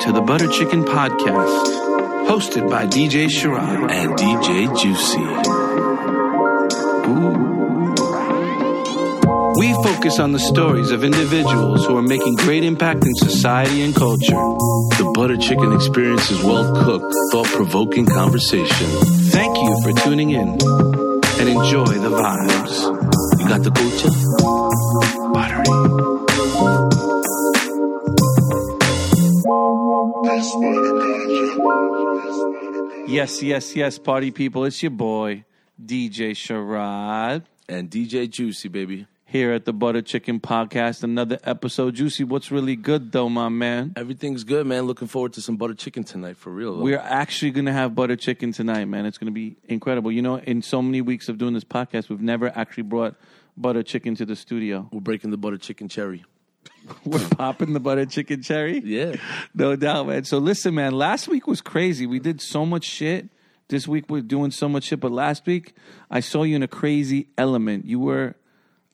to the Butter Chicken Podcast, hosted by DJ Sharon and DJ Juicy. Ooh. We focus on the stories of individuals who are making great impact in society and culture. The Butter Chicken Experience is well cooked, thought provoking conversation. Thank you for tuning in and enjoy the vibes. You got the culture? Yes, yes, yes, party people. It's your boy, DJ Sharad. And DJ Juicy, baby. Here at the Butter Chicken Podcast, another episode. Juicy, what's really good though, my man? Everything's good, man. Looking forward to some butter chicken tonight, for real. though. We're actually going to have butter chicken tonight, man. It's going to be incredible. You know, in so many weeks of doing this podcast, we've never actually brought butter chicken to the studio. We're breaking the butter chicken cherry. We're popping the butter chicken cherry. Yeah. No doubt, man. So listen, man, last week was crazy. We did so much shit. This week we're doing so much shit, but last week I saw you in a crazy element. You were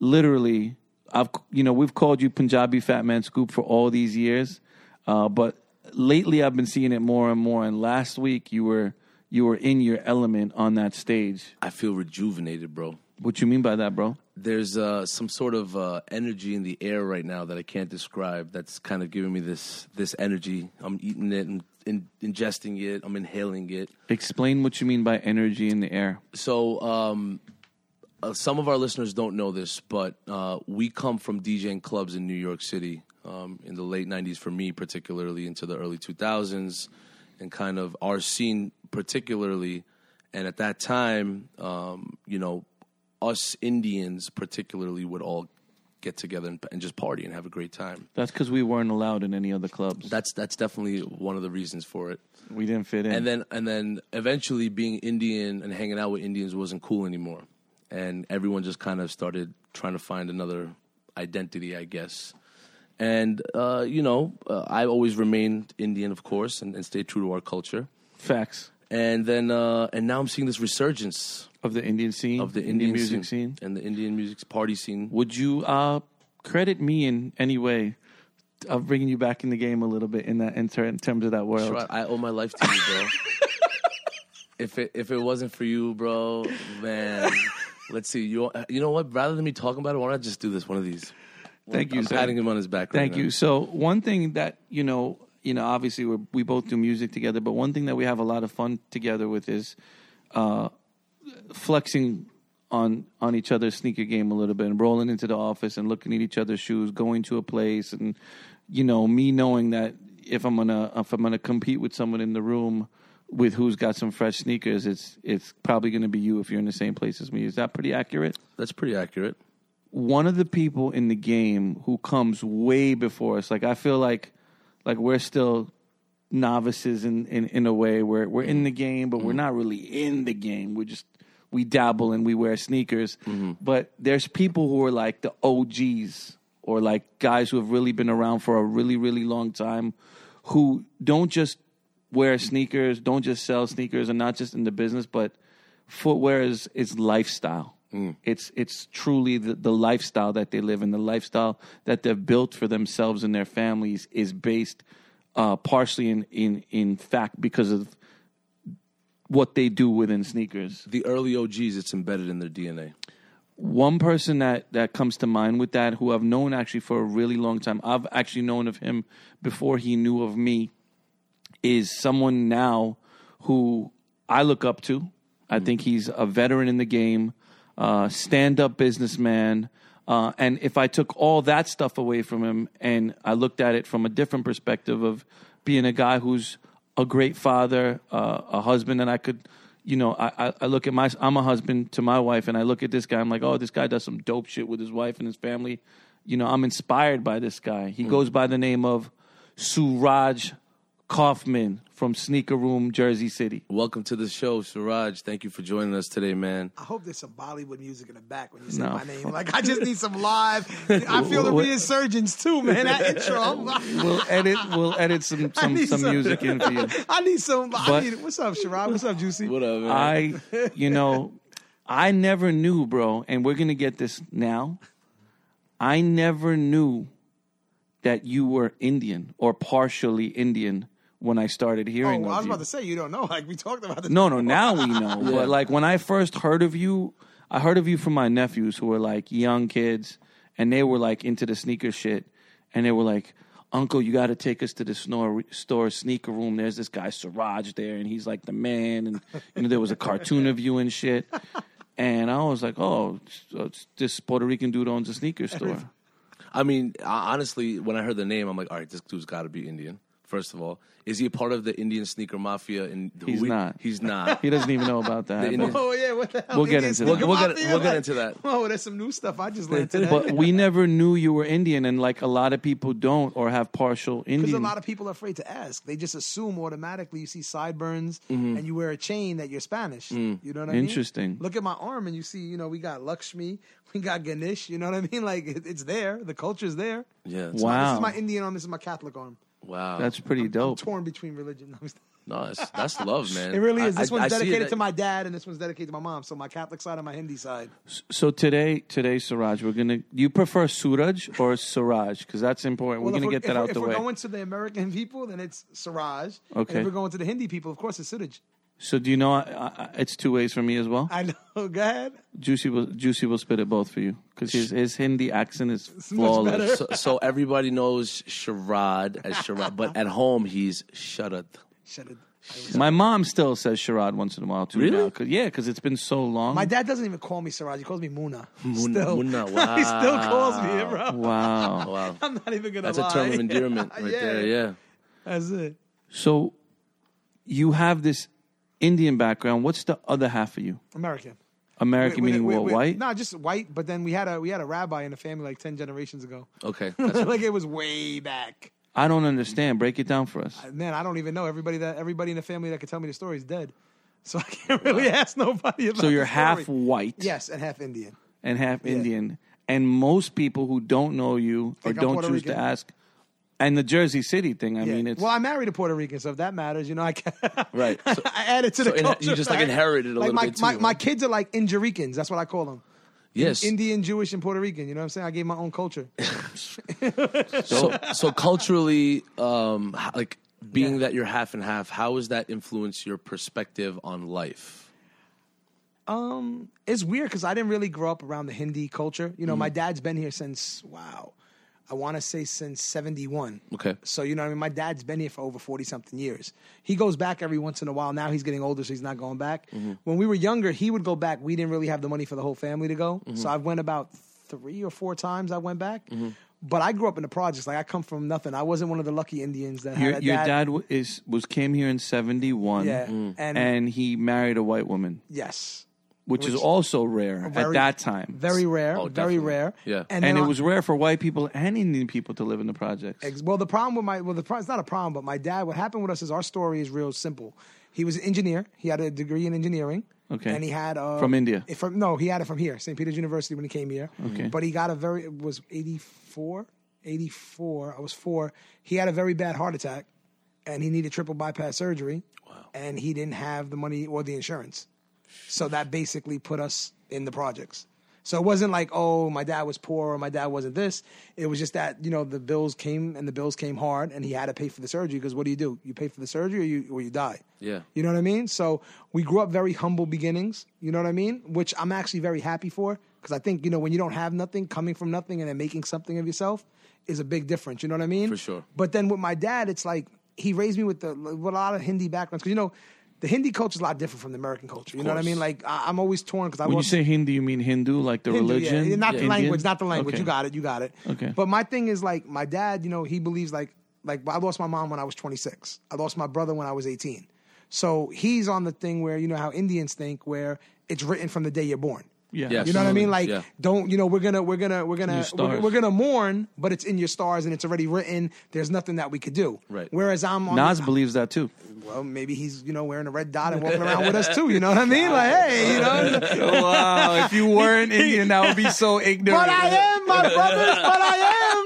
literally I've you know, we've called you Punjabi Fat Man Scoop for all these years. Uh, but lately I've been seeing it more and more and last week you were you were in your element on that stage. I feel rejuvenated, bro. What you mean by that, bro? There's uh, some sort of uh, energy in the air right now that I can't describe. That's kind of giving me this this energy. I'm eating it and, and ingesting it. I'm inhaling it. Explain what you mean by energy in the air. So um, uh, some of our listeners don't know this, but uh, we come from DJing clubs in New York City um, in the late '90s. For me, particularly into the early 2000s, and kind of our scene, particularly. And at that time, um, you know, us Indians particularly would all get together and, and just party and have a great time. That's because we weren't allowed in any other clubs. That's that's definitely one of the reasons for it. we didn't fit in. And then and then eventually being Indian and hanging out with Indians wasn't cool anymore. And everyone just kind of started trying to find another identity, I guess. And uh, you know, uh, I always remained Indian, of course, and, and stayed true to our culture. Facts And then uh, and now I'm seeing this resurgence of the Indian scene, of the Indian, music scene. and the Indian music party scene. Would you uh, credit me in any way of bringing you back in the game a little bit in that in, ter- in terms of that world? Sure, I owe my life to you, bro. if it if it wasn't for you, bro, man. Let's see. You you know what? Rather than me talking about it, why not just do this one of these? Thank you, I'm sir. patting him on his back. right Thank now. you. So one thing that you know, you know, obviously we we both do music together, but one thing that we have a lot of fun together with is uh, flexing on on each other's sneaker game a little bit and rolling into the office and looking at each other's shoes, going to a place, and you know, me knowing that if I'm gonna if I'm gonna compete with someone in the room with who's got some fresh sneakers, it's it's probably gonna be you if you're in the same place as me. Is that pretty accurate? That's pretty accurate. one of the people in the game who comes way before us. Like I feel like like we're still novices in in, in a way where we're in the game, but we're not really in the game. We're just we dabble and we wear sneakers. But there's people who are like the OGs or like guys who have really been around for a really, really long time who don't just wear sneakers, don't just sell sneakers, and not just in the business, but footwear is is lifestyle. It's it's truly the, the lifestyle that they live in, the lifestyle that they've built for themselves and their families is based uh, partially in, in in fact because of what they do within sneakers. The early OGs, it's embedded in their DNA. One person that that comes to mind with that, who I've known actually for a really long time, I've actually known of him before he knew of me, is someone now who I look up to. I think he's a veteran in the game, uh, stand up businessman. Uh, and if I took all that stuff away from him and I looked at it from a different perspective of being a guy who's a great father, uh, a husband, and I could, you know, I, I, I look at my, I'm a husband to my wife, and I look at this guy, I'm like, oh, this guy does some dope shit with his wife and his family. You know, I'm inspired by this guy. He goes by the name of Suraj Kaufman from Sneaker Room, Jersey City. Welcome to the show, Suraj. Thank you for joining us today, man. I hope there's some Bollywood music in the back when you say No. my name. Like I just need some live. I feel the What- reinsurgence too, man. That intro. I'm- We'll edit. We'll edit some I some, need some music in for you. I need some. I But- need, what's up, Sharad? What's up, Juicy? What up, man? I, you know, I never knew, bro, and we're gonna get this now. I never knew that you were Indian or partially Indian when I started hearing. well, of Oh, I was you. about to say you don't know. Like we talked about this. No, no, now we know. But like when I first heard of you, I heard of you from my nephews who were like young kids and they were like into the sneaker shit and they were like, Uncle, you got to take us to the snor- store sneaker room. There's this guy Siraj there and he's like the man and you know there was a cartoon of you and shit. And I was like, "Oh, it's- it's this Puerto Rican dude owns a sneaker store." I mean, ho- honestly, when I heard the name, I'm like, all right, this dude's got to be Indian. First of all, is he a part of the Indian sneaker mafia? And He's not. He's not. He doesn't even know about that. Indian- but- Oh yeah, what the hell? We'll get Indian into that. sneaker We'll get- mafia? we'll get Like, into that. Oh, there's some new stuff I just learned today. but we never knew you were Indian, and like a lot of people don't or have partial Because Indian. a lot of people are afraid to ask. They just assume automatically you see sideburns and you wear a chain that you're Spanish. You know what I mean? Mm-hmm. Mm. Interesting. Look at my arm and you see, you know, we got Lakshmi, we got Ganesh. You know what I mean? Like it- it's there. The culture's there. Yeah. it's Wow. Oh. not- This is my Indian arm. This is my Catholic arm. Wow. That's pretty dope. Torn between religion. no, that's, that's love, man. It really is. I- This I- one's I see dedicated that- to my dad, and this one's dedicated to my mom. So my Catholic side and my Hindi side. So today, today, Siraj, we're gonna. Do you prefer Suraj or Siraj? Because that's important. we're if gonna get if that out if the we're way. going to the American people, then it's Siraj. And Okay. if we're going to the Hindi people, of course, it's Suraj. so do you know? I, I, it's two ways for me as well. I know. Go ahead. Juicy will, Juicy will spit it both for you because his his Hindi accent is much flawless. So, so everybody knows Sharad as Sharad, but at home he's Sharad. Shut it. My mom still says Sharad once in a while too. Really? now, 'cause- yeah, because it's been so long. My dad doesn't even call me Siraj. He calls me Muna. Muna- still. Muna, he still wow. calls me it, bro. wow. Oh, Wow. I'm not even gonna That's lie. a term of endearment right there. Yeah. That's it. So you have this Indian background. What's the other half of you? American. American Wait, wait, meaning wait, what? wait. White. No, just white. But then we had a we had a rabbi in the family like ten generations ago. Okay. like it was way back. I don't understand. Break it down for us. Man, I don't even know everybody that everybody in the family that could tell me the story is dead. So I can't really ask nobody about So you're the half story. white. Yes, and half Indian. and half Indian. And most people who don't know you or Think I'm don't Puerto choose to Rican. ask, and the Jersey City thing. I Yeah. mean, it's well, I married a Puerto Rican, so if that matters, you know, I can, Right. So- I added to the so inhe- culture. you just, like, back. inherited it a like little my, bit, too, My, my right? kids are like Injuricans. That's what I call them. Yes. Indian, Jewish, and Puerto Rican. You know what I'm saying? I gave my own culture. so, so culturally, um, h- like being that you're half and half, how has that influenced your perspective on life? it's weird because I didn't really grow up around the Hindi culture. You know, my Mm-hmm. dad's been here since wow, I want to say since '71. Okay. So you know, what I mean, my dad's been here for over forty something years. He goes back every once in a while. Now he's getting older, so he's not going back. Mm-hmm. When we were younger, he would go back. We didn't really have the money for the whole family to go, Mm-hmm. so I went about three or four times. I went back. But I grew up in the projects. Like I come from nothing. I wasn't one of the lucky Indians that your, had a your dad w- is was came here in seventy one, Yeah, Mm. and, and- he married a white woman, Yes, which, is also rare at Very- that time. very rare, Oh, very definitely. rare. Yeah. and it then I- was rare for white people and Indian people to live in the projects. Ex- Well, the problem with my well, the pro- it's not a problem, but my dad. What happened with us is our story is real simple. He was an engineer. He had a degree in engineering. Okay. And he had uh, From India? eh, From no, he had it from here, St. Peter's University when he came here. Okay. But he got a very it was 84, 84. I was four. He had a very bad heart attack, and he needed triple bypass surgery. Wow. And he didn't have the money or the insurance. So that basically put us in the projects. So it wasn't like, oh, my dad was poor or my dad wasn't this. It was just that, you know, the bills came and the bills came hard and he had to pay for the surgery because what do you do? You pay for the surgery or you, or you die. Yeah. You know what I mean? So we grew up very humble beginnings, you know what I mean? Which I'm actually very happy for because I think, you know, when you don't have nothing, coming from nothing and then making something of yourself is a big difference, you know what I mean? For sure. But then with my dad, it's like he raised me with, the, with a lot of Hindi backgrounds because, you know, the Hindi culture is a lot different from the American culture. You know what I course. mean? Like I, I'm always torn because I when you was say Hindi, you mean Hindu, like the Hindu, yeah. religion, not the Indian? language, not the language. Okay. You got it, you got it. Okay. But my thing is like my dad, you know, he believes like like I lost my mom when I was 26. I lost my brother when I was 18. So he's on the thing where you know how Indians think, where it's written from the day you're born. Yeah. Yes. You know what I mean? Like, Yeah. don't you know we're gonna we're gonna we're your gonna stars. we're, we're gonna mourn, but it's in your stars and it's already written. There's nothing that we could do. Right. Whereas I'm on Nas the, believes that too. well, maybe he's you know wearing a red dot and walking around with us too. You know what I mean? Like, hey, you know. wow! If you weren't Indian, that would be so ignorant. But I am, my brothers,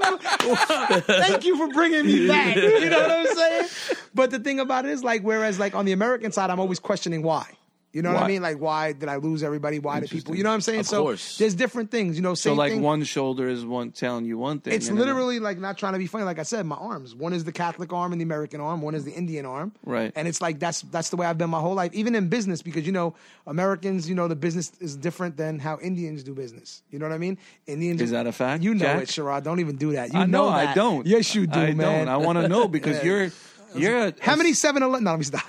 but I am. Thank you for bringing me back. You know what I'm saying? But the thing about it is, like, whereas, like, on the American side, I'm always questioning why. You know what Why- I mean? Like, why did I lose everybody? Why did people? Interesting. You know what I'm saying? Of so course. there's different things. You know, So same like thing. one shoulder is one telling you one thing. It's and then- literally like not trying to be funny. Like I said, my arms. One is the Catholic arm and the American arm. One is the Indian arm. Right. And it's like that's that's the way I've been my whole life, even in business, because you know Americans, you know the business is different than how Indians do business. You know what I mean? Indians Is that a fact, You know Jack? it, Sherrod. Don't even do that. You I know, know that. I don't. Yes, you do, I man. Don't. I want to know because you're you're how many Seven Eleven? No, let me stop.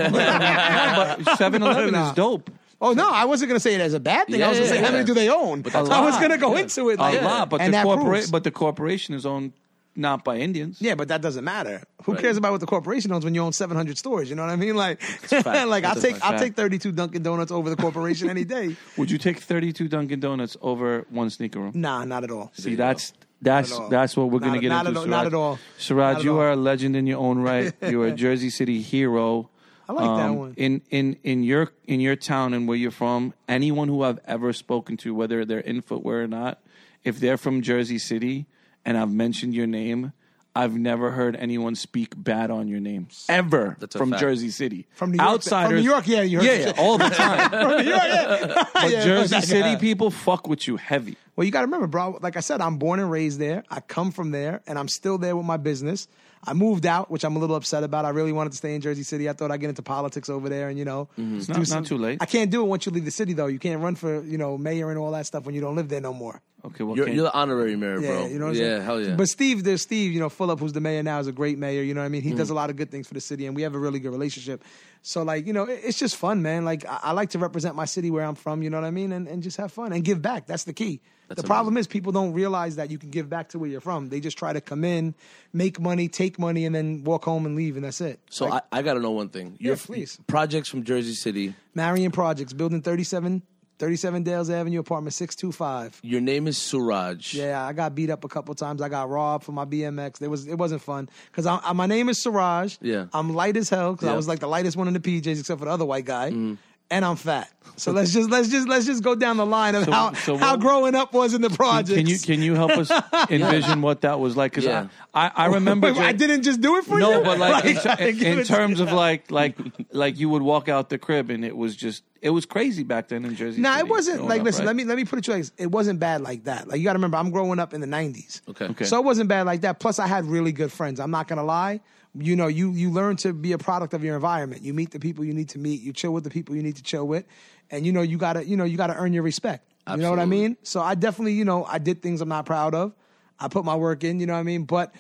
Seven Eleven No. is dope. Oh no, I wasn't gonna say it as a bad thing. I Yeah, was gonna yeah, say how yeah. many do they own? But I that's- was Ah, gonna go yeah. into it A like, lot, but and the that corporate proves- but the corporation is owned not by Indians. yeah, but that doesn't matter. Who Right. cares about what the corporation owns when you own seven hundred stores? You know what I mean? Like, like I'll That's take a I'll fact. take thirty two Dunkin' Donuts over the corporation any day. Would you take 32 Dunkin' Donuts over one sneaker room? Nah, not at all. See, that's that's Not at all. that's what we're going Not- to get not into. at all- not Siraj. at all. Siraj, Not at you all. are a legend in your own right. you are a Jersey City hero. Um, I like that one. In in in your in your town and where you're from, anyone who I've ever spoken to, whether they're in footwear or not, if they're from Jersey City and I've mentioned your name, I've never heard anyone speak bad on your name ever That's a from fact. Jersey City. From New York- outsiders, from New York, yeah, you heard yeah, that yeah, shit. all the time. From New York, yeah. but Yeah, Jersey like, City uh, people fuck with you heavy. Well, you got to remember, bro. Like I said, I'm born and raised there. I come from there, and I'm still there with my business. I moved out, which I'm a little upset about. I really wanted to stay in Jersey City. I thought I'd get into politics over there, and you know, Mm-hmm. It's not- do not too late. I can't do it once you leave the city, though. You can't run for you know mayor and all that stuff when you don't live there no more. Okay, well, You're, can't- you're the honorary mayor, Yeah, bro. you know what I'm yeah, saying? hell yeah. But Steve, there's Steve, you know, Phillip, who's the mayor now, is a great mayor. You know what I mean? Mm. He does a lot of good things for the city, and we have a really good relationship. So, like, you know, it- it's just fun, man. Like, I, I like to represent my city where I'm from, you know what I mean? And, and just have fun and give back. That's the key. the problem is people don't realize that you can give back to where you're from. They just try to come in, make money, take money, and then walk home and leave, and that's it. so I, I got to know one thing. Your f- please. Projects from Jersey City. Marion Projects, building 37, 37 Dales Avenue, apartment 625. Your name is Suraj. Yeah, I got beat up a couple times. I got robbed for my BMX. There was it wasn't fun because I, I, my name is Siraj. Yeah. I'm light as hell because Yeah. I Mm-hmm. was like the lightest one in the PJs except for the other white guy, and I'm fat. So let's just let's just let's just go down the line of how so how what- growing up was in the projects. Can you can you help us envision what that was like? Because Yeah. I, I I remember Wait, I Jer- didn't just do it for you. no, but like, in- try to in, give in it to- terms of like like like you would walk out the crib and it was just it was crazy back then in Jersey. Nah, City, it wasn't growing like up, listen. right? Let me let me put it to you. Like, this. it wasn't bad like that. Like you got to remember, I'm growing up in the '90s. Okay. Okay. So it wasn't bad like that. Plus, I had really good friends. I'm not gonna lie. You know, you you learn to be a product of your environment. You meet the people you need to meet. You chill with the people you need to chill with, and you know you gotta you know you gotta earn your respect. You know what I Absolutely. mean? So I definitely you know I did things I'm not proud of. I put my work in. You know what I mean? But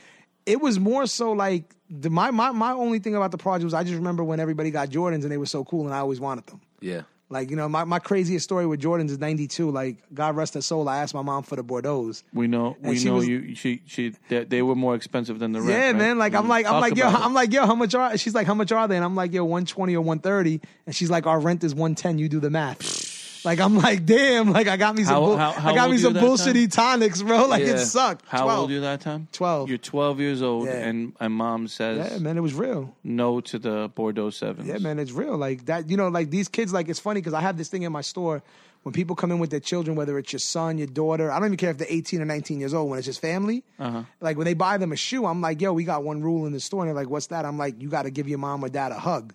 it was more so like the, my my my only thing about the project was I just remember when everybody got Jordans and they were so cool and I always wanted them. Yeah. Like, you know, my, my craziest story with Jordans is 92. Like, God rest her soul, I asked my mom for the Bordeaux's. we know we she know was- you she she they, they were more expensive than the rent. Yeah, right? Mm. Mm-hmm. man. Like, I'm like, I'm Talk like, yo, about it. I'm like, yo, how much are, she's like, how much are they? And I'm like, yo, 120 or 130. And she's like, our rent is 110. You do the math. Like, I'm like, damn, like, I got me some, How- bull- how- how I got old me you some that time? bullshitty tonics, bro. Like, it Yeah. sucked. How 12. old you that time? 12. You're 12 years old, Yeah. and and mom says Yeah, man, it was real. no to the Bordeaux sevens. Yeah, man, it's real. Like that, you know, like these kids, like it's funny because I have this thing in my store. When people come in with their children, whether it's your son, your daughter, I don't even care if they're 18 or 19 years old, when it's just family, Uh-huh. like when they buy them a shoe, I'm like, yo, we got one rule in the store. And they're like, what's that? I'm like, you got to give your mom or dad a hug.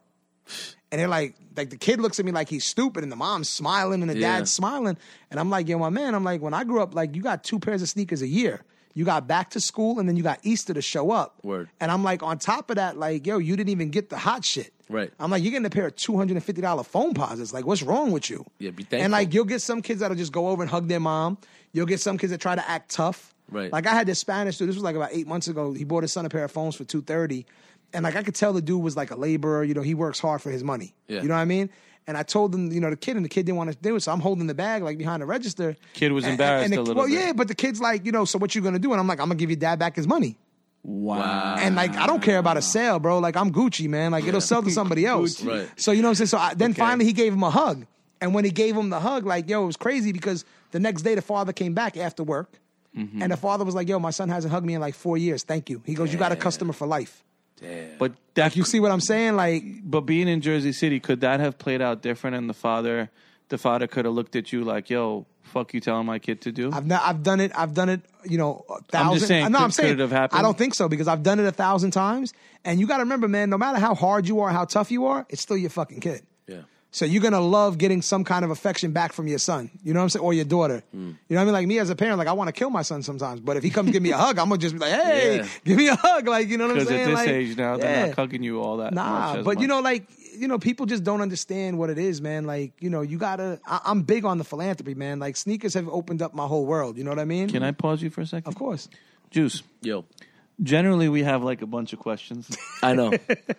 And they're like, like the kid looks at me like he's stupid, and the mom's smiling and the Yeah. dad's smiling. And I'm like, yo, my man, I'm like, when I grew up, like you got two pairs of sneakers a year. You got back to school and then you got Easter to show up. Word. And I'm like, on top of that, like, yo, you didn't even get the hot shit. Right. I'm like, you're getting a pair of two hundred and fifty dollar phone posits. Like, what's wrong with you? Yeah, be And thankful. like, you'll get some kids that'll just go over and hug their mom. You'll get some kids that try to act tough. Right. Like I had this Spanish dude. This was like about eight months ago. He bought his son a pair of phones for two thirty, and like I could tell the dude was like a laborer. You know, he works hard for his money. Yeah. You know what I mean? And I told him, you know, the kid and the kid didn't want to do it. So I'm holding the bag like behind the register. Kid was And- and- embarrassed and the- a little Well, bit. yeah, but the kid's like, you know, so what you gonna do? And I'm like, I'm gonna give your dad back his money. wow. And like, I don't care about a sale, bro. Like, I'm Gucci, man. Like, it'll sell to somebody else. Gucci. Right. So you know what I'm saying. So I, then Okay. finally, he gave him a hug. And when he gave him the hug, like, yo, it was crazy because the next day the father came back after work, Mm-hmm. and the father was like, "Yo, my son hasn't hugged me in like four years. Thank you." He goes, "You got a customer for life." Damn. But that You see what I'm saying? Like, but being in Jersey City, could that have played out different? And the father, the father could have looked at you like, "Yo, fuck you, telling my kid to do." I've not, I've done it. I've done it. You know, a thousand. saying, no, could- I'm saying could it have happened? I don't think so because I've done it a thousand times. And you got to remember, man. No matter how hard you are, how tough you are, it's still your fucking kid. yeah. So you're gonna love getting some kind of affection back from your son. You know what I'm saying? Or your daughter. Hmm. You know what I mean? Like me as a parent, like I want to kill my son sometimes. But if he comes give me a hug, I'm gonna just be like, hey, Yeah. give me a hug. Like, you know what I'm Because saying? at this Like, age now, they're yeah. not hugging you all that much. Nah, as but you much. know, like you know, people just don't understand what it is, man. Like you know, you gotta. I, I'm big on the philanthropy, man. Like sneakers have opened up my whole world. You know what I mean? Can I pause you for a second? Of course. Juice. Yo, Generally, we have like a bunch of questions, I know.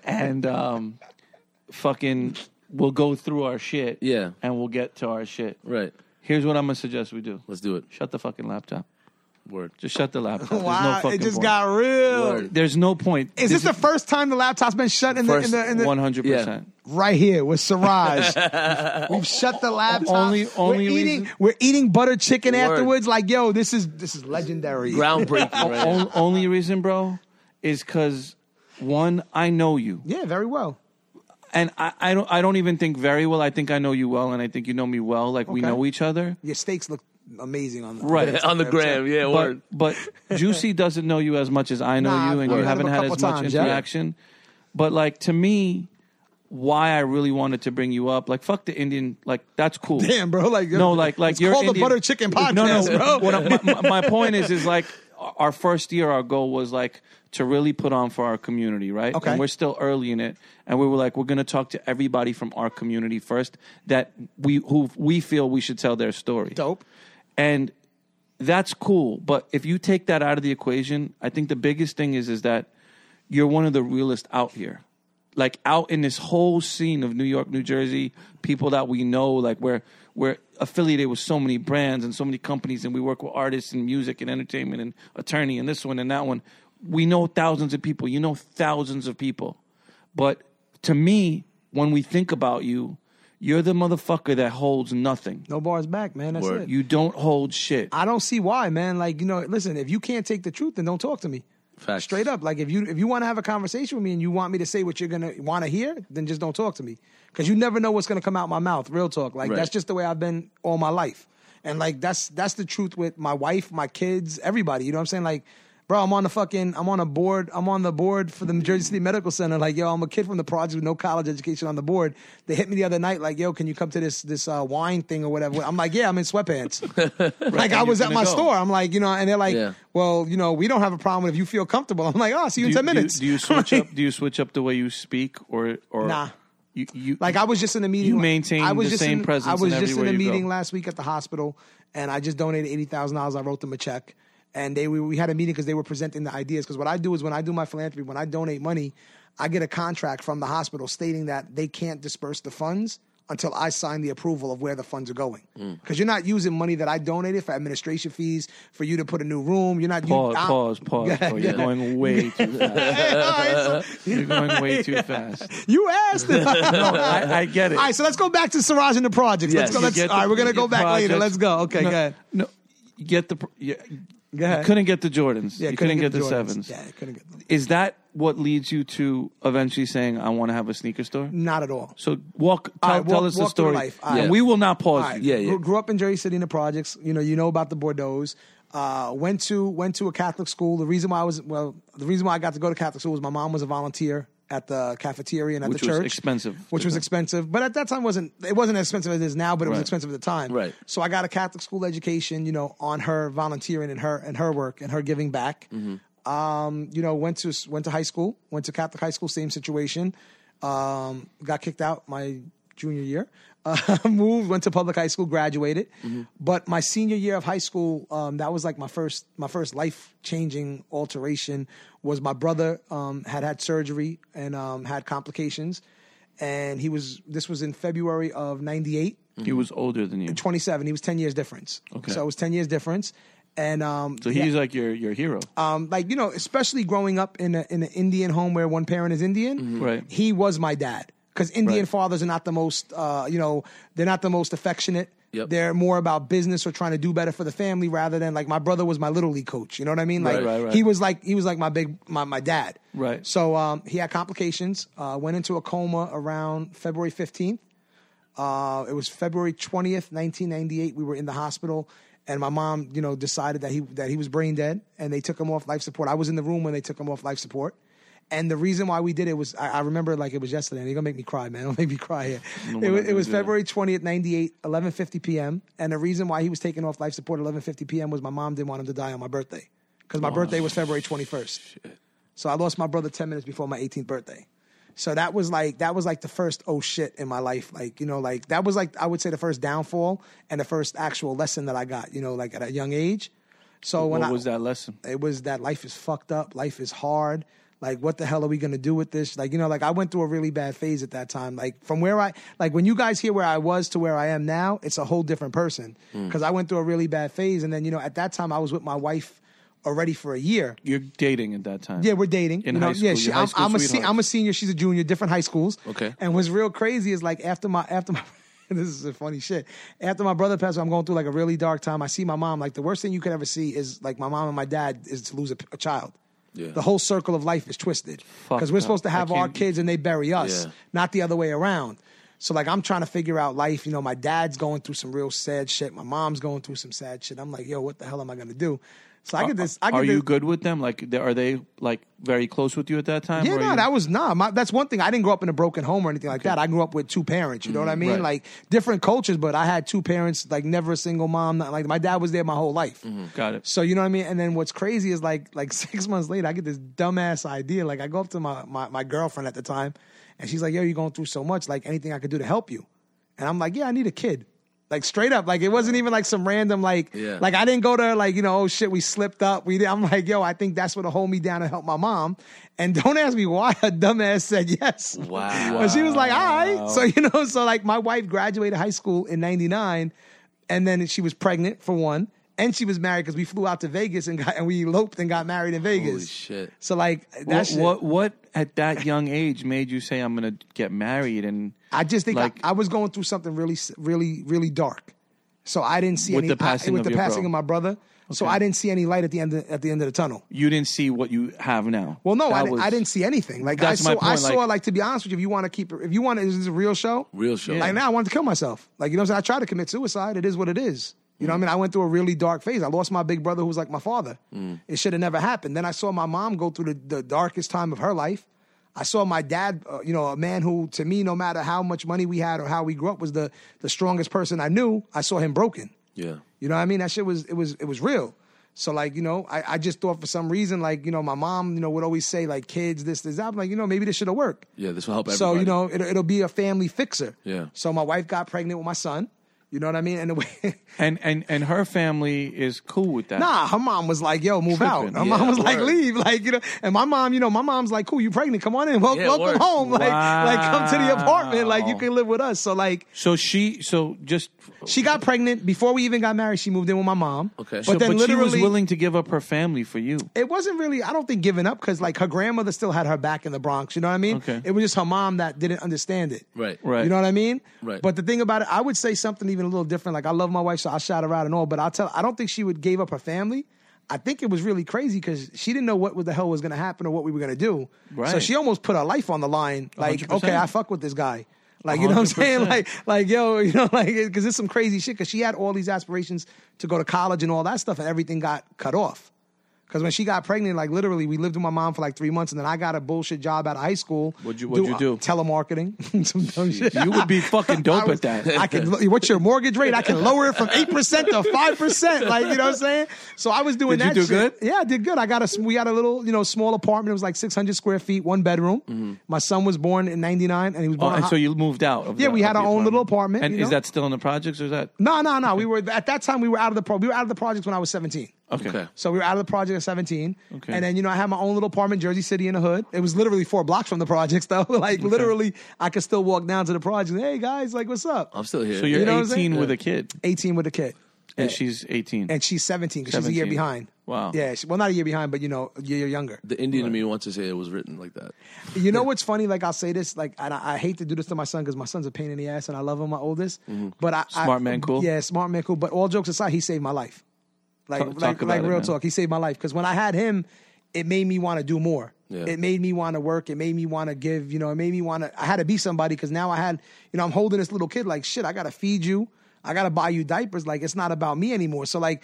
and um, fucking, we'll go through our shit. Yeah. and we'll get to our shit. right. Here's what I'm gonna suggest we do: Let's do it. shut the fucking laptop. Word. Just shut the laptop. There's no Wow, fucking it just point. got real. Word. There's no point. Is this, the first time the laptop's been shut in the, in the, in the one hundred percent? right here with Siraj? We've shut the laptop. Only- only we're eating reason- we're eating butter chicken Word. afterwards. Like yo, this is this is legendary. Groundbreaking. Right? O- only reason, bro, is because one, I know you, Yeah, very well. and I, I don't. I don't even think very well. I think I know you well, and I think you know me well. Like we Okay. know each other, Your steaks look amazing on the right? On the gram. Yeah. but Word. but Juicy doesn't know you as much as I know Nah, you, and I've you met him haven't a had as couple much times, yeah. interaction. But like to me, why I really wanted to bring you up, like fuck the Indian, like that's cool. Damn, bro. Like No, like like it's you're called the Indian- butter chicken podcast, No, no. bro. What I, my, my point is is like our first year, our goal was like to really put on for our community, right? Okay. And we're still early in it, and we were like, we're going to talk to everybody from our community first that we who we feel we should tell their story. Dope. And that's cool, but if you take that out of the equation, I think the biggest thing is is that you're one of the realest out here. Like out in this whole scene of New York, New Jersey, people that we know, like we're we're affiliated with so many brands and so many companies, and we work with artists and music and entertainment and attorney and this one and that one. We know thousands of people. You know thousands of people, but to me, when we think about you, you're the motherfucker that holds nothing. No bars back, man. That's Word. it. You don't hold shit. I don't see why, man. Like, you know, listen, if you can't take the truth, then don't talk to me. Facts. Straight up. Like if you if you want to have a conversation with me and you want me to say what you're gonna want to hear, then just don't talk to me. Cause you never know what's gonna come out my mouth. Real talk. Like Right. that's just the way I've been all my life. And like that's that's the truth with my wife, my kids, everybody. You know what I'm saying? Like, bro, I'm on the fucking I'm on a board, I'm on the board for the New Jersey City Medical Center. Like, yo, I'm a kid from the project with no college education on the board. They hit me the other night, like, yo, can you come to this this uh, wine thing or whatever? I'm like, yeah, I'm in sweatpants. like I was at gonna my go. store. I'm like, you know, and they're like, Yeah. well, you know, we don't have a problem if you feel comfortable. I'm like, oh, see you in Do you- ten minutes. Do you, do you switch up? Do you switch up the way you speak, or or Nah. You, you Like I was just in a meeting. You maintain I was the just same in, presence I was in just in everywhere a you meeting go. last week at the hospital, and I just donated eighty thousand dollars. I wrote them a check, and they we, we had a meeting because they were presenting the ideas. Because what I do is when I do my philanthropy, when I donate money, I get a contract from the hospital stating that they can't disperse the funds until I sign the approval of where the funds are going. Because you're not using money that I donated for administration fees for you to put a new room. You're not you- pause, I'm- pause, pause. oh, you're going way too fast. Hey, all right, so- You're going way too fast. You asked it. I, I get it. All right, so let's go back to Siraj and the projects. Yes. let's go. You Let's, You all get the- right, we're gonna you go get back later. projects. Let's go. Okay, no, go ahead. No, you get the. pro- You, Go ahead. you couldn't get the Jordans. you couldn't get, the, Jordans. sevens. Yeah, couldn't get them. Is that what leads you to eventually saying, "I want to have a sneaker store"? Not at all. So walk. Tell, All right, tell walk- us the walk through story. life. All right. And we will not pause. All right. you. Yeah, yeah. Grew, grew up in Jersey City in the projects. You know, you know about the Bordeaux's. Uh, went to went to a Catholic school. The reason why I was well, the reason why I got to go to Catholic school was my mom was a volunteer at the cafeteria and at Which the was church. expensive. Which was expensive, but at that time wasn't it wasn't as expensive as it is now, but it was Right. expensive at the time. Right. So I got a Catholic school education. You know, on her volunteering and her and her work and her giving back. Um, you know, went to went to high school, went to Catholic high school, same situation. Um, got kicked out my junior year. Uh, moved, went to public high school, graduated. But my senior year of high school, um, that was like my first my first life changing alteration. Was my brother um, had had surgery and um, had complications, and he was this was in February of '98. He was older than you, 27. He was 10 years difference. Okay. So it was 10 years difference. And um, so he's like your your hero. um, like you know, especially growing up in a in an Indian home where one parent is Indian, Mm-hmm. Right. He was my dad because Indian Right. fathers are not the most, uh, you know, they're not the most affectionate. Yep. They're more about business or trying to do better for the family rather than like my brother was my little league coach. You know what I mean? Like Right, right, right. he was like he was like my big my my dad. Right. So um, he had complications. Uh, went into a coma around February fifteenth. Uh, it was February twentieth, nineteen ninety eight. We were in the hospital, and my mom, you know, decided that he that he was brain dead, and they took him off life support. I was in the room when they took him off life support, And the reason why we did it was I, I remember like it was yesterday. And you're gonna make me cry, man. Don't make me cry here. it, was, it was February 20th, 98, 11:50 p.m. And the reason why he was taking off life support 11:50 p.m. was my mom didn't want him to die on my birthday because my birthday was February 21st. So I lost my brother 10 minutes before my 18th birthday. So that was like that was like the first oh shit in my life. Like, you know, like that was like I would say the first downfall and the first actual lesson that I got, you know, like at a young age. So when What I was that lesson? it was that life is fucked up, life is hard. Like, what the hell are we gonna do with this? Like, you know, like I went through a really bad phase at that time. Like, from where I, like, when you guys hear where I was to where I am now, it's a whole different person. Hmm. Cause I went through a really bad phase. And then, you know, at that time, I was with my wife already for a year. You're dating at that time. Yeah, we're dating. In you know, high school, yeah, she, your high I'm, school I'm a se- sweethearts. I'm a senior. She's a junior. Different high schools. Okay. And what's real crazy is like after my after my this is a funny shit. After my brother passed, away, I'm going through like a really dark time. I see my mom. Like the worst thing you could ever see is like my mom and my dad is to lose a, a child. Yeah. The whole circle of life is twisted because we're up. supposed to I have our can't- kids and they bury us, Yeah. not the other way around. So like I'm trying to figure out life. You know, my dad's going through some real sad shit. My mom's going through some sad shit. I'm like, yo, what the hell am I gonna do? So I get this. I get Uh, Are this, you good with them? Like, they- are they like very close with you at that time? yeah, or are no, you- that was nah. My, that's one thing. I didn't grow up in a broken home or anything like that. I grew up with two parents. You know what I mean? right. Like different cultures, but I had two parents. Like never a single mom. Not, like my dad was there my whole life. got it. So you know what I mean? And then what's crazy is like like six months later, I get this dumbass idea. Like I go up to my my, my girlfriend at the time, and she's like, "Yo, you're going through so much. Like anything I could do to help you?" And I'm like, "Yeah, I need a kid." Like straight up, like it wasn't even like some random like Yeah. like I didn't go to like you know oh shit we slipped up we did. I'm like yo I think that's what'll hold me down and help my mom and don't ask me why a dumbass said yes Wow. but she was like, all right. So, you know, so like my wife graduated high school in 99, and then she was pregnant for one, and she was married because we flew out to Vegas and got, and we eloped and got married in Vegas. Holy shit. So, like, What, that's what, what what at that young age made you say I'm gonna get married and I just think I- like- I, was going through something really, s- really, really dark. So I didn't see With any the passing I, with of the your passing bro. of my brother. So I didn't see any light at the end of, at the end of the tunnel. you didn't see what you have now? Well, no, That I, didn't was- I didn't see anything. Like I That's saw, my I point, saw. Like, like- to be honest with you, if you want to keep, it- if you want, to, is this a real show? Real show. Like now, I wanted to kill myself. Like you know, what I'm saying I tried to commit suicide. It is what it is. You know, what I mean, I went through a really dark phase. I lost my big brother, who was like my father. Mm. It should have never happened. Then I saw my mom go through the, the darkest time of her life. I saw my dad, uh, you know, a man who, to me, no matter how much money we had or how we grew up, was the the strongest person I knew. I saw him broken. Yeah. You know what I mean? That shit was it was it was real. So like, you know, I, I just thought for some reason, like, you know, my mom, you know, would always say like kids, this, this, that. I'm like, you know, maybe this shit'll work. Yeah, this will help everybody. So, you know, it'll, it'll be a family fixer. Yeah. So my wife got pregnant with my son. You know what I mean? And the way and and and her family is cool with that. Nah, her mom was like, "Yo, move out." Tripping. Her Yeah, mom was like, word. "Leave," like you know. And my mom, you know, my mom's like, "Cool, you pregnant? Come on in. Wel- Yeah, welcome word. home. Like, like come to the apartment. Like you Wow. can live with us." So like, So she so just she got pregnant before we even got married. She moved in with my mom. Okay. but so, then but she literally was willing to give up her family for you. it wasn't really i don't think giving up because like her grandmother still had her back in the bronx you know what i mean Okay. it was just her mom that didn't understand it Right. Right. you know what i mean Right. but the thing about it i would say something even a little different like i love my wife so i shout her out and all but i'll tell i don't think she would gave up her family i think it was really crazy because she didn't know what the hell was going to happen or what we were going to do so Right. she almost put her life on the line like 100%. okay i fuck with this guy like you know what i'm saying 100%. like like yo you know like because it's some crazy shit because she had all these aspirations to go to college and all that stuff and everything got cut off because when she got pregnant, like literally, we lived with my mom for like three months, and then I got a bullshit job out of high school. uh, What'd you- what'd you do? telemarketing. Some dumb shit. You would be fucking dope I at that. I can. lo- What's your mortgage rate? I can lower it from eight percent to five percent. Like you know what I'm saying. So I was doing Did you that. do shit. Yeah, I did good. I got a. sm- We got a little, you know, small apartment. It was like 600 square feet, one bedroom. My son was born in '99, and he was Mm-hmm. Oh, born. and on- so you moved out. Of Uh-huh. Yeah, the- we of had the our own little apartment, And you is know? that still in the projects, or is that no, no, no. We were at that time. We were out of the pro. We were out of the projects when I was 17. okay? Okay. So we were out of the project at 17. Okay. And then, you know, I had my own little apartment, Jersey City in the hood. It was literally four blocks from the projects, though. like, literally, I could still walk down to the project. Hey, guys, like, what's up? I'm still here. So you're You know what I'm 18 saying? with a kid, 18 with a kid. and she's 18. And she's 17 because she's a year 17. behind. Wow. Yeah. She, well, not a year behind, but, you know, a year younger. the Indian in me wants to say it was written like that. You know what's funny? Like, I'll say this, like, and I, I hate to do this to my son because my son's a pain in the ass and I love him, my oldest. But I. I- Mm-hmm. Smart man, cool. Yeah, smart man, cool. But all jokes aside, he saved my life. Like, Talk- talk like, about like it, real man. talk. He saved my life because when I had him, it made me want to do more. Yeah. It made me want to work. It made me want to give. You know, it made me want to. I had to be somebody because now I had. You know, I'm holding this little kid like shit. I got to feed you. I gotta buy you diapers. Like it's not about me anymore. So like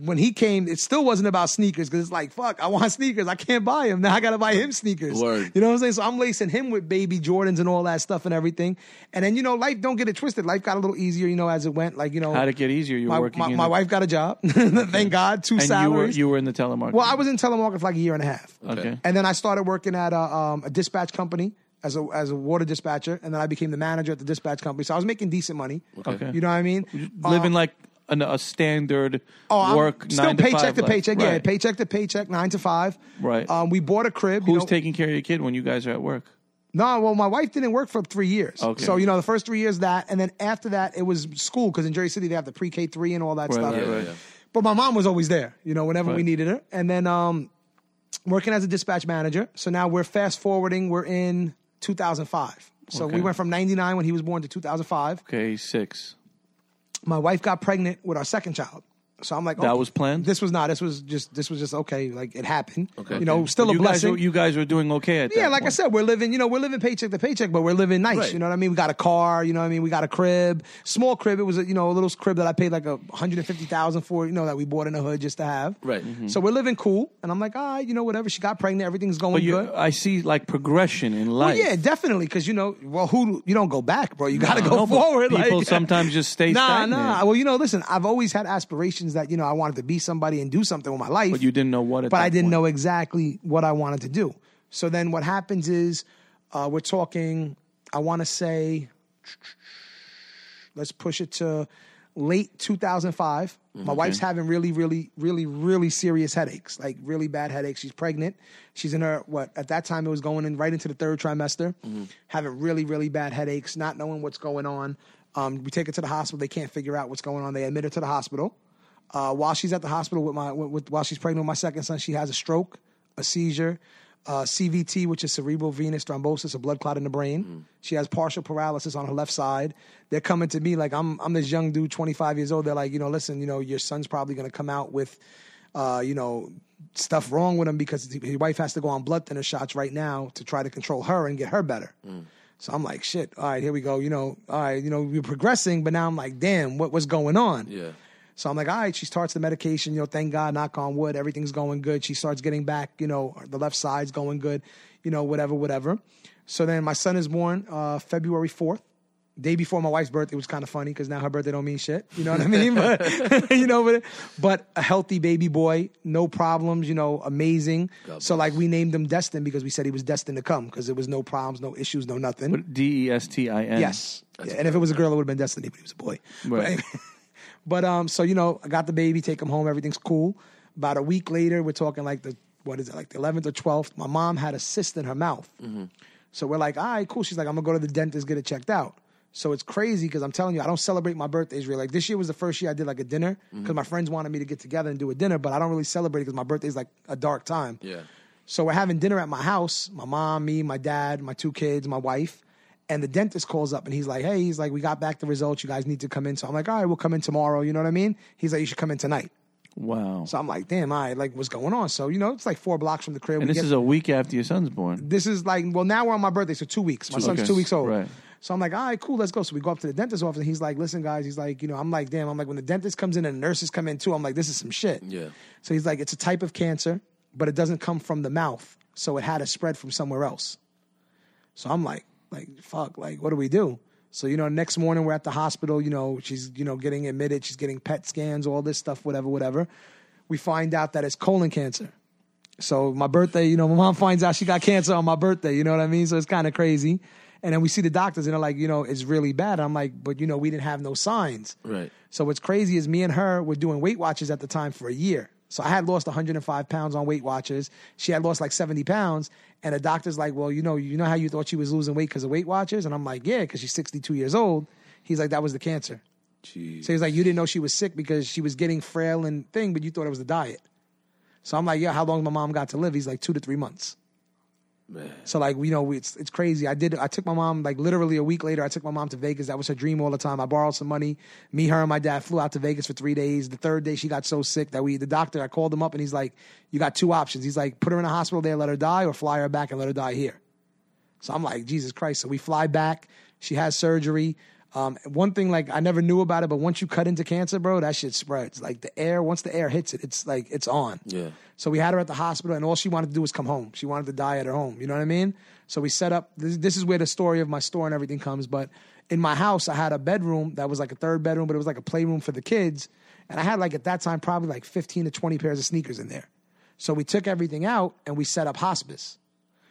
when he came, it still wasn't about sneakers because it's like fuck, I want sneakers. I can't buy him now. I gotta buy him sneakers. Word. You know what I'm saying? So I'm lacing him with baby Jordans and all that stuff and everything. And then you know, life don't get it twisted. Life got a little easier, you know, as it went. Like you know, How'd it get easier? You were my, working my, in my the- wife got a job. Thank God, two and you were salaries. you were in the telemarketing. well, I was in telemarketing for like a year and a half. okay. And then I started working at a, um, a dispatch company as a as a water dispatcher, and then I became the manager at the dispatch company. So I was making decent money. Okay. You know what I mean? Living Um, Oh, like an, a standard I'm work still nine paycheck to, five to life. paycheck. Yeah, Right. paycheck to paycheck, nine to five. Right. Um, we bought a crib. you Who's know- taking care of your kid when you guys are at work? No, well, my wife didn't work for three years. Okay. So, you know, the first three years that, and then after that, it was school because in Jersey City, they have the pre K three and all that Right, stuff. right, right. Yeah, yeah. But my mom was always there, you know, whenever we Right. needed her. And then um, working as a dispatch manager. So now we're fast forwarding, we're in 2005. So we Okay. went from 99 when he was born to 2005. Okay, six. My wife got pregnant with our second child. So I'm like, That okay, was planned? This was not. This was just. This was just okay. Like it happened. Okay. You know, Okay. still a you blessing. Guys were, you guys were doing okay at Yeah, that like I point. said, we're living, you know, we're living paycheck to paycheck, but we're living nice. Right. You know what I mean? We got a car, you know what I mean? We got a crib, small crib. It was, a, you know, a little crib that I paid like a 150000 for, you know, that we bought in the hood just to have. Right. mm-hmm. Mhm. So we're living cool. And I'm like, all right, you know, whatever. She got pregnant. Everything's going But uh, you, good. I see like progression in life. Well, yeah, definitely. Because, you know, well, who, you don't go back, bro. You got to go No, but forward. People like, sometimes just stay Nah, stagnant. nah. Well, you know, listen, I've always had aspirations that, you know, I wanted to be somebody and do something with my life. But you didn't know what. At but that I didn't point. know exactly what I wanted to do. So then what happens is uh, we're talking, I want to say, let's push it to late 2005. My wife's having really, really, really, really serious headaches, like really bad headaches. She's pregnant. She's in her, what, at that time it was going in right into the third trimester, having really, really bad headaches, not knowing what's going on. Um, we take her to the hospital. They can't figure out what's going on. They admit her to the hospital. Uh, while she's at the hospital with my, with, with- while she's pregnant with my second son, she has a stroke, a seizure, uh, CVT, which is cerebral venous thrombosis, a blood clot in the brain. She has partial paralysis on her left side. They're coming to me like I'm I'm this young dude, 25 years old. They're like, you know, listen, you know, your son's probably going to come out with, uh, you know, stuff wrong with him because his wife has to go on blood thinner shots right now to try to control her and get her better. So I'm like, shit. All right, here we go. You know, all right, you know, we're progressing, but now I'm like, damn, what, what's going on? Yeah. So I'm like, all right, she starts the medication, you know, thank God, knock on wood, everything's going good. She starts getting back, you know, the left side's going good, you know, whatever, whatever. So then my son is born uh, February 4th. Day before my wife's birthday was kind of funny because now her birthday don't mean shit. You know what I mean? But you know, but, but a healthy baby boy, no problems. You know, amazing. So like we named him Destin because we said he was destined to come because there was no problems, no issues, no nothing. D e s t i n. Yes. Yeah, and if it was a girl, it would have been Destiny, but he was a boy. Right. But, but, um, so you know, I got the baby, take him home, everything's cool. About a week later, we're talking like the what is it, like the eleventh or twelfth. My mom had a cyst in her mouth. So we're like, all right, cool. She's like, I'm gonna go to the dentist, get it checked out. So it's crazy because I'm telling you, I don't celebrate my birthdays really. Like this year was the first year I did like a dinner because my friends wanted me to get together and do a dinner, but I don't really celebrate because my birthday's like a dark time. Yeah. So we're having dinner at my house. My mom, me, my dad, my two kids, my wife. And the dentist calls up and he's like, hey, he's like, we got back the results. You guys need to come in. So I'm like, all right, we'll come in tomorrow. You know what I mean? He's like, you should come in tonight. Wow. So I'm like, damn, all right, like, what's going on? So, you know, it's like four blocks from the crib. and We this get- is a week after your son's born. this is like, well, now we're on my birthday, so two weeks. My son's okay. two weeks old. Right. So I'm like, all right, cool, let's go. So we go up to the dentist's office, and he's like, listen, guys, he's like, you know, I'm like, damn, I'm like, when the dentist comes in and the nurses come in too, I'm like, this is some shit. Yeah. So he's like, it's a type of cancer, but it doesn't come from the mouth, so it had to spread from somewhere else. So I'm like, like, fuck, like, what do we do? So, you know, next morning we're at the hospital, you know, she's, you know, getting admitted, she's getting PET scans, all this stuff, whatever, whatever. We find out that it's colon cancer. So my birthday, you know, my mom finds out she got cancer on my birthday, you know what I mean? So it's kind of crazy. And then we see the doctors and they're like, you know, it's really bad. I'm like, but you know, we didn't have no signs. Right. So what's crazy is me and her were doing Weight Watchers at the time for a year. So I had lost 105 pounds on Weight Watchers. She had lost like 70 pounds. And the doctor's like, well, you know, you know how you thought she was losing weight because of Weight Watchers? And I'm like, yeah, because she's 62 years old. He's like, that was the cancer. Jeez. So he's like, you didn't know she was sick because she was getting frail and thing, but you thought it was the diet. So I'm like, yeah, how long my mom got to live? He's like, two to three months. Man. So like you know it's it's crazy. I did I took my mom like literally a week later. I took my mom to Vegas. That was her dream all the time. I borrowed some money. Me, her, and my dad flew out to Vegas for three days. The third day she got so sick that we the doctor I called him up and he's like, "You got two options." He's like, "Put her in a hospital there, let her die, or fly her back and let her die here." So I'm like, Jesus Christ. So we fly back. She has surgery. Um, one thing like I never knew about it, but once you cut into cancer, bro, that shit spreads. Like the air, once the air hits it, it's like it's on. Yeah. So we had her at the hospital, and all she wanted to do was come home. She wanted to die at her home. You know what I mean? So we set up. This, this is where the story of my store and everything comes. But in my house, I had a bedroom that was like a third bedroom, but it was like a playroom for the kids. And I had like at that time probably like fifteen to twenty pairs of sneakers in there. So we took everything out and we set up hospice.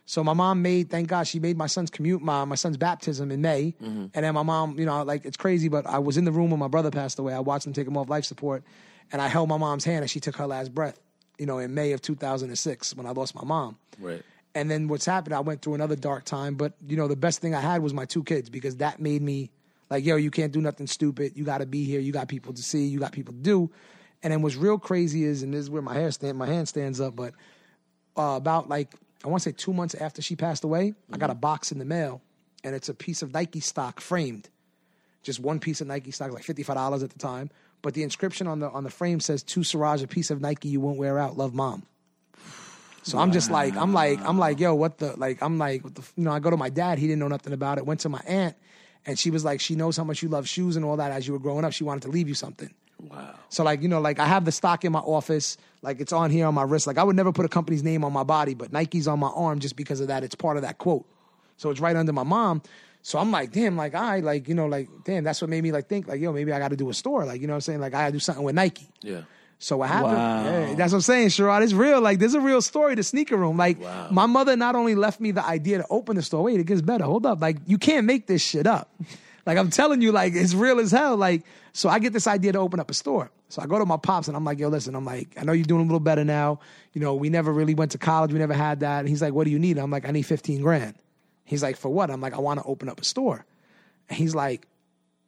So my mom made, thank God, she made my son's commute, my, my son's baptism in May. And then my mom, you know, like it's crazy, but I was in the room when my brother passed away. I watched him take him off life support, and I held my mom's hand as she took her last breath. You know, in May of 2006 when I lost my mom. Right. And then what's happened, I went through another dark time, but you know, the best thing I had was my two kids because that made me like, yo, you can't do nothing stupid. You got to be here. You got people to see. You got people to do. And then what's real crazy is, and this is where my hair stand, my hand stands up, but uh, about like I want to say two months after she passed away, I got a box in the mail, and it's a piece of Nike stock framed, just one piece of Nike stock, like fifty five dollars at the time. But the inscription on the on the frame says, "To Siraj, a piece of Nike you won't wear out. Love, mom." So I'm just like I'm like I'm like yo what the like I'm like what the f-" you know I go to my dad he didn't know nothing about it went to my aunt and she was like she knows how much you love shoes and all that as you were growing up she wanted to leave you something Wow. so like you know, like I have the stock in my office, like it's on here on my wrist. Like I would never put a company's name on my body, but Nike's on my arm just because of that. It's part of that quote. So it's right under my mom. So I'm like, damn, like I like, you know, like, damn, that's what made me like think, like, yo, maybe I gotta do a store. Like, you know what I'm saying? Like I gotta do something with Nike. Yeah. So what happened? Wow. Yeah, that's what I'm saying, Sherrod. It's real. Like there's a real story to sneaker room. Like my mother not only left me the idea to open the store. Wait, it gets better. Hold up. Like you can't make this shit up. Like I'm telling you, like it's real as hell. Like so, I get this idea to open up a store. So I go to my pops and I'm like, yo, listen. I'm like, I know you're doing a little better now. You know, we never really went to college. We never had that. And he's like, what do you need? I'm like, I need 15 grand. He's like, for what? I'm like, I want to open up a store. And he's like,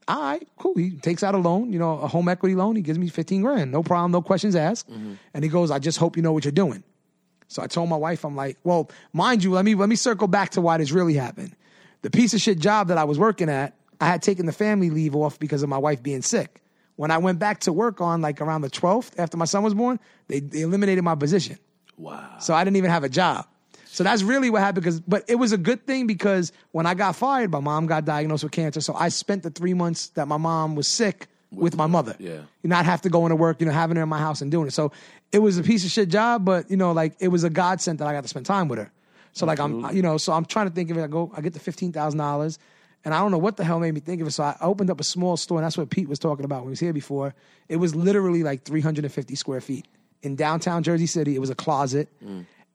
all right, cool. He takes out a loan, you know, a home equity loan. He gives me 15 grand. No problem, no questions asked. And he goes, I just hope you know what you're doing. So I told my wife, I'm like, well, mind you, let me let me circle back to why this really happened. The piece of shit job that I was working at, I had taken the family leave off because of my wife being sick. When I went back to work on like around the 12th after my son was born, they, they eliminated my position. Wow. So I didn't even have a job. So that's really what happened. Because, but it was a good thing because when I got fired, my mom got diagnosed with cancer. So I spent the three months that my mom was sick with, my mother. yeah. you not have to go into work. You know, having her in my house and doing it. So it was a piece of shit job, but you know, like it was a godsend that I got to spend time with her. So like I'm, you know, so I'm trying to think of it. I go, I get the fifteen thousand dollars, and I don't know what the hell made me think of it. So I opened up a small store, and that's what Pete was talking about when he was here before. It was literally like 350 square feet in downtown Jersey City. It was a closet.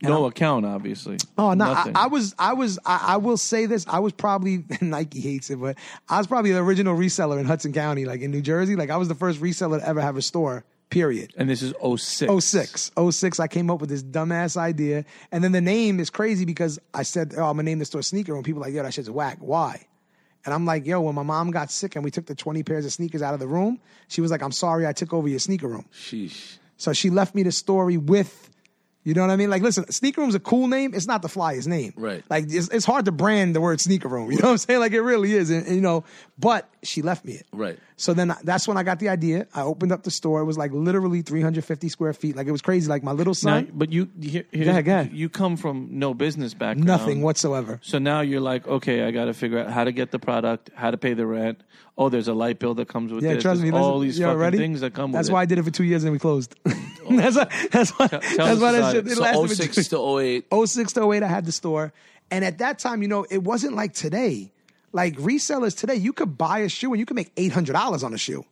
No account, obviously. Oh no, I, Nothing. I was, I was, I, I will say this. I was probably Nike hates it, but I was probably the original reseller in Hudson County, like in New Jersey. Like I was the first reseller to ever have a store. Period. and this is 06. 06. 06, I came up with this dumbass idea. And then the name is crazy because I said, oh, I'm going to name the store Sneaker. And people are like, yo, that shit's whack. Why? And I'm like, yo, when my mom got sick and we took the 20 pairs of sneakers out of the room, she was like, I'm sorry I took over your sneaker room. Sheesh. So she left me the story with, you know what I mean? Like, listen, sneaker room's a cool name. It's not the flyest name. Right. Like, it's, it's hard to brand the word sneaker room. You know what I'm saying? Like, it really is. And, and, you know, but she left me it. Right. So then I- that's when I got the idea. I opened up the store. It was like literally 350 square feet. Like, it was crazy. Like, my little Now, son, but you here, here's- Go ahead, go ahead. you come from no business background. nothing whatsoever. So now you're like, okay, I got to figure out how to get the product, how to pay the rent. Oh, there's a light bill that comes with Yeah, this. trust me. There's all listen, these yo, fucking ready? things that come That's with why I it. Oh. did it for two years and then we closed. that's why. That's why. tell that's us why that about shit. it. oh It So lasted for 06 to 08. 06 to 08, I had the store. And at that time, you know, it wasn't like today. Like resellers today, you could buy a shoe and you could make $800 on a shoe.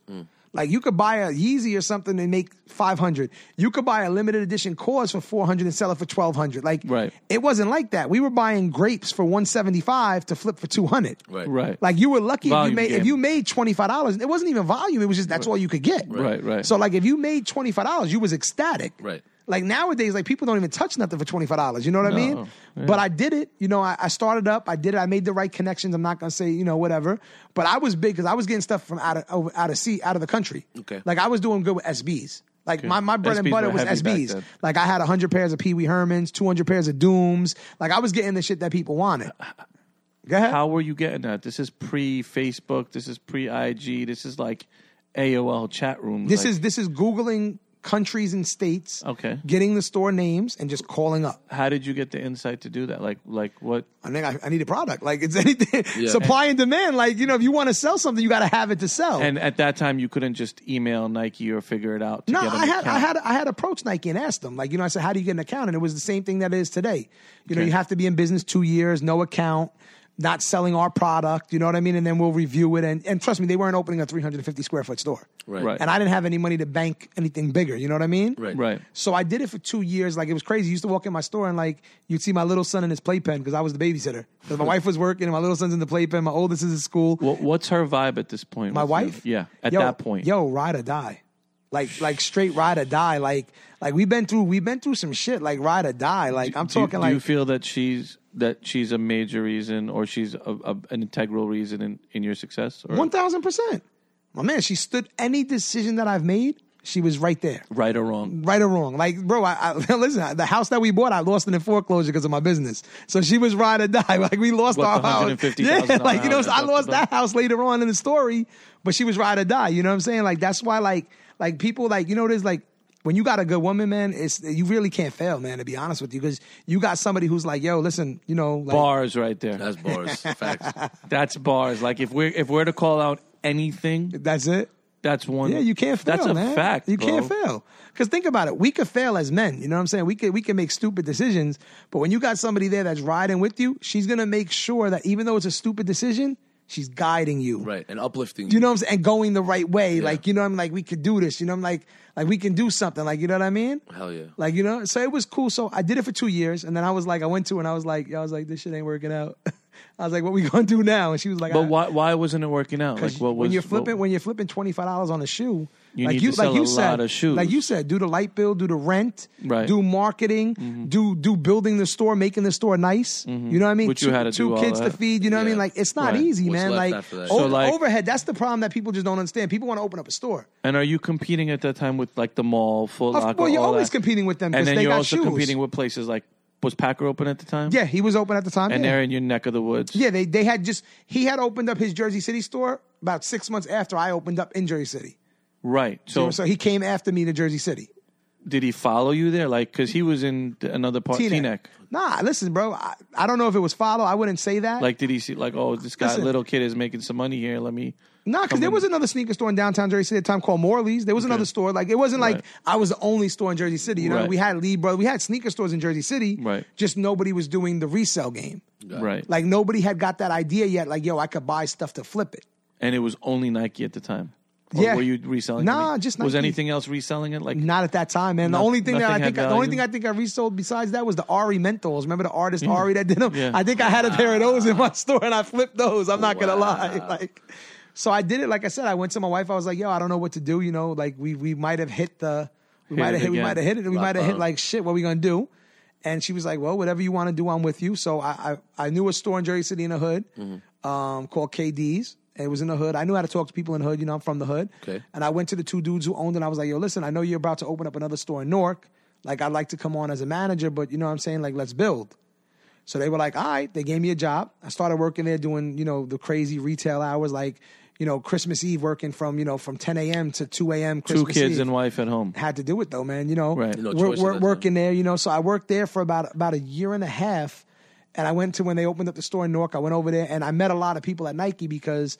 Like you could buy a Yeezy or something and make 500. You could buy a limited edition cause for 400 and sell it for 1200. Like Right. it wasn't like that. We were buying grapes for 175 to flip for 200. Right. right. Like you were lucky if you Volume made if game. you made twenty five dollars. It wasn't even volume. It was just that's all you could get. Right, right. So like if you made twenty five dollars, you was ecstatic. Right. Like nowadays, like people don't even touch nothing for twenty five dollars. You know what I mean? But I did it. You know, I, I started up. I did it. I made the right connections. I'm not gonna say you know whatever. But I was big because I was getting stuff from out of over, out of sea out of the country. Okay. Like I was doing good with SBs. Like my, my bread and SBs butter were was heavy back SBs. then. Like I had hundred pairs of Pee Wee Hermans, two hundred pairs of Dooms. Like I was getting the shit that people wanted. Uh, Go ahead. how were you getting that? This is pre Facebook. This is pre IG. This is like AOL chat room. This is this is googling countries and states. Okay. Getting the store names and just calling up. How did you get the insight to do that? Like, like what? I mean, I, I need a product. Like it's anything. Supply and demand. Like you know, if you want to sell something, you got to have it to sell. And at that time, you couldn't just email Nike or figure it out. To No, get an I had I account. had I had approached Nike and asked them, like, you know, I said, how do you get an account? And it was the same thing that it is today. You know, Okay. you have to be in business two years, no account, not selling our product. You know what I mean? And then we'll review it. And and trust me, they weren't opening a 350 square foot store, Right. Right. and I didn't have any money to bank anything bigger. You know what I mean? Right. right. So I did it for two years. Like it was crazy. I used to walk in my store and like you'd see my little son in his playpen because I was the babysitter. Because my wife was working, and my little son's in the playpen. My oldest is at school. What, what's her vibe at this point? My with you? wife? Yeah. At Yo- that point. Yo, ride or die. Like like straight ride or die. Like like we've been through we've been through some shit. Like ride or die. Like I'm do, you- talking do like you feel that she's that she's a major reason or she's a, a, an integral reason in, in your success? Or one thousand percent. My man, she stood any decision that I've made, she was right there. right or wrong? Right or wrong. Like, bro, I, I listen, the house that we bought, I lost it in foreclosure because of my business. So she was ride or die. Like we lost What, our the house. $150,000 Yeah, like you know, house I you lost talked about? that house later on in the story, but she was ride or die. You know what I'm saying? Like that's why, like, like people, like you know, there's like when you got a good woman, man, it's you really can't fail, man. To be honest with you, because you got somebody who's like, yo, listen, you know, like, Bars right there. That's bars. Facts. That's bars. Like if we're if we're to call out anything, that's it. that's one. Yeah, you can't fail. That's a man. fact. You can't bro. fail. Because think about it, we could fail as men. You know what I'm saying? We could we can make stupid decisions, but when you got somebody there that's riding with you, she's gonna make sure that even though it's a stupid decision, she's guiding you. Right. And uplifting. You know what I'm saying? And going the right way. Like, you know, I'm like, we could do this. You know, I'm like, like we can do something. Like, you know what I mean? Hell yeah. Like, you know, so it was cool. So I did it for two years. And then I was like, I went to and I was like, yo, I was like, this shit ain't working out. I was like, what we gonna do now? And she was like, But I- why why wasn't it working out? Like 'Cause what was when you're flipping what- when you're flipping twenty five dollars on a shoe, You like need you to like sell you a said, lot of shoes. like you said, do the light bill, do the rent, Right. Mm-hmm. do marketing, do do building the store, making the store nice. You know what I mean? Which two, Mm-hmm. you had to two do all kids to that. feed. You know what I mean? Yeah. Like it's not Right. easy, What's man. left Like, after that? o- So, like- overhead. That's the problem that people just don't understand. People want to open up a store. and are you competing at that time with like the mall, Foot Of- Locker? well, you're all always that? competing with them and 'cause then they you're got also shoes. competing with places like was Packer open at the time? Yeah, he was open at the time. and yeah. they're in your neck of the woods. Yeah, they they had just he had opened up his Jersey City store about six months after I opened up in Jersey City. right. So, So he came after me to Jersey City. did he follow you there? Like, because he was in th- another part, T-neck. T-neck. Nah, listen, bro. I, I don't know if it was follow. I wouldn't say that. Like, did he see like, oh, this guy, Listen. little kid, is making some money here? Let me. nah, because there was another sneaker store in downtown Jersey City at the time called Morley's. There was another store. Like it wasn't like Right. I was the only store in Jersey City. You know, Right. we had Lee Brothers. We had sneaker stores in Jersey City. Right. Just nobody was doing the resale game. Right. Like nobody had got that idea yet. Like yo, I could buy stuff to flip it. and it was only Nike at the time. Or Yeah. Were you reselling? Nah, any- just Was Nike. anything else reselling it? Like, Not at that time, man. The Noth- only thing that nothing I had think, the only value? thing I think I resold besides that was the Ari Mentos. Remember the artist Ari that did them? Mm. Yeah. I think I had a pair of those in my store and I flipped those. I'm not gonna Wow. lie, like. So I did it. Like I said, I went to my wife. I was like, "Yo, I don't know what to do. You know, like we we might have hit the, we Hit might it have hit, we again. might have hit it, we might have hit bottom. like shit. What we gonna do?" And she was like, "Well, whatever you want to do, I'm with you." So I I, I knew a store in Jersey City in the hood, Mm-hmm. um, called KD's. It was in the hood. I knew how to talk to people in the hood. You know, I'm from the hood. Okay. And I went to the two dudes who owned it. And I was like, yo, listen, I know you're about to open up another store in Newark. Like, I'd like to come on as a manager, but you know what I'm saying? Like, let's build. So they were like, all right. They gave me a job. I started working there doing, you know, the crazy retail hours, like, you know, Christmas Eve working from, you know, from 10 a.m. to 2 a.m. two Christmas kids Eve. and wife at home. had to do it though, man. You know, Right. No choice we're, at we're that working there. You know, so I worked there for about about a year and a half, and I went to when they opened up the store in Newark. I went over there and I met a lot of people at Nike because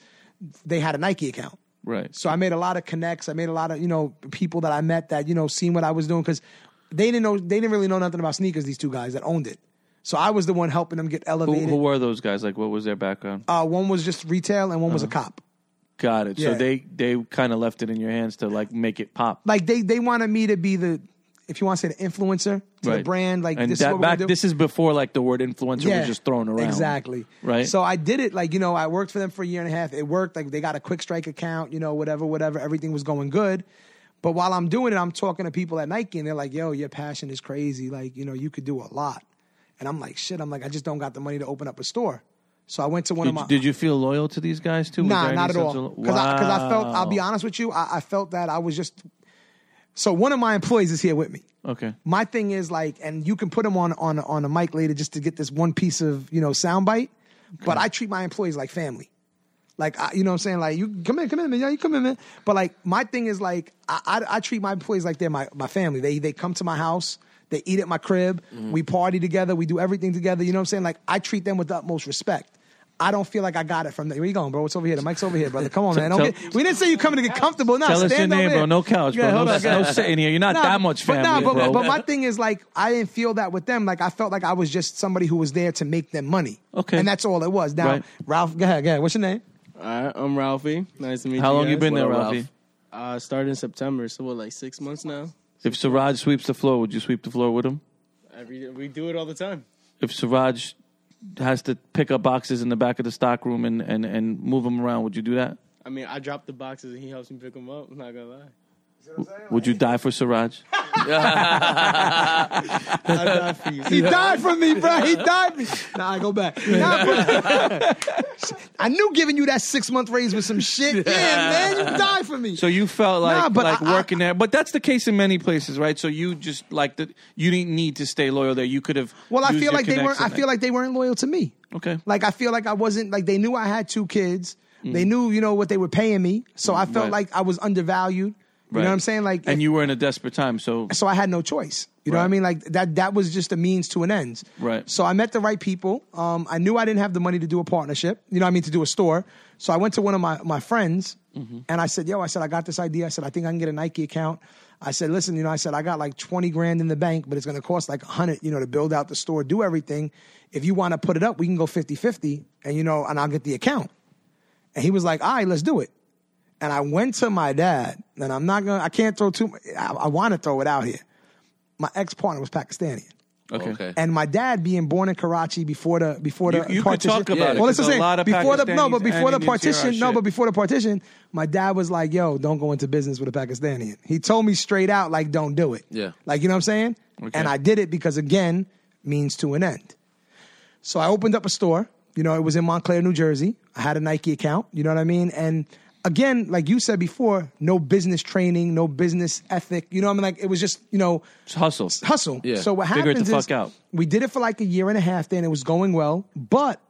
they had a Nike account. Right. So I made a lot of connects. I made a lot of you know people that I met that you know seen what I was doing because they didn't know they didn't really know nothing about sneakers. These two guys that owned it. So I was the one helping them get who, elevated. who were those guys? Like, what was their background? uh, one was just retail and one was a Uh-huh. cop. Got it. So yeah. they they kind of left it in your hands to like make it pop. Like they they wanted me to be the if you want to say the influencer to the Right. brand. Like and this that is what back we're this is before like the word influencer was just thrown around. Exactly. Right. So I did it like, you know, I worked for them for a year and a half. It worked. Like they got a quick strike account, you know, whatever, whatever. Everything was going good. But while I'm doing it, I'm talking to people at Nike and they're like, yo, your passion is crazy. Like, you know, you could do a lot. And I'm like, shit, I'm like, I just don't got the money to open up a store. So I went to one Did, of my did you feel loyal to these guys too? Was Nah, there any not at sense all. of- Because I, felt, I'll be Wow. honest with you, I, I felt that I was just. So one of my employees is here with me. Okay. My thing is like, and you can put them on on on a mic later just to get this one piece of you know soundbite. But I treat my employees like family. Like, I, you know what I'm saying? Like, you come in, come in, man. Yeah, you come in, man. But like, my thing is like, I, I, I treat my employees like they're my, my family. They, they come to my house. They eat at my crib. Mm. We party together. We do everything together. You know what I'm saying? Like, I treat them with the utmost respect. I don't feel like I got it from them. Where you going, bro? What's over here? The mic's over here, brother. Come on, man. Don't tell- get, we didn't say you coming to get comfortable. Now, Tell us stand your over name, here. bro. No couch, Yeah, bro. hold no, on, yeah. no sitting here. You're not Nah, that much family, But, nah, but, bro. but my thing is like I didn't feel that with them. Like I felt like I was just somebody who was there to make them money. Okay. and that's all it was. Now, Right. Ralph, go ahead, go ahead. What's your name? All right, I'm Ralphie. Nice to meet you. How long you guys. been What there, up, Ralphie? Ralph? Uh, started in September, so what, like six months now? If Siraj sweeps the floor, would you sweep the floor with him? Every we do it all the time. If Siraj has to pick up boxes in the back of the stock room and, and, and move them around, would you do that? I mean, I drop the boxes and he helps me pick them up. I'm not gonna lie. Would you die for Siraj? I die for you. He died for me, bro. He died. For me. Nah, I go back. Nah, bro. I knew giving you that six month raise was some shit. Yeah, man, you died for me. So you felt like Nah, but like I- I- working there, but that's the case in many places, right? So you just like the you didn't need to stay loyal there. You could have. well, I used feel your like they weren't. I connection. feel like they weren't loyal to me. okay. Like I feel like I wasn't like they knew I had two kids. They knew, you know, what they were paying me. So I felt Mm. Right. like I was undervalued. You Right. know what I'm saying? Like and if- you were in a desperate time, so so I had no choice. You know what I Right. mean? Like that that was just a means to an end. Right. So I met the right people. Um, I knew I didn't have the money to do a partnership. You know what I mean? To do a store. So I went to one of my my friends and I said, "Yo," I said, "I got this idea." I said, "I think I can get a Nike account." I said, "Listen, you know," I said, "I got like twenty grand in the bank, but it's going to cost like a hundred, you know, to build out the store, do everything. If you want to put it up, we can go 50-50 and you know, and I'll get the account." And he was like, all right, let's do it. And I went to my dad, and I'm not gonna, I can't throw too much, I, I wanna throw it out here. My ex partner was Pakistani. okay. Okay. And my dad being born in Karachi before the before the You- you could partition. talk about it, well, that's what I'm 'cause a saying. lot of before the no, Pakistanis but before and Indians hear the our partition, no, shit. but before the partition, my dad was like, "Yo, don't go into business with a Pakistani." He told me straight out, like, "Don't do it." Yeah. like you know what I'm saying. And I did it because again, means to an end. So I opened up a store. You know, it was in Montclair, New Jersey. I had a Nike account. You know what I mean? And again, like you said before, no business training, no business ethic. You know what I mean? Like it was just, you know, Just hustle. hustle. Yeah. So what Figure it happens the is fuck out. we did it for like a year and a half, then it was going well, but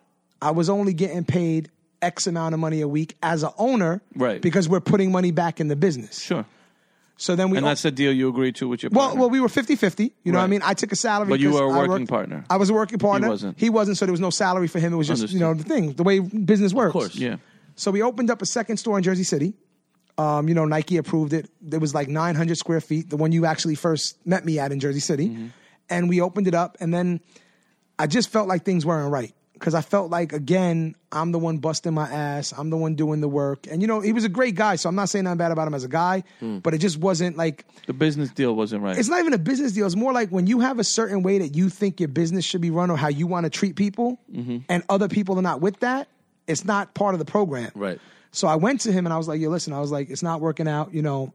I was only getting paid X amount of money a week as an owner, Right. Because we're putting money back in the business. Sure. So then we And that's the deal you agreed to with your well, partner. well, we were 50-50. You know what I Right. mean? I took a salary. But you 'cause were a I working worked- partner. I was a working partner. wasn't. He wasn't, so there was no salary for him. It was just, you know, the thing, the way business works. course. yeah. So we opened up a second store in Jersey City. Um, you know, Nike approved it. It was like 900 square feet, the one you actually first met me at in Jersey City. And we opened it up. And then I just felt like things weren't right. Because I felt like, again, I'm the one busting my ass. I'm the one doing the work. And, you know, he was a great guy. So I'm not saying nothing bad about him as a guy, but it just wasn't like, The business deal wasn't right. it's not even a business deal. It's more like when you have a certain way that you think your business should be run or how you want to treat people, and other people are not with that. It's not part of the program. Right. So I went to him and I was like, "Yo, listen," I was like, "It's not working out," you know.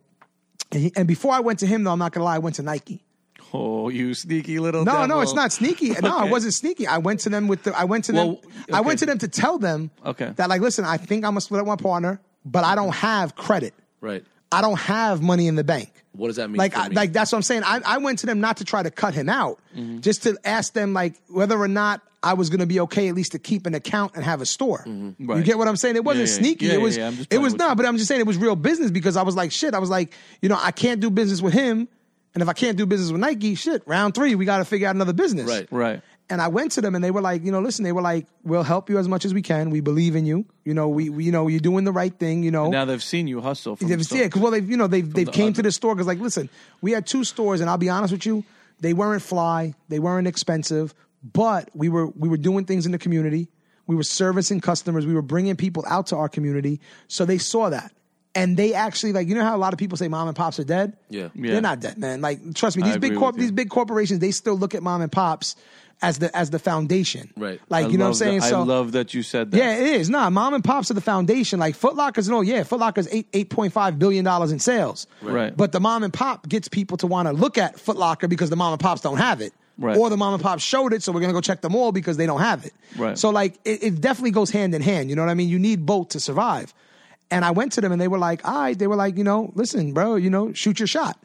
And, he, and before I went to him, though, I'm not gonna lie, I went to Nike. oh, you sneaky little. No, no, devil. it's not sneaky. No, I wasn't sneaky. I went to them with the. I went to them. Well, I okay. went to them to tell them. Okay. That like, listen, I think I'm gonna split up my partner, but I don't have credit. Right. I don't have money in the bank. What does that mean? Like, for I, me? like that's what I'm saying. I, I went to them not to try to cut him out, Mm-hmm. just to ask them like whether or not I was going to be okay at least to keep an account and have a store. You Right. get what I'm saying? It wasn't Mm-hmm. yeah, yeah. sneaky. Yeah, it yeah, was. yeah. I'm just it playing was with not. But I'm just saying it was real business because I was like, shit. I was like, you know, I can't do business with him, and if I can't do business with Nike, shit. Round three, we got to figure out another business. Right. Right. And I went to them and they were like, you know, listen, they were like, we'll help you as much as we can. We believe in you. You know, we, we you know, you're doing the right thing. You know, Now they've seen you hustle. From They've, so- yeah, 'cause, well, they've you know they've they've the came to other. the store because like, listen, we had two stores, and I'll be honest with you, they weren't fly, they weren't expensive, but we were we were doing things in the community, we were servicing customers, we were bringing people out to our community, so they saw that, and they actually like you know how a lot of people say mom and pops are dead, Yeah. Yeah. they're not dead, man. Like trust me, I these big agree corp with you. these big corporations they still look at mom and pops as the as the foundation, Right. Like I you know what I'm love that- saying? so I love that you said that. yeah, it is. Nah, mom and pops are the foundation. Like Foot Locker's no, yeah, Foot Locker's eight eight point five billion dollars in sales. Right. But the mom and pop gets people to want to look at Foot Locker because the mom and pops don't have it. Right. Or the mom and pop showed it, so we're gonna go check them all because they don't have it. Right. So like it, it definitely goes hand in hand. You know what I mean? You need both to survive. And I went to them and they were like, all right, they were like, you know, listen, bro, you know, shoot your shot.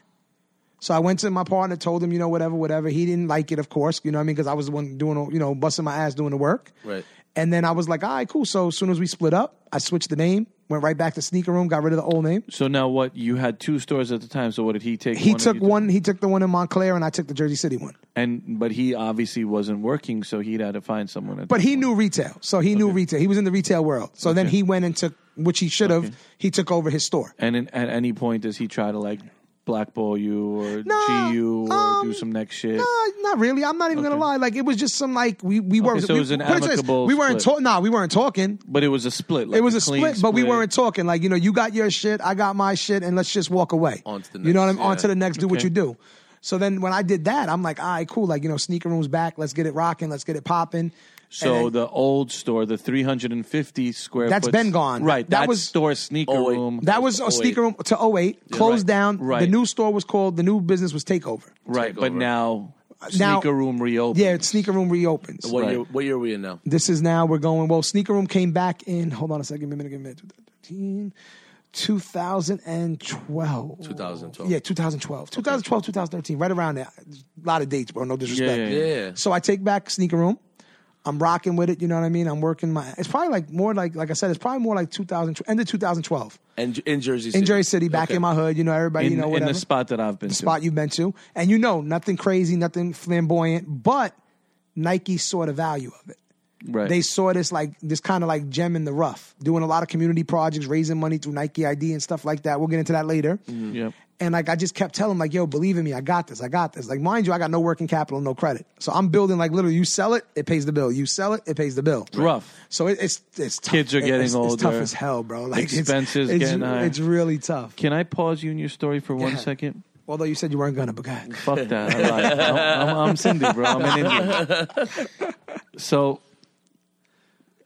So I went to my partner, told him, you know, whatever, whatever. He didn't like it, of course, you know what I mean? Because I was the one doing, all- you know, busting my ass doing the work. Right. And then I was like, all right, cool. So as soon as we split up, I switched the name, went right back to Sneaker Room, got rid of the old name. So now what? You had two stores at the time. So what did he take? He and took you one. He took the one in Montclair, and I took the Jersey City one. and but he obviously wasn't working, so he'd had to find someone. At But he knew retail, so he knew retail. He was in the retail world. So then he went and took, which he should have. He took over his store. and in, at any point, does he try to like blackball you or No, G you or do um, some next shit? Nah, not really. I'm not even gonna lie. Like it was just some like we we were. Okay, so it we, was an put to this, amicable We weren't split. talking. Nah, we weren't talking. But it was a split. Like It was a clean split, but we weren't talking. Like you know, you got your shit, I got my shit, and let's just walk away. On to the You know what I'm next, on yeah. to the next. Do what Okay. you do. So then when I did that, I'm like, all right, cool. Like you know, sneaker rooms back. Let's get it rocking. Let's get it popping. So And then- the old store, the 350 square. That's foot, been gone. Right. That, That was- store sneaker Oh, wait. room. That was a 08. sneaker room to 08, closed right. down. The Right. new store was called, the new business was Takeover. right. But Takeover. now, Uh, Now- sneaker room reopened. Yeah, sneaker room reopens. What Right. year? What year are we in now? This is now, we're going, well, sneaker room came back in, hold on a second, give me a minute, give me a minute, 2013, 2012. 2012. Yeah, 2012. 2012, 2013, right around there. A lot of dates, bro, no disrespect. Yeah, yeah, Yeah. So I take back sneaker room. I'm rocking with it, you know what I mean? I'm working my, it's probably like more like, like I said, it's probably more like 2000, end of 2012. And in Jersey City. In Jersey City, back Okay. in my hood, you know, everybody, In, you know, in whatever. the spot that I've been. spot you've been to, and you know nothing crazy, nothing flamboyant, but Nike saw the value of it. To. Right. They saw this like this kind of like gem in the rough, doing a lot of community projects, raising money through Nike ID and stuff like that. We'll get into that later. Yep. And like I just kept telling them, like, yo, believe in me, I got this, I got this. Like, mind you, I got no working capital, no credit. So I'm building like literally you sell it, it pays the bill. You sell it, it pays the bill. Rough. So it, it's it's tough. Kids are It- getting it's, It's tough older. as hell, bro. Like it's- Expenses it's, getting high. it's really tough. Can I pause you in your story for one Yeah. second? Although you said you weren't gonna, but go ahead. Fuck that. I lied. I'm, I'm, I'm Cindy, bro. I'm an Indian. So,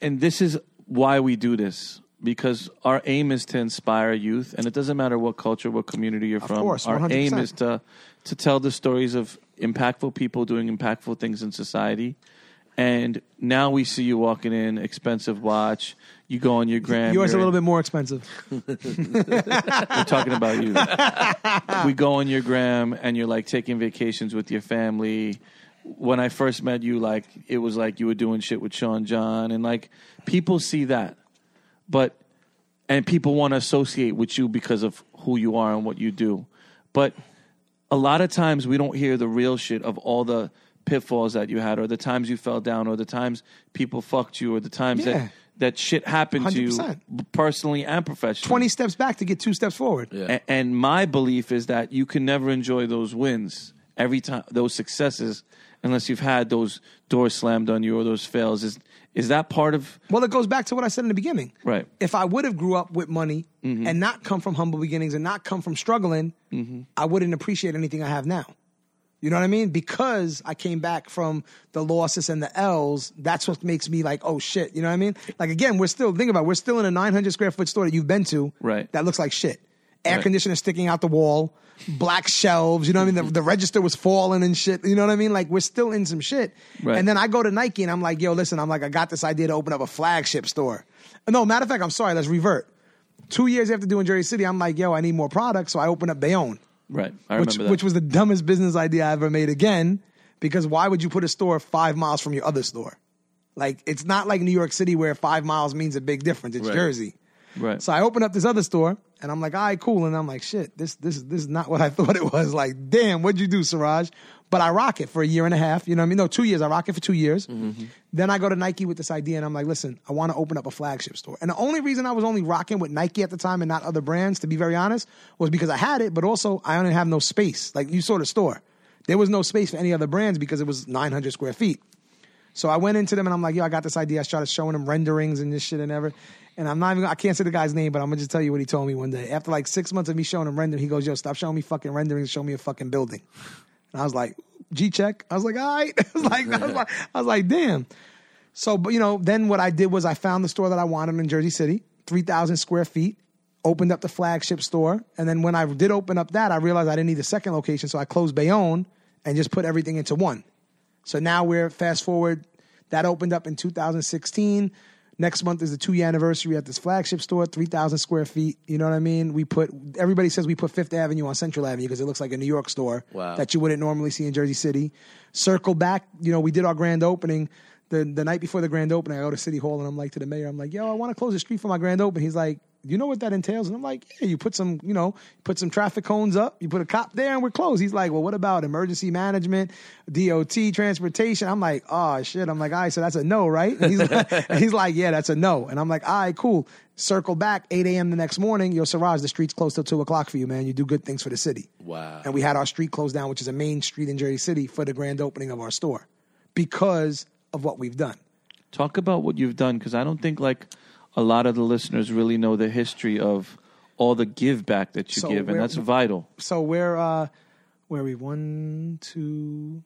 and this is why we do this because our aim is to inspire youth, and it doesn't matter what culture, what community you're from. course, our aim 100%. is to to tell the stories of impactful people doing impactful things in society. And now we see you walking in, expensive watch. You go on your gram. Yours a you're little in- bit more expensive. we're talking about you. we go on your gram and you're like taking vacations with your family. When I first met you, like it was like you were doing shit with Sean John and like people see that. But and people want to associate with you because of who you are and what you do. But a lot of times we don't hear the real shit of all the pitfalls that you had or the times you fell down or the times people fucked you or the times Yeah. that that shit happened to you 100%. personally and professionally. 20 steps back to get two steps forward. Yeah. A- and my belief is that you can never enjoy those wins every time those successes unless you've had those doors slammed on you or those fails is is that part of Well, it goes back to what I said in the beginning. Right. Mm-hmm. If I would have grew up with money and not come from humble beginnings and not come from struggling, I wouldn't appreciate anything I have now. You know what I mean? Because I came back from the losses and the L's, that's what makes me like, oh shit. You know what I mean? Like again, we're still think about it, we're still in a 900 square foot store that you've been to, Right. That looks like shit. Air Right. conditioner sticking out the wall, black shelves. You know what I mean? The, the register was falling and shit. You know what I mean? Like we're still in some shit. Right. And then I go to Nike and I'm like, yo, listen, I'm like, I got this idea to open up a flagship store. No, matter of fact, I'm sorry. Let's revert. Two years after doing Jersey City, I'm like, yo, I need more products, so I open up Bayonne right i which, remember that which was the dumbest business idea I ever made again, because why would you put a store five miles from your other store? Like, it's not like New York City where five miles means a big difference. It's Right. Jersey. right So I opened up this other store and I'm like, all right, cool. And I'm like, shit, this, this, this is not what I thought it was. Like, damn, what'd you do, Siraj? But I rock it for a year and a half. You know what I mean? No, two years. I rock it for two years. Then I go to Nike with this idea and I'm like, listen, I want to open up a flagship store. And the only reason I was only rocking with Nike at the time and not other brands, to be very honest, was because I had it, but also I only have no space. Like, you saw the store. There was no space for any other brands because it was 900 square feet. So I went into them and I'm like, yo, I got this idea. I started showing them renderings and this shit and ever. And I'm not even, I can't say the guy's name, but I'm gonna just tell you what he told me one day. After like six months of me showing him rendering, he goes, yo, stop showing me fucking renderings, show me a fucking building. And I was like, G check. I was like, all right. I was like, I was like, I was like, damn. So, but you know, then what I did was I found the store that I wanted in Jersey City, 3,000 square feet, opened up the flagship store. And then when I did open up that, I realized I didn't need a second location. So I closed Bayonne and just put everything into one. So now we're fast forward. That opened up in 2016. Next month is the two year anniversary at this flagship store, 3,000 square feet. You know what I mean? We put, everybody says we put Fifth Avenue on Central Avenue because it looks like a New York store Wow. that you wouldn't normally see in Jersey City. Circle back, you know, we did our grand opening. the, the night before the grand opening, I go to City Hall and I'm like to the mayor, I'm like, yo, I want to close the street for my grand open. He's like, do you know what that entails? And I'm like, yeah, you put some, you know, put some traffic cones up, you put a cop there, and we're closed. He's like, well, what about emergency management, DOT, transportation? I'm like, oh shit. I'm like, all right, so that's a no, right? And he's like, and he's like, yeah, that's a no. And I'm like, all right, cool. Circle back 8 a.m. the next morning. Yo, Siraj, the street's closed till two o'clock for you, man. You do good things for the city. Wow. And we had our street closed down, which is a main street in Jersey City, for the grand opening of our store because of what we've done. Talk about what you've done because I don't think like a lot of the listeners really know the history of all the give back that you So give, and where- that's vital. So we're uh where are we? One, two,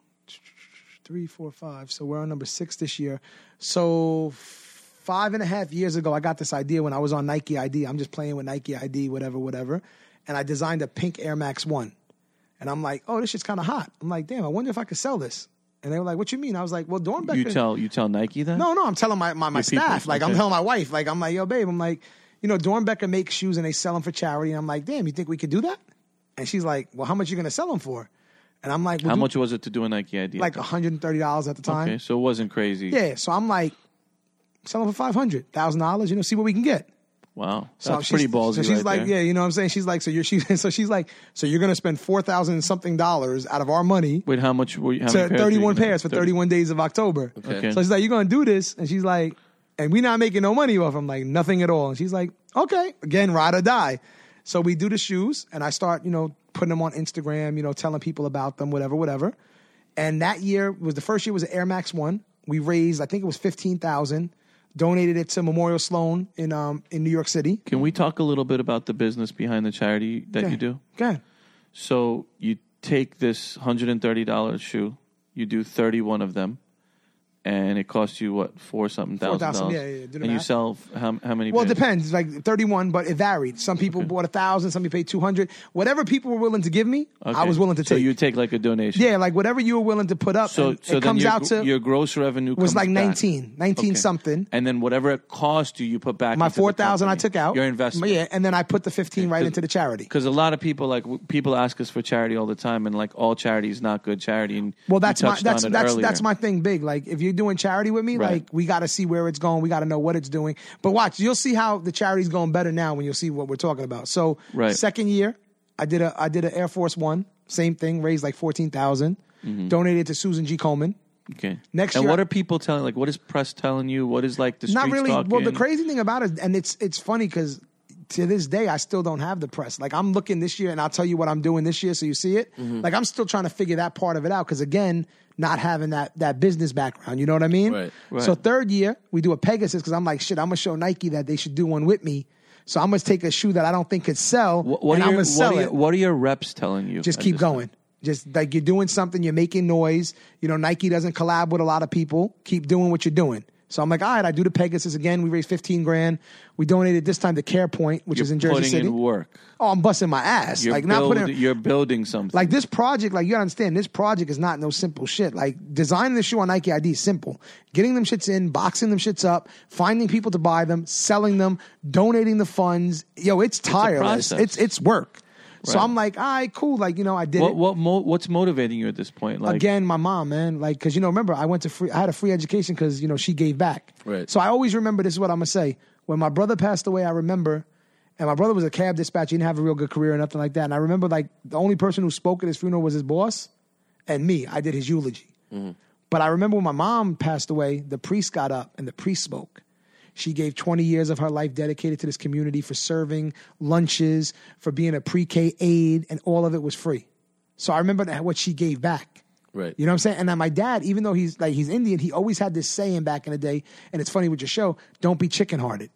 three, four, five. So we're on number six this year. So five and a half years ago, I got this idea when I was on Nike ID. I'm just playing with Nike ID, whatever, whatever. And I designed a pink Air Max One. And I'm like, oh, this shit's kind of hot. I'm like, damn, I wonder if I could sell this. And they were like, what you mean? I was like, well, Dornbecker. You tell you tell Nike that No, no, I'm telling my, my, my people, staff. Like, I'm okay. telling my wife. Like, I'm like, yo, babe, I'm like, you know, Dornbecker makes shoes and they sell them for charity. And I'm like, damn, you think we could do that? And she's like, well, how much you going to sell them for? And I'm like, we'll How do- much was it to do a Nike idea? Like $130 at the time. okay, so it wasn't crazy. Yeah, so I'm like, sell them for $500,000, you know, see what we can get. Wow, So that's she's- pretty ballsy. So she's right like, there. yeah, you know what I'm saying? She's like, so you're, she, so she's like, so you're going to spend 4000 and something dollars out of our money Wait, how much were you? How to many pairs were you 31 gonna- pairs for 31 days of October. Okay. So she's like, "You're gonna do this?" And she's like, "And we not making no money off." I'm like, "Nothing at all." And she's like, "Okay, again, ride or die." So we do the shoes, and I start, you know, putting them on Instagram, you know, telling people about them, whatever, whatever. And that year was the first year was an Air Max One. We raised, I think it was fifteen thousand. Donated it to Memorial Sloan in um in New York City. Can we talk a little bit about the business behind the charity that you do? Okay. So you take this hundred and thirty dollars shoe, you do thirty one of them, and it costs you what four something thousand 4,000, dollars. yeah, yeah, yeah. Do the and you math. sell f- how, how many? Well, it pairs? depends. It's like 31, but it varied. Some people bought a thousand, some people paid 200. Whatever people were willing to give me, I Okay. was willing to So take. you take like a donation. Yeah, like whatever you were willing to put up. So and so then it comes your, out gr- to your gross revenue was comes like back. 19, 19 Okay. something. and then whatever it cost you, you put back My into the four thousand I company. took out. Your investment, Yeah, and then I put the fifteen right into the charity. Because a lot of people like w- people ask us for charity all the time, and like all charity is not good charity. And Well, you that's my touched that's on it that's earlier. that's my thing. Big like if you're doing charity with me, Right. like we got to see where it's going. We got to know what it's doing. But watch, you'll see how the charity's going better now when you'll see what we're talking about. So Right. second year, I did a I did an Air Force One, same thing, raised like fourteen Mm-hmm. donated to Susan G Coleman. okay. Next and year- what are people telling? Like, what is press telling you? What is like the not streets really. Talking? Well, the crazy thing about it, and it's it's funny because to this day I still don't have the press. Like I'm looking this year, and I'll tell you what I'm doing this year, so you see it. Mm-hmm. Like I'm still trying to figure that part of it out because again, not having that that business background, you know what I mean? Right, right. So third year we do a Pegasus because I'm like, shit, I'm gonna show Nike that they should do one with me. So I'm gonna take a shoe that I don't think could sell, What, what and are I'm your, gonna sell what are it your, what are your reps telling you? just at keep this time? going. Just like you're doing something, you're making noise. You know, Nike doesn't collab with a lot of people. Keep doing what you're doing. So I'm like, all right, I do the Pegasus again. We raised 15 grand. We donated this time to CarePoint, which You're is in Jersey putting City. in work. oh, I'm busting my ass. You're like not build, putting You're building something. like this project, like you gotta understand, this project is not no simple shit. Like designing the shoe on Nike ID is simple. Getting them shits in, boxing them shits up, finding people to buy them, selling them, donating the funds. Yo, it's tireless. process. It's it's, work. So Right. I'm like, all right, cool. Like, you know, I did it what what mo- what's motivating you at this point? Like again my mom man like because you know remember i went to free i had a free education because you know she gave back Right. so i always remember this is what i'm gonna say when my brother passed away i remember and my brother was a cab dispatcher he didn't have a real good career or nothing like that and i remember like the only person who spoke at his funeral was his boss and me i did his eulogy but i remember when my mom passed away the priest got up and the priest spoke she gave 20 years of her life dedicated to this community for serving lunches, for being a pre K aide, and all of it was free. So I remember that, what she gave back. Right. You know what I'm saying? And then my dad, even though he's like he's Indian, he always had this saying back in the day, and it's funny with your show, don't be chicken hearted.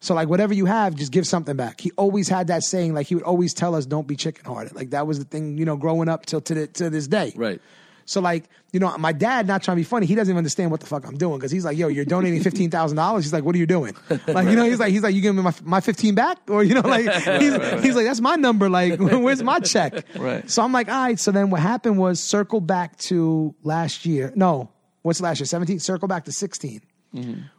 So like whatever you have, just give something back. He always had that saying, like he would always tell us, don't be chicken hearted. Like that was the thing, you know, growing up till to, the, to this day. Right. So like, you know, my dad not trying to be funny, he doesn't even understand what the fuck I'm doing because he's like, yo, you're donating fifteen thousand dollars. He's like, what are you doing? Like, you know, he's like, he's like, you giving me my my fifteen back, or you know, like, he's, he's like, that's my number. Like, where's my check? Right. So I'm like, all right. So then what happened was circle back to last year. No, what's last year? Seventeen. Circle back to 16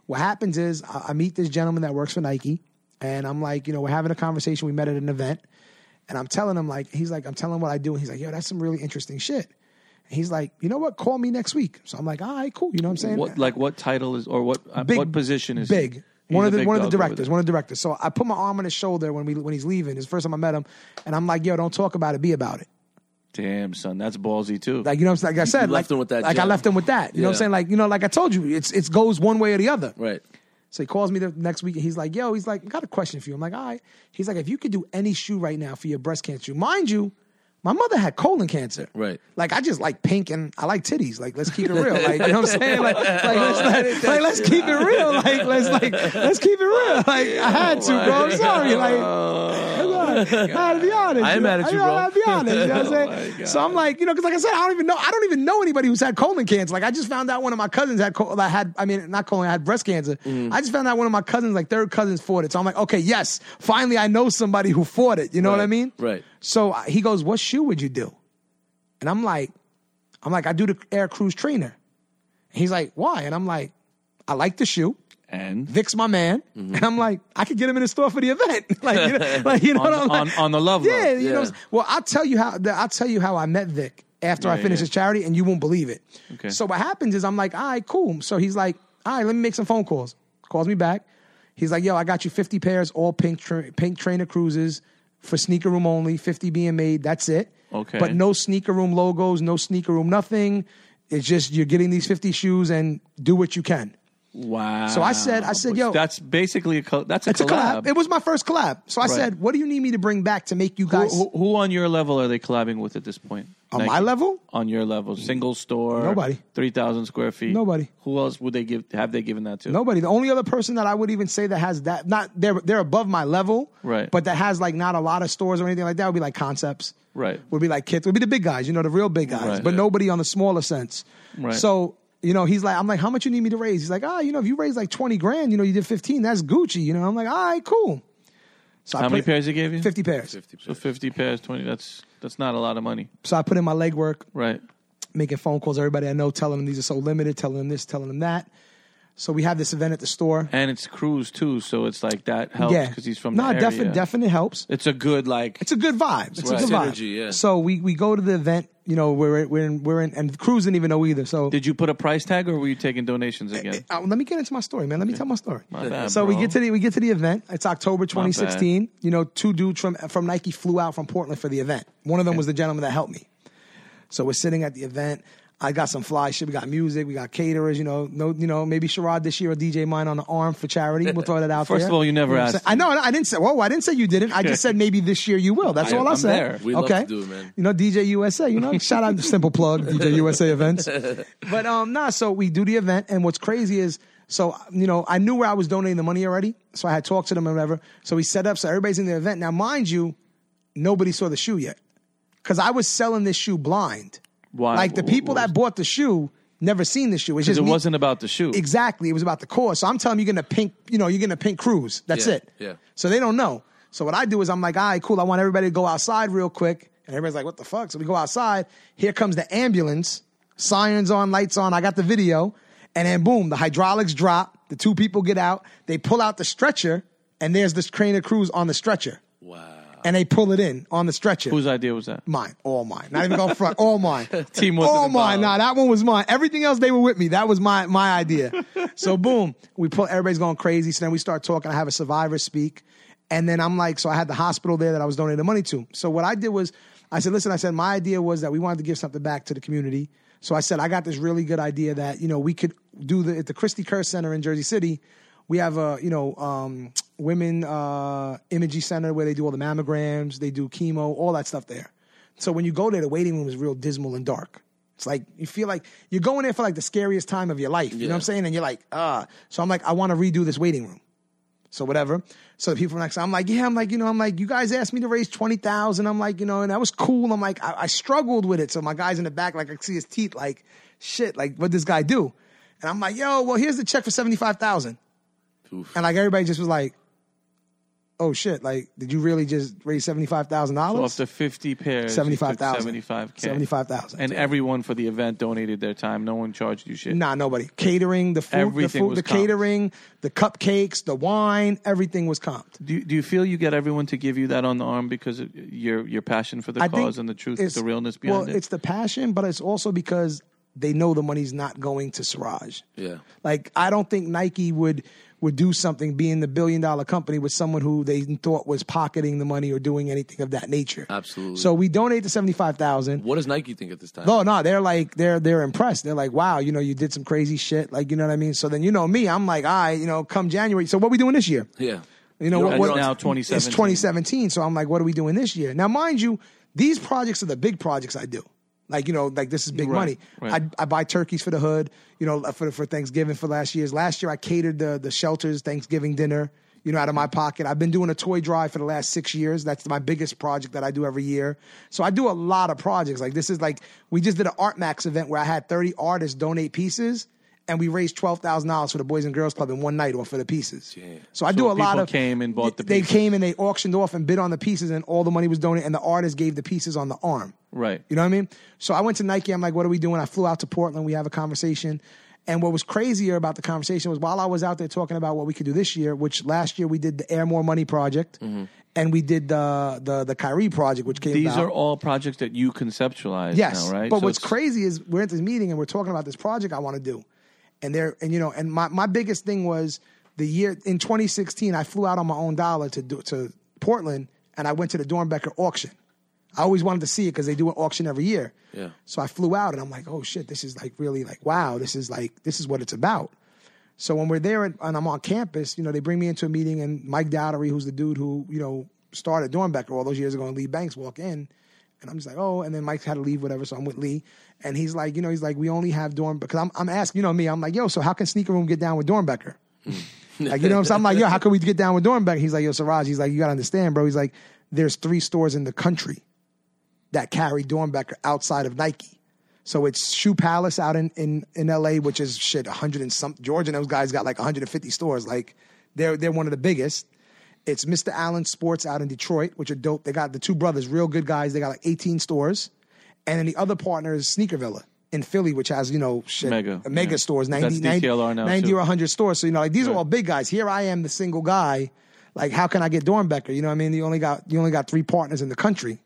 What happens is I, I meet this gentleman that works for Nike, and I'm like, you know, we're having a conversation. We met at an event, and I'm telling him like, he's like, I'm telling him what I do, and he's like, yo, that's some really interesting shit. And he's like, you know what? Call me next week. So I'm like, all right, cool. You know what I'm saying? What like what title is or what uh, Big- what position is he? big. He's one of a the big one of dog the over directors, there. one of the directors. So I put my arm on his shoulder when we when he's leaving. His first time I met him, and I'm like, "Yo, don't talk about it. Be about it." Damn son, that's ballsy too. Like you know, what I'm saying? like I said, you left like, him with that Like I gem. left him with that. You know what I'm Yeah. saying? Like you know, like I told you, it's it goes one way or the other. Right. So he calls me the next week and he's like, yo, he's like, I got a question for you. I'm like, all right. He's like, if you could do any shoe right now for your breast cancer, shoe." mind you, my mother had colon cancer. Right. Like, I just like pink and I like titties. Like, let's keep it real. Like, you know what I'm saying? Like, like, let's, like, like, let's keep it real. Like, let's like, let's keep it real. Like, I had to, bro. I'm sorry. Like, I had to be honest. I am know? mad at you, I, bro. Oh I gotta be honest. You know what I'm saying? so I'm like, you know, because like I said, I don't even know. I don't even know anybody who's had colon cancer. Like I just found out one of my cousins had col- that had. I mean, not colon. I had breast cancer. Mm. I just found out one of my cousins, like third cousins, fought it. So I'm like, okay, yes, finally, I know somebody who fought it. You know what I Right, mean? right. So I- he goes, "What shoe would you do?" And I'm like, I'm like, I do the Air Cruise Trainer. And he's like, why? And I'm like, I like the shoe. and Mm-hmm. Vic's my man, Mm-hmm. and I'm like, I could get him in the store for the event, like, you know, like, you know On- what I'm like? on- on the love yeah, level. you know. Yeah. what I'm s- Well, I'll tell you how. I'll tell you how I met Vic after I Yeah, finished yeah. his charity, and you won't believe it. Okay. So what happens is I'm like, all right, cool. So he's like, all right, let me make some phone calls. Calls me back. He's like, yo, I got you 50 pairs, all pink, tra- pink trainer cruises for sneaker room only, 50 being made. That's it. Okay. But no sneaker room logos, no sneaker room, nothing. It's just you're getting these 50 shoes and do what you can. wow. So I said- I said, But yo- that's basically a col- that's a It's a collab. collab. It was my first collab. So I said, what do you need me to bring back to make you Who- guys who, who on your level are they collabing with at this point? on Nike? my level? On your level, single store, Nobody. three thousand square feet, Nobody. Who else would they give? Have they given that to? Nobody. The only other person that I would even say that has that not they're they're above my level, Right. But that has like not a lot of stores or anything like that would be like concepts, Right. Would be like kids, would be the big guys, you know, the real big guys, Right. but Yeah. nobody on the smaller sense. Right. So you know, he's like, I'm like, how much you need me to raise? He's like, ah, you know, if you raise like twenty grand, you know, you did fifteen, that's Gucci, you know. I'm like, all right, cool. So How many put- pairs they gave you? Fifty pairs. So fifty pairs, twenty. That's that's not a lot of money, So I put in my legwork. right? making phone calls, to everybody I know, telling them these are so limited, telling them this, telling them that. So we have this event at the store. And it's cruise too, so it's like that helps yeah, because he's from no, the area. definitely, definitely helps. It's a good like. It's a good vibe. It's Right. a good vibe. Synergy, yeah. So we we go to the event. You know, we're we're in, we're in, and Cruz didn't even know either. So Did you put a price tag, or were you taking donations again? Uh, let me get into my story, man. Let me tell my story. My bad, so we bro. get to the we get to the event. It's October 2016. You know, two dudes from from Nike flew out from Portland for the event. One of them was the gentleman that helped me. So we're sitting at the event. I got some fly shit. We got music. We got caterers. You know, no, you know, maybe Sherrod this year or DJ Mine on the arm for charity. We'll throw that out. First there. of all, you never know what I'm asked. saying? I know. I didn't say. Whoa, I didn't say you didn't. I just said maybe this year you will. That's I- all I I'm said. there. We love okay. to do it, man. You know, DJ USA. You know, shout out to Simple Plug, DJ USA events. But um, nah. So we do the event, and what's crazy is, so you know, I knew where I was donating the money already, so I had talked to them and whatever. So we set up, so everybody's in the event. Now, mind you, nobody saw the shoe yet, because I was selling this shoe blind. Why? Like the Wh- people what that bought the shoe never seen the shoe. It's just It me- wasn't about the shoe. Exactly. It was about the course. So I'm telling you, you're getting a pink, you know, you're getting a pink cruise. That's Yeah, it. yeah. So they don't know. So what I do is I'm like, all right, cool. I want everybody to go outside real quick. And everybody's like, what the fuck? So we go outside. Here comes the ambulance, sirens on, lights on. I got the video. And then boom, the hydraulics drop. The two people get out. They pull out the stretcher, and there's this crane of crews on the stretcher. Wow. And they pull it in on the stretcher. Whose idea was that? Mine, all mine. Not even going front, all mine. Team wasn't all involved. mine. Nah, that one was mine. Everything else they were with me. That was my my idea. so boom, we pull. Everybody's going crazy. So then we start talking. I have a survivor speak, and then I'm like, so I had the hospital there that I was donating money to. So what I did was, I said, listen, I said my idea was that we wanted to give something back to the community. So I said I got this really good idea that you know we could do the at the Christie Kerr Center in Jersey City. We have a you know um, women uh, imaging center where they do all the mammograms, they do chemo, all that stuff there. So when you go there, the waiting room is real dismal and dark. It's like you feel like you're going there for like the scariest time of your life. You know what I'm saying? And you're like, ah. So I'm like, I want to redo this waiting room. So whatever. So the people from next, I'm like, yeah, I'm like, you know, I'm like, you guys asked me to raise twenty thousand. I'm like, you know, and that was cool. I'm like, I, I struggled with it. So my guy's in the back, like I see his teeth, like, shit, like what this guy do? And I'm like, yo, well, here's the check for seventy five thousand. And like everybody just was like, oh shit, like, did you really just raise $75,000? off the 50 pairs, $75,000. 75 $75,000. And everyone for the event donated their time. No one charged you shit. Nah, nobody. Catering, the food, Everything the, was food, the comped. catering, the cupcakes, the wine, everything was comped. Do you, do you feel you get everyone to give you that on the arm because of your your passion for the cause and the truth, it's- the realness behind well, it? it's the passion, but it's also because they know the money's not going to Siraj. Yeah. Like I don't think Nike would would do something being the billion dollar company with someone who they thought was pocketing the money or doing anything of that nature. Absolutely. So we donate the seventy five thousand. What does Nike think at this time? No, no, they're like they're they're impressed. They're like, wow, you know, you did some crazy shit. Like you know what I mean. So then you know me, I'm like, all right, you know, come January. So what we doing this year? Yeah. You know You're what? That's on your what now own- 2017. it's 2017. So I'm like, what are we doing this year? Now, mind you, these projects are the big projects I do. Like, you know, like this is big Right, money. right. I, I buy turkeys for the hood, you know, for, for Thanksgiving for last year's. Last year, I catered the, the shelters Thanksgiving dinner, you know, out of my pocket. I've been doing a toy drive for the last six years. That's my biggest project that I do every year. So I do a lot of projects. Like, this is like, we just did an Art Max event where I had 30 artists donate pieces. And we raised twelve thousand dollars for the Boys and Girls Club in one night, or for the pieces. So I do a lot people of came and bought the They pieces. came and they auctioned off and bid on the pieces, and all the money was donated, and the artist gave the pieces on the arm. right. You know what I mean? So I went to Nike. I'm like, what are we doing? I flew out to Portland. We have a conversation. And what was crazier about the conversation was while I was out there talking about what we could do this year, which last year we did the Air More Money project, and we did the the the Kyrie project, which came. Mm-hmm. These about. are all projects that you conceptualize Yes, now, right? But So what's it's- crazy is we're at this meeting and we're talking about this project I want to do, and there and you know and my my biggest thing was the year in 2016 I flew out on my own dollar to do, to Portland and I went to the Dornbecker auction. I always wanted to see it because they do an auction every year. Yeah. So I flew out and I'm like, oh shit, this is like really like wow, this is like this is what it's about. So when we're there and, and I'm on campus, you know, they bring me into a meeting and Mike Dowdery, who's the dude who, you know, started Dornbecker all those years ago and Lee Banks walk in. And I'm just like, oh, and then Mike's had to leave, whatever. So I'm with Lee. And he's like, you know, he's like, we only have Dornbecker. Because I'm, I'm asking, you know me, I'm like, yo, so how can Sneaker Room get down with Dornbecker? like, you know what I'm saying? I'm like, yo, how can we get down with Dornbecker? He's like, yo, Siraj, he's like, you got to understand, bro. He's like, there's three stores in the country that carry Dornbecker outside of Nike. So it's Shoe Palace out in, in, in LA, which is shit, 100 and some. Georgia and those guys got like 150 stores. Like they're, they're one of the biggest. It's Mr. Allen Sports out in Detroit, which are dope. They got the two brothers, real good guys. They got like 18 stores. And then the other partner is Sneaker Villa in Philly, which has, you know, shit, Mega, mega yeah. stores, 90, That's 90, DTLR now, 90 too. or 100 stores. So, you know, like these are all big guys. Here I am, the single guy. Like, how can I get Dornbecker? You know what I mean? You only got, you only got three partners in the country.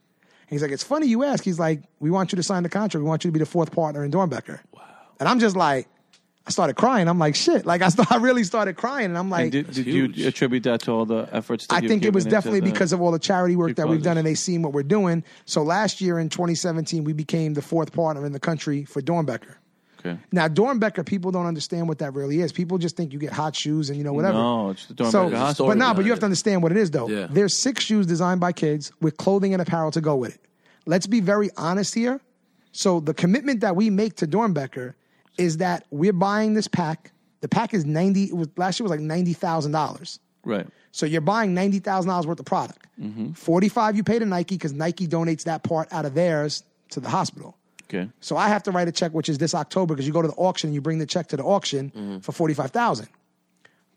He's like, it's funny you ask. He's like, we want you to sign the contract. We want you to be the fourth partner in Dornbecker. Wow. And I'm just like, I started crying. I'm like, shit. Like I, st- I really started crying, and I'm like, And did, did huge. you attribute that to all the efforts? That I you've think it given was into definitely the- because of all the charity work that we've causes. done, and they seen what we're doing. So last year in 2017, we became the fourth partner in the country for Dornbecker. Okay. Now Dornbecker, people don't understand what that really is. People just think you get hot shoes and you know whatever. No, it's the Dornbecker so, Hospital. story but no, but behind you have it. to understand what it is though. Yeah. There's six shoes designed by kids with clothing and apparel to go with it. Let's be very honest here. So the commitment that we make to Dornbecker is that we're buying this pack. The pack is ninety. It was, last year was like ninety thousand dollars. Right. So you're buying ninety thousand dollars worth of product. Forty-five you pay to Nike because Nike donates that part out of theirs to the hospital. Okay. So I have to write a check, which is this October, because you go to the auction, you bring the check to the auction Mm-hmm. for forty five thousand.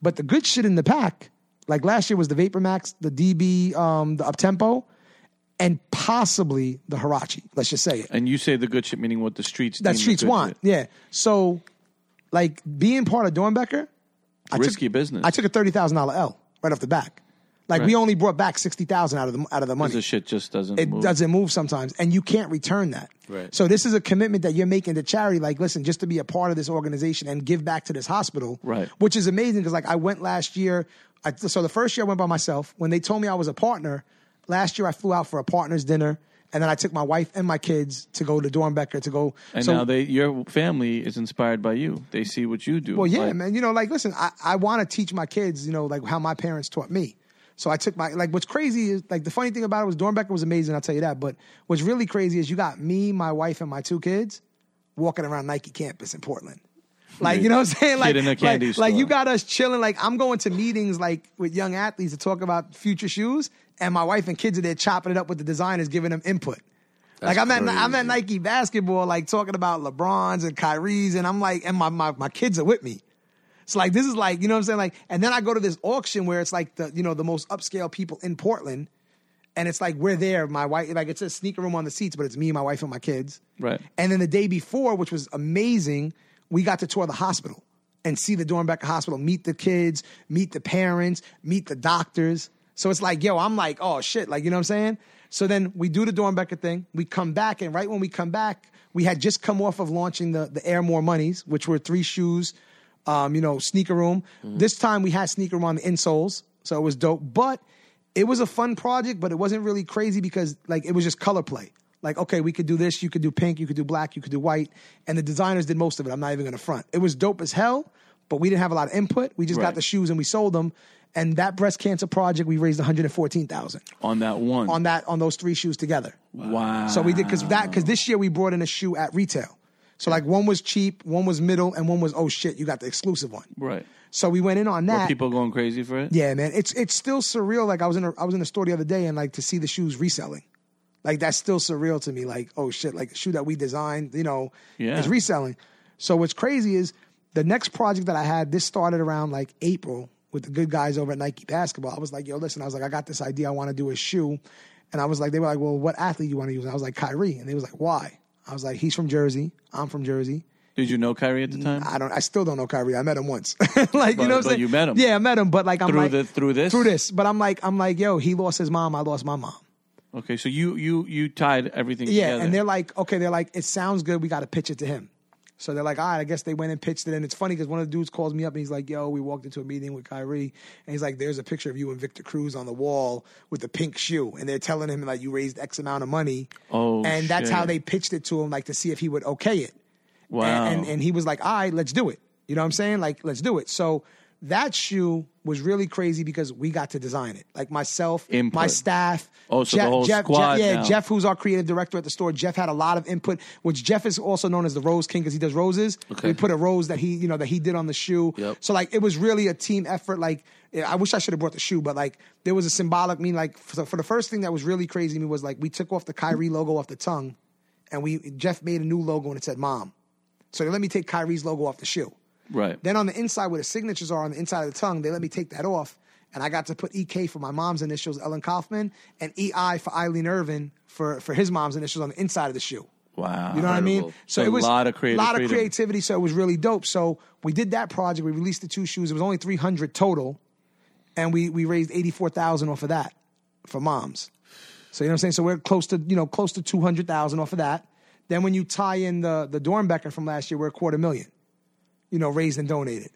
But the good shit in the pack, like last year, was the Vapor Max, the DB, um, the Uptempo, and possibly the Hirachi. Let's just say it And you say the good shit, meaning what the streets deem that the streets good want. shit. Yeah. So, like being part of Dornbecker, I Risky took, business. I took a thirty thousand dollar L right off the back. Like we only brought back sixty thousand out of the out of the money. the shit just doesn't. It move. doesn't move sometimes, and you can't return that. Right. So this is a commitment that you're making to charity. Like, listen, just to be a part of this organization and give back to this hospital. Right. Which is amazing because, like, I went last year. I, so the first year I went by myself. When they told me I was a partner, last year I flew out for a partners dinner, and then I took my wife and my kids to go to Dornbecker to go. And so, now they, your family is inspired by you. They see what you do. well, yeah, Like, man. You know, like, listen, I, I want to teach my kids, you know, like how my parents taught me. So I took my, like, what's crazy is, like, the funny thing about it was Dornbecker was amazing, I'll tell you that. But what's really crazy is you got me, my wife, and my two kids walking around Nike campus in Portland. Like, you know what I'm saying? Like, in a candy like, like, store. you got us chilling. Like, I'm going to meetings, like, with young athletes to talk about future shoes, and my wife and kids are there chopping it up with the designers, giving them input. Like I'm at I'm at Nike basketball, like talking about LeBrons and Kyrie's, and I'm like, and my my, my kids are with me. So like this is like you know what I'm saying like, and then I go to this auction where it's like the you know the most upscale people in Portland, and it's like we're there. My wife like it's a sneaker room on the seats, but it's me, my wife, and my kids. Right. And then the day before, which was amazing, we got to tour the hospital and see the Dornbecker Hospital, meet the kids, meet the parents, meet the doctors. So it's like, yo, I'm like, oh shit, like you know what I'm saying? So then we do the Dornbecker thing. We come back, and right when we come back, we had just come off of launching the the Air More Monies, which were three shoes, um, you know, sneaker room. This time we had sneaker room on the insoles, so it was dope. But it was a fun project, but it wasn't really crazy because like it was just color play. Like, okay, we could do this, you could do pink, you could do black, you could do white. And the designers did most of it. I'm not even gonna front. It was dope as hell, but we didn't have a lot of input. We just got Right. the shoes and we sold them. And that breast cancer project, we raised 114,000 on that one. on that on those three shoes together. wow. So we did because that because this year we brought in a shoe at retail. So like one was cheap, one was middle, and one was oh shit, you got the exclusive one. right. So we went in on Were that. people going crazy for it? Yeah, man, it's it's still surreal. Like I was in a I was in a store the other day and like to see the shoes reselling, like that's still surreal to me. Like oh shit, like a shoe that we designed, you know, Yeah. is reselling. So what's crazy is the next project that I had. This started around like April with the good guys over at Nike Basketball. I was like, yo, listen, I was like, I got this idea. I want to do a shoe, and I was like, they were like, well, what athlete you want to use? And I was like, Kyrie, and they was like, why? I was like, he's from Jersey. I'm from Jersey. Did you know Kyrie at the time? Mm, I don't. I still don't know Kyrie. I met him once. like you But- know, what I'm but saying? you met him. Yeah, I met him. But like I'm through like, the through this through this. But I'm like, I'm like, yo, he lost his mom. I lost my mom. Okay, so you you you tied everything Yeah, together. and they're like, okay, they're like, it sounds good. We got to pitch it to him. So they're like, all right, I guess they went and pitched it. And it's funny because one of the dudes calls me up and he's like, yo, we walked into a meeting with Kyrie. And he's like, there's a picture of you and Victor Cruz on the wall with the pink shoe. And they're telling him, like, you raised X amount of money. Oh, And that's how shit. they pitched it to him, like, to see if he would okay it. wow. And, and, and he was like, all right, let's do it. You know what I'm saying? Like, let's do it. So that shoe was really crazy because we got to design it. Like myself, Input. my staff. Oh, so the whole squad Jeff, yeah, now. Jeff, who's our creative director at the store, Jeff had a lot of input, which Jeff is also known as the Rose King because he does roses. Okay. We put a rose that he, you know, that he did on the shoe. Yep. So like, it was really a team effort. Like, yeah, I wish I should have brought the shoe, but like, there was a symbolic mean. Like, for, for the first thing that was really crazy to me was like, we took off the Kyrie logo off the tongue, and we Jeff made a new logo and it said "Mom." So they let me take Kyrie's logo off the shoe. right. Then on the inside where the signatures are on the inside of the tongue, they let me take that off. And I got to put EK for my mom's initials, Ellen Kaufman, and EI for Eileen Irvin for, for his mom's initials on the inside of the shoe. wow. You know what I mean? Incredible. So A it was lot of creative lot of freedom. creativity. So it was really dope. So we did that project. We released the two shoes. It was only three hundred total, and we we raised eighty four thousand off of that for moms. So you know what I'm saying? So we're close to you know close to two hundred thousand off of that. Then when you tie in the the Dornbecker from last year, we're a quarter million. You know, raised and donated.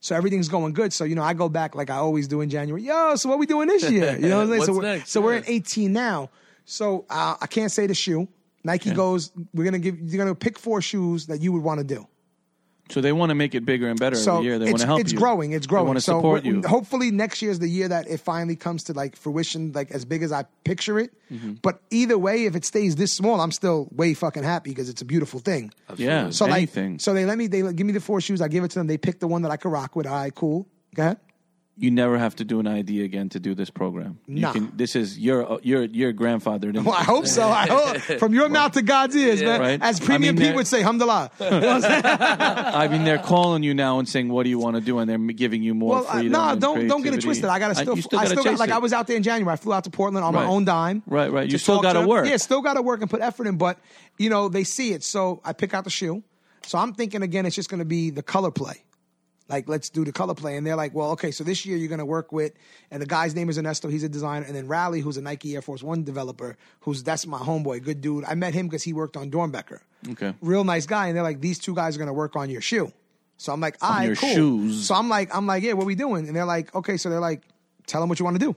So everything's going good. So you know, I go back like I always do in January. Yo, so what we doing this year? You know what I'm saying? so What's we're, next? so we're Yeah. in 18 now. So uh, I can't say the shoe. Nike goes, we're gonna give you're gonna pick four shoes that you would want to do. So they want to make it bigger and better So every year. They it's, want to help it's you. growing, it's growing. They want to so support we're- you. hopefully next year is the year that it finally comes to like fruition, like as big as I picture it. Mm-hmm. But either way, if it stays this small, I'm still way fucking happy because it's a beautiful thing. yeah. So anything. like, so they let me, they give me the four shoes. I give it to them. They pick the one that I could rock with. All right, cool. Go ahead. you never have to do an idea again to do this program. You Nah. can, this is your your your grandfather. Well, I hope so. I hope from your mouth to God's ears, man. Right. As I Premium mean, Pete they're- would say, Alhamdulillah. I mean, they're calling you now and saying, "What do you want to do?" And they're giving you more Well, I- freedom. no, and don't don't get it creativity. twisted. I gotta still, you I gotta still got, chase like it. I was out there in January. I flew out to Portland on my Right. own dime. Right, right. You to still talk gotta them. work. Yeah, still got to work and put effort in. But you know they see it, so I pick out the shoe. So I'm thinking again, it's just going to be the color play. Like let's do the color play, and they're like, well, okay, so this year you're going to work with, and the guy's name is Ernesto. He's a designer, and then Rally, who's a Nike Air Force One developer, who's that's my homeboy, good dude. I met him because he worked on Dornbecker. Okay. real nice guy, and they're like, these two guys are going to work on your shoe. So I'm like, all right, your cool. shoes. So I'm like, I'm like, yeah, what we doing? And they're like, okay, so they're like, tell them what you want to do.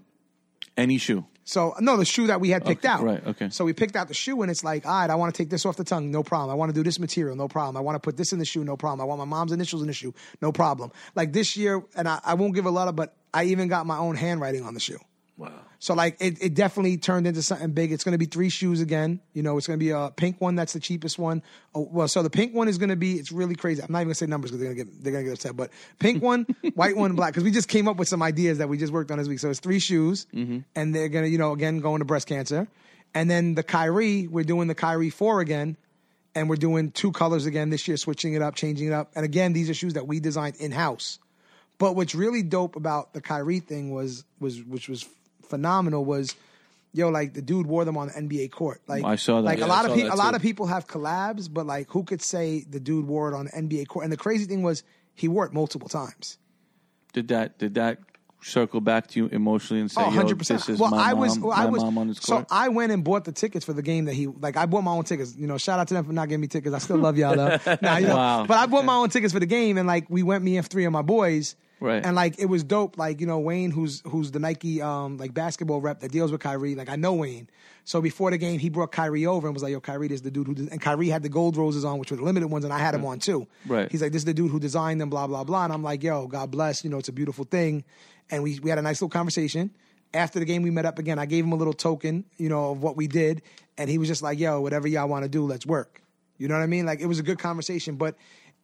any shoe. So no, the shoe that we had picked Okay, out. right, okay. So we picked out the shoe, and it's like, all right, I want to take this off the tongue, no problem. I want to do this material, no problem. I want to put this in the shoe, no problem. I want my mom's initials in the shoe, no problem. Like this year, and I, I won't give a lot of, but I even got my own handwriting on the shoe. Wow. So like it, it definitely turned into something big. It's going to be three shoes again. You know, it's going to be a pink one. That's the cheapest one. Oh, well, so the pink one is going to be. It's really crazy. I'm not even going to say numbers because they're going to get they're going to get upset. But pink one, white one, black. Because we just came up with some ideas that we just worked on this week. So it's three shoes, and they're going to you know again going to breast cancer, and then the Kyrie. We're doing the Kyrie four again, and we're doing two colors again this year, switching it up, changing it up. And again, these are shoes that we designed in house. But what's really dope about the Kyrie thing was was which was phenomenal was yo like the dude wore them on the NBA court. Like I saw that. Like Yeah, a I lot of saw people, that a lot too. of people have collabs, but like who could say the dude wore it on the NBA court? And the crazy thing was he wore it multiple times. Did that? Did that circle back to you emotionally and say, Oh, "Yo, 100%. this is well, my I mom, was, well, my I was, mom on this so court"? I went and bought the tickets for the game that he, like, I bought my own tickets. You know, shout out to them for not giving me tickets. I still love y'all though. Nah, you know, Wow. But I bought my own tickets for the game, and like, we went me and three of my boys, Right. And like, it was dope. Like, you know, Wayne, who's who's the Nike um like basketball rep that deals with Kyrie. Like, I know Wayne. So before the game, he brought Kyrie over and was like, "Yo, Kyrie, this is the dude who," did, and Kyrie had the gold roses on, which were the limited ones, and I had them on too. Mm. Right. He's like, "This is the dude who designed them." Blah blah blah. And I'm like, "Yo, God bless. You know, it's a beautiful thing." And we we had a nice little conversation. After the game, we met up again. I gave him a little token, you know, of what we did, and he was just like, "Yo, whatever y'all want to do, let's work." You know what I mean? Like it was a good conversation, but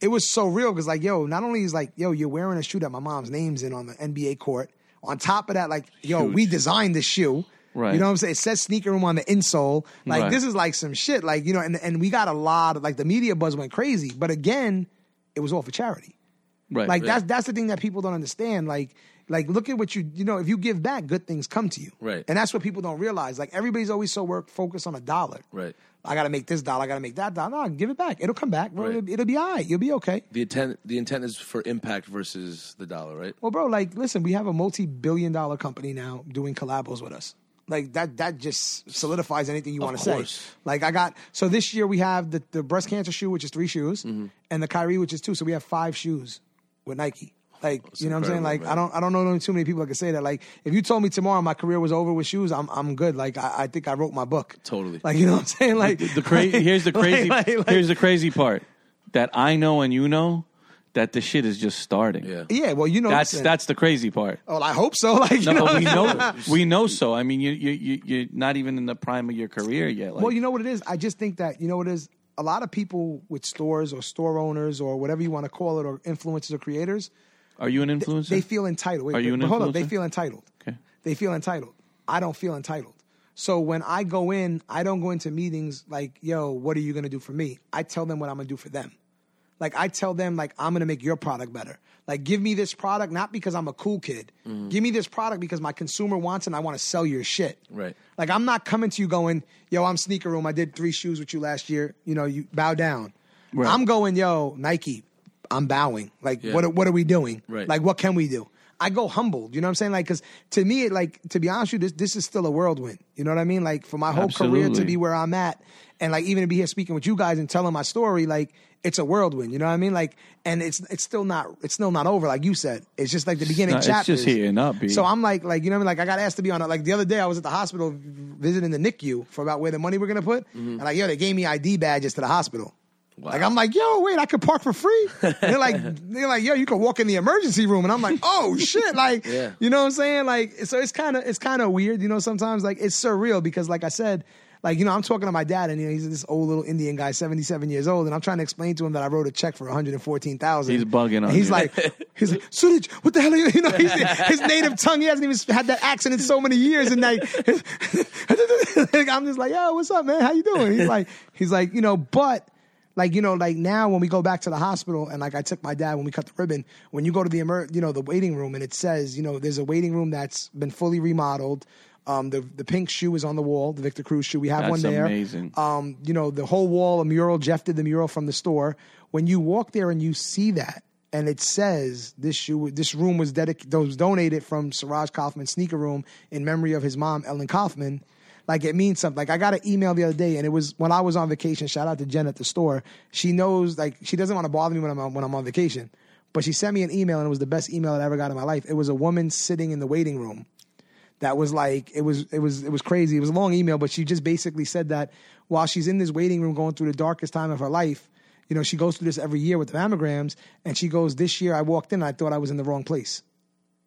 it was so real because like, yo, not only is like, yo, you're wearing a shoe that my mom's name's in on the NBA court. On top of that, like, yo, we designed this shoe. Right. You know what I'm saying? It says sneaker room on the insole. Like Right. this is like some shit. Like, you know, and, and we got a lot of like the media buzz went crazy. But again, it was all for charity. right. Like that's that's the thing that people don't understand. Like like look at what you you know if you give back, good things come to you. Right. And that's what people don't realize. Like everybody's always so work focused on a dollar. Right. I gotta make this dollar. I gotta make that dollar. No, give it back. It'll come back. bro. Right. It'll, it'll be all right. You'll be okay. The intent the intent is for impact versus the dollar, right? Well, bro, like listen, we have a multi-billion-dollar company now doing collabos with us. Like that, that just solidifies anything you want to say. course. Like I got so this year we have the, the breast cancer shoe, which is three shoes, Mm-hmm. and the Kyrie, which is two. So we have five shoes with Nike. Like you know what I'm saying? incredible, Like I man. don't I don't know too many people that can say that. Like if you told me tomorrow my career was over with shoes, I'm I'm good. Like I, I think I wrote my book. Totally. Like you know what I'm saying? Like the cra- here's the like- crazy like- like- here's the crazy part that I know and you know that the shit is just starting. Yeah. yeah. Well, you know That's listen. that's the crazy part. Well, Oh, I hope so. Like, No, you know, but we know we know so. I mean, you you you you're not even in the prime of your career yet. Like, well, you know what it is. I just think that you know what it is. A lot of people with stores or store owners or whatever you want to call it or influencers or creators, are you an influencer? they feel entitled. Wait, Are you wait, an hold up, they influencer? feel entitled. Okay. They feel entitled. I don't feel entitled. So when I go in, I don't go into meetings like, "Yo, what are you gonna do for me?" I tell them what I'm gonna do for them. Like I tell them, like I'm gonna make your product better. Like give me this product not because I'm a cool kid. Mm-hmm. Give me this product because my consumer wants it and I want to sell your shit. Right. Like I'm not coming to you going, yo, I'm sneaker room. I did three shoes with you last year. You know, you bow down. Right. I'm going, yo, Nike. I'm bowing. Like Yeah. what? are- What are we doing? Right. Like what can we do? I go humbled. You know what I'm saying? Like because to me, it, like to be honest with you, this this is still a whirlwind. You know what I mean? Like for my whole career to Absolutely. be where I'm at, and like even to be here speaking with you guys and telling my story, like. It's a whirlwind, you know what I mean? Like, and it's it's still not it's still not over, like you said. It's just like the beginning No, it's just chapters. heating up, B. So I'm like, like you know, what I mean, like I got asked to be on. it. Like the other day, I was at the hospital visiting the NICU for about where the money we're gonna put, Mm-hmm. and like yo, they gave me ID badges to the hospital. Like I'm like, yo, wait, I could park for free. And they're like, they're like, yo, you could walk in the emergency room, and I'm like, oh shit, like, Yeah. you know what I'm saying? Like, so it's kind of it's kind of weird, you know. Sometimes like it's surreal because, like I said, like you know, I'm talking to my dad, and you know, he's this old little Indian guy, 77 years old, and I'm trying to explain to him that I wrote a check for 114,000. He's bugging And on He's you. like, he's like, Suraj, what the hell are you? You know, he's, his native tongue. He hasn't even had that accent in so many years, and like, I'm just like, yo, what's up, man? How you doing? He's like, he's like, you know, but. Like you know, like now when we go back to the hospital, and like I took my dad when we cut the ribbon. When you go to the emer- you know, the waiting room, and it says, you know, there's a waiting room that's been fully remodeled. Um, the the pink shoe is on the wall, the Victor Cruz shoe. We have That's one there. amazing. Um, you know, the whole wall, a mural. Jeff did the mural from the store. When you walk there and you see that, and it says this shoe, this room was dedicated, was donated from Siraj Kaufman Sneaker Room in memory of his mom, Ellen Kaufman. Like it means something. Like I got an email the other day, and it was when I was on vacation. Shout out to Jen at the store. She knows, like, she doesn't want to bother me when I'm on, when I'm on vacation. But she sent me an email, and it was the best email that I ever got in my life. It was a woman sitting in the waiting room that was like it was it was it was crazy. It was a long email, but she just basically said that while she's in this waiting room going through the darkest time of her life, you know, she goes through this every year with the mammograms, and she goes, "This year I walked in, and I thought I was in the wrong place."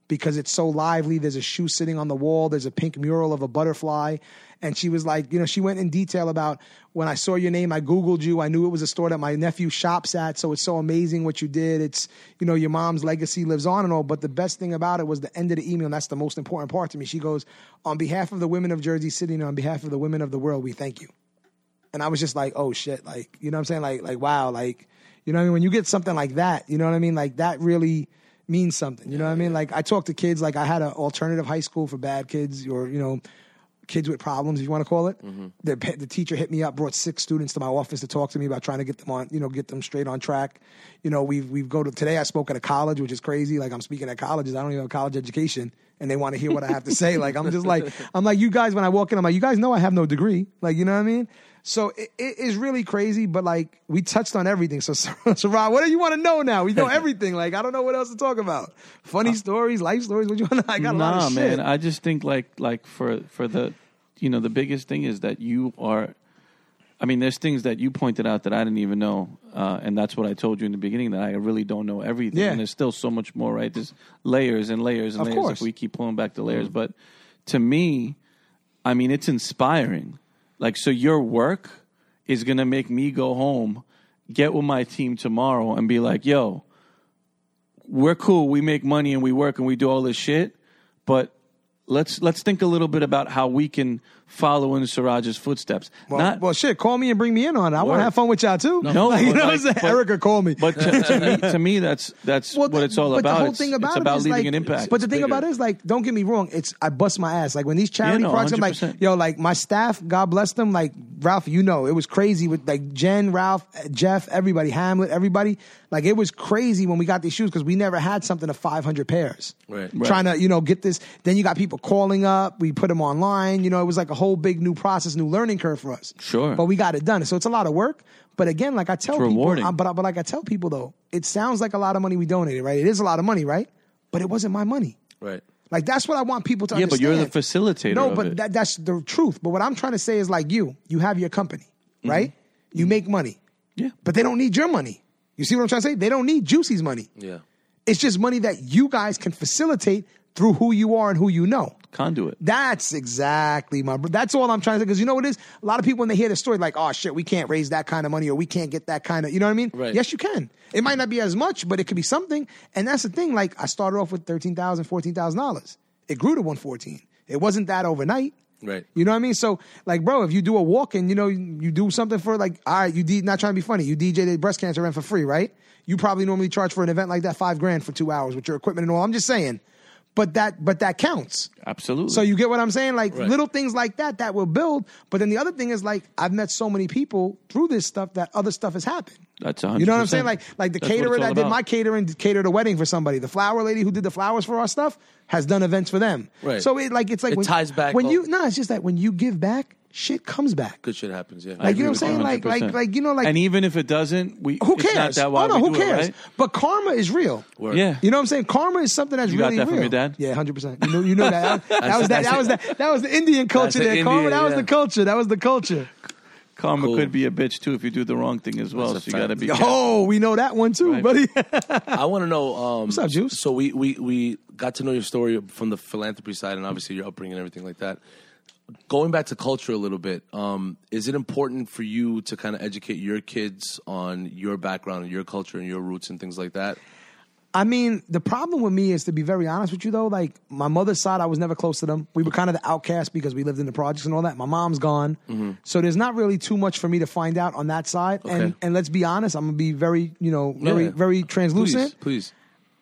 Because it's so lively. There's a shoe sitting on the wall. There's a pink mural of a butterfly. And she was like, you know, she went in detail about when I saw your name, I Googled you. I knew it was a store that my nephew shops at. So it's so amazing what you did. It's, you know, your mom's legacy lives on and all. But the best thing about it was the end of the email. And that's the most important part to me. She goes, on behalf of the women of Jersey City and on behalf of the women of the world, we thank you. And I was just like, oh shit. Like, you know what I'm saying? Like, like, wow. Like, you know what I mean? When you get something like that, you know what I mean? Like that really means something. You know what I mean? Like I talk to kids. Like I had an alternative high school for bad kids, or you know, kids with problems, if you want to call it. Their pa the teacher hit me up, brought six students to my office to talk to me about trying to get them on, you know, get them straight on track. You know, we've we've go to today. I spoke at a college, which is crazy. Like I'm speaking at colleges. I don't even have a college education, and they want to hear what I have to say. Like I'm just like I'm like you guys. When I walk in, I'm like you guys know I have no degree. Like you know what I mean? So it, it is really crazy, but like we touched on everything. So, so, so Rob, what do you want to know now? We know everything. Like I don't know what else to talk about. Funny stories, life stories. What you want? to I got a lot Uh, nah, of shit. man. I just think like like for for the you know the biggest thing is that you are. I mean, there's things that you pointed out that I didn't even know, uh, and that's what I told you in the beginning that I really don't know everything. Yeah. And there's still so much more, right? There's layers and layers and Of layers course. Mm-hmm. if we keep pulling back the layers. But to me, I mean, it's inspiring. Like, so your work is gonna make me go home, get with my team tomorrow, and be like, "Yo, we're cool. We make money and we work and we do all this shit, but let's let's think a little bit about how we can follow in Siraj's footsteps. Well, Not well, shit. Call me and bring me in on it. I want Word. to have fun with y'all too. No, Like, you but know what I'm like- saying? but- Erica, call me. but to, to me, to me, that's that's Well, what it's all but about. The whole it's, thing about it's it about is, leaving like- an impact. But the It's thing bigger. about it is like, don't get me wrong. It's I bust my ass. Like when these charity no, projects, I'm like, 100%. yo, like my staff, God bless them. Like Ralph, you know, it was crazy with like Jen, Ralph, Jeff, everybody, Hamlet, everybody. Like it was crazy when we got these shoes because we never had something of 500 pairs. Right. Trying to you know get this. Then you got people calling up. We put them online. You know, it was like a whole big new process, new learning curve for us. Sure. But we got it done. So it's a lot of work. But again, like I tell people, rewarding. I- but I- but like I tell people though, it sounds like a lot of money we donated, right? It is a lot of money, right? But it wasn't my money. Right. Like that's what I want people to yeah, but understand. you're the facilitator. No, of but it. That, that's the truth. But what I'm trying to say is like you, you have your company, Mm-hmm. right? You make money, yeah, but they don't need your money. You see what I'm trying to say? They don't need Juicy's money. Yeah. It's just money that you guys can facilitate through who you are and who you know. conduit. That's exactly my. bro- That's all I'm trying to say. Because you know what it is? A lot of people when they hear the story, like, oh shit, we can't raise that kind of money, or we can't get that kind of. You know what I mean? Right. Yes, you can. It might not be as much, but it could be something. And that's the thing. Like, I started off with thirteen thousand, fourteen thousand dollars. It grew to one fourteen. It wasn't that overnight. Right. You know what I mean? So, like, bro, if you do a walk and you know you, you do something for like, all right, you D, not trying to be funny, you DJ the breast cancer event for free, right? You probably normally charge for an event like that five grand for two hours with your equipment and all. I'm just saying, but that but that counts. Absolutely. So you get what I'm saying? Like Right. little things like that that will build. But then the other thing is like I've met so many people through this stuff that other stuff has happened. that's 100%. You know what I'm saying? Like like the That's what caterer it's all that did about. my catering catered a wedding for somebody. The flower lady who did the flowers for our stuff has done events for them. Right. So it like it's like It when, ties back when all- you no, it's just that when you give back, shit comes back. Good shit happens. Yeah. I Like, you know agree what with I'm saying? Like- like- 100%. like, you know, like- and even if it doesn't, we Who it's cares? not that why oh no, we who do it, cares? right? But karma is real. Word. Yeah, You know what I'm saying? Karma is something that's You got really that from real. your dad? Yeah, hundred percent. You know, you know that. That, was That's- that. That was that. That was the Indian culture the there. karma. Indian, That was yeah. the culture. That was the culture. karma Cool. could be a bitch too if you do the wrong thing as well. That's a so you got to fact. be. careful. Oh, we know that one too, Right. buddy. I want to know. Um, What's up, Juice? So we, we we got to know your story from the philanthropy side, and obviously your upbringing and everything like that. Going back to culture a little bit, um, is it important for you to kind of educate your kids on your background and your culture and your roots and things like that? I mean, the problem with me is to be very honest with you though, like my mother's side, I was never close to them. We were kind of the outcast because we lived in the projects and all that. My mom's gone. Mm-hmm. So there's not really too much for me to find out on that side. And Okay. and let's be honest, I'm gonna be very, you know, very, Yeah. very translucent. Please, please.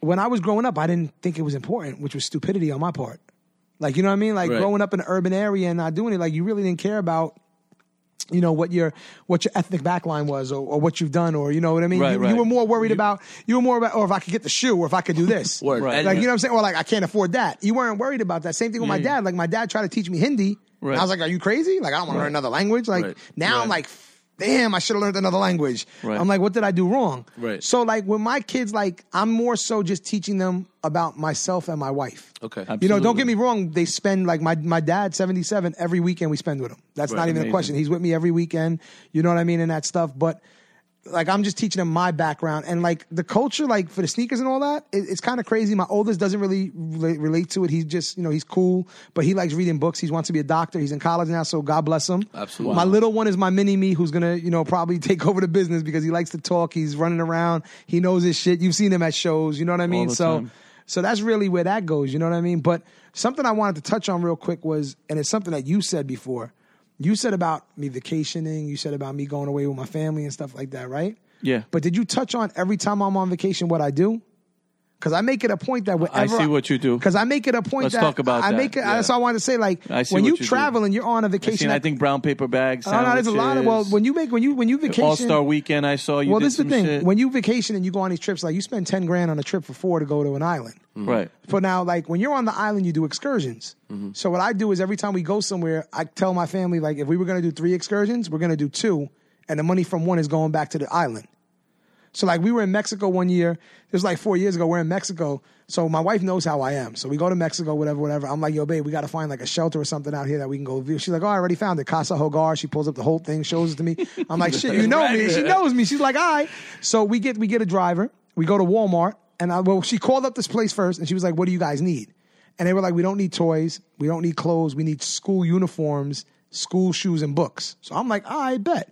when I was growing up, I didn't think it was important, which was stupidity on my part. Like, you know what I mean? Like Right. growing up in an urban area and not doing it, like you really didn't care about, you know, what your what your ethnic backline was or, or what you've done or you know what I mean? Right, you, you right. were more worried about you were more about or if I could get the shoe or if I could do this. Word. Right. And- Like you know what I'm saying? Or like I can't afford that. You weren't worried about that. Same thing with my dad. Like my dad tried to teach me Hindi. Right. I was like, Are you crazy? Like I don't want to learn another language. Like Right. now I'm Right. like Damn, I should have learned another language. Right. I'm like, what did I do wrong? Right. So like with my kids, like I'm more so just teaching them about myself and my wife. Okay. I'm- You know, don't Absolutely. get me wrong. They spend like my my dad, seventy seven, every weekend we spend with him. That's not even amazing. a question. He's with me every weekend. You know what I mean and that stuff. But like I'm just teaching him my background and like the culture, like for the sneakers and all that. It, it's kind of crazy. My oldest doesn't really relate, relate to it. He's just you know he's cool, but he likes reading books. He wants to be a doctor. He's in college now, so God bless him. Absolutely. My little one is my mini me, who's gonna you know probably take over the business because he likes to talk. He's running around. He knows his shit. You've seen him at shows. You know what I mean? the so. time. So that's really where that goes, you know what I mean? But something I wanted to touch on real quick was, and it's something that you said before. You said about me vacationing, you said about me going away with my family and stuff like that, right? Yeah. But did you touch on every time I'm on vacation what I do? Because I make it a point that whenever I see what you do. Because I make it a point Let's that talk about I that, make it. yeah. That's what I wanted to say. Like I see when what you you do. travel and you're on a I vacation. seen, I think brown paper bags. Oh no, there's a lot of well when you make when you when you vacation All Star Weekend. I saw you. Well, did this is the some thing. shit. When you vacation and you go on these trips, like you spend ten grand on a trip for four to go to an island. right. But now, like when you're on the island, you do excursions. So what I do is every time we go somewhere, I tell my family like if we were going to do three excursions, we're going to do two, and the money from one is going back to the island. So like we were in Mexico one year. This was like four years ago. We're in Mexico. So my wife knows how I am. So we go to Mexico, whatever, whatever. I'm like, yo, babe, we got to find like a shelter or something out here that we can go view. She's like, oh, I already found it, Casa Hogar. She pulls up the whole thing, shows it to me. I'm like, shit, you know me. She knows me. She's like, all right. So we get we get a driver. We go to Walmart, and I, well, she called up this place first, and she was like, what do you guys need? And they were like, we don't need toys, we don't need clothes, we need school uniforms, school shoes, and books. So I'm like, I bet.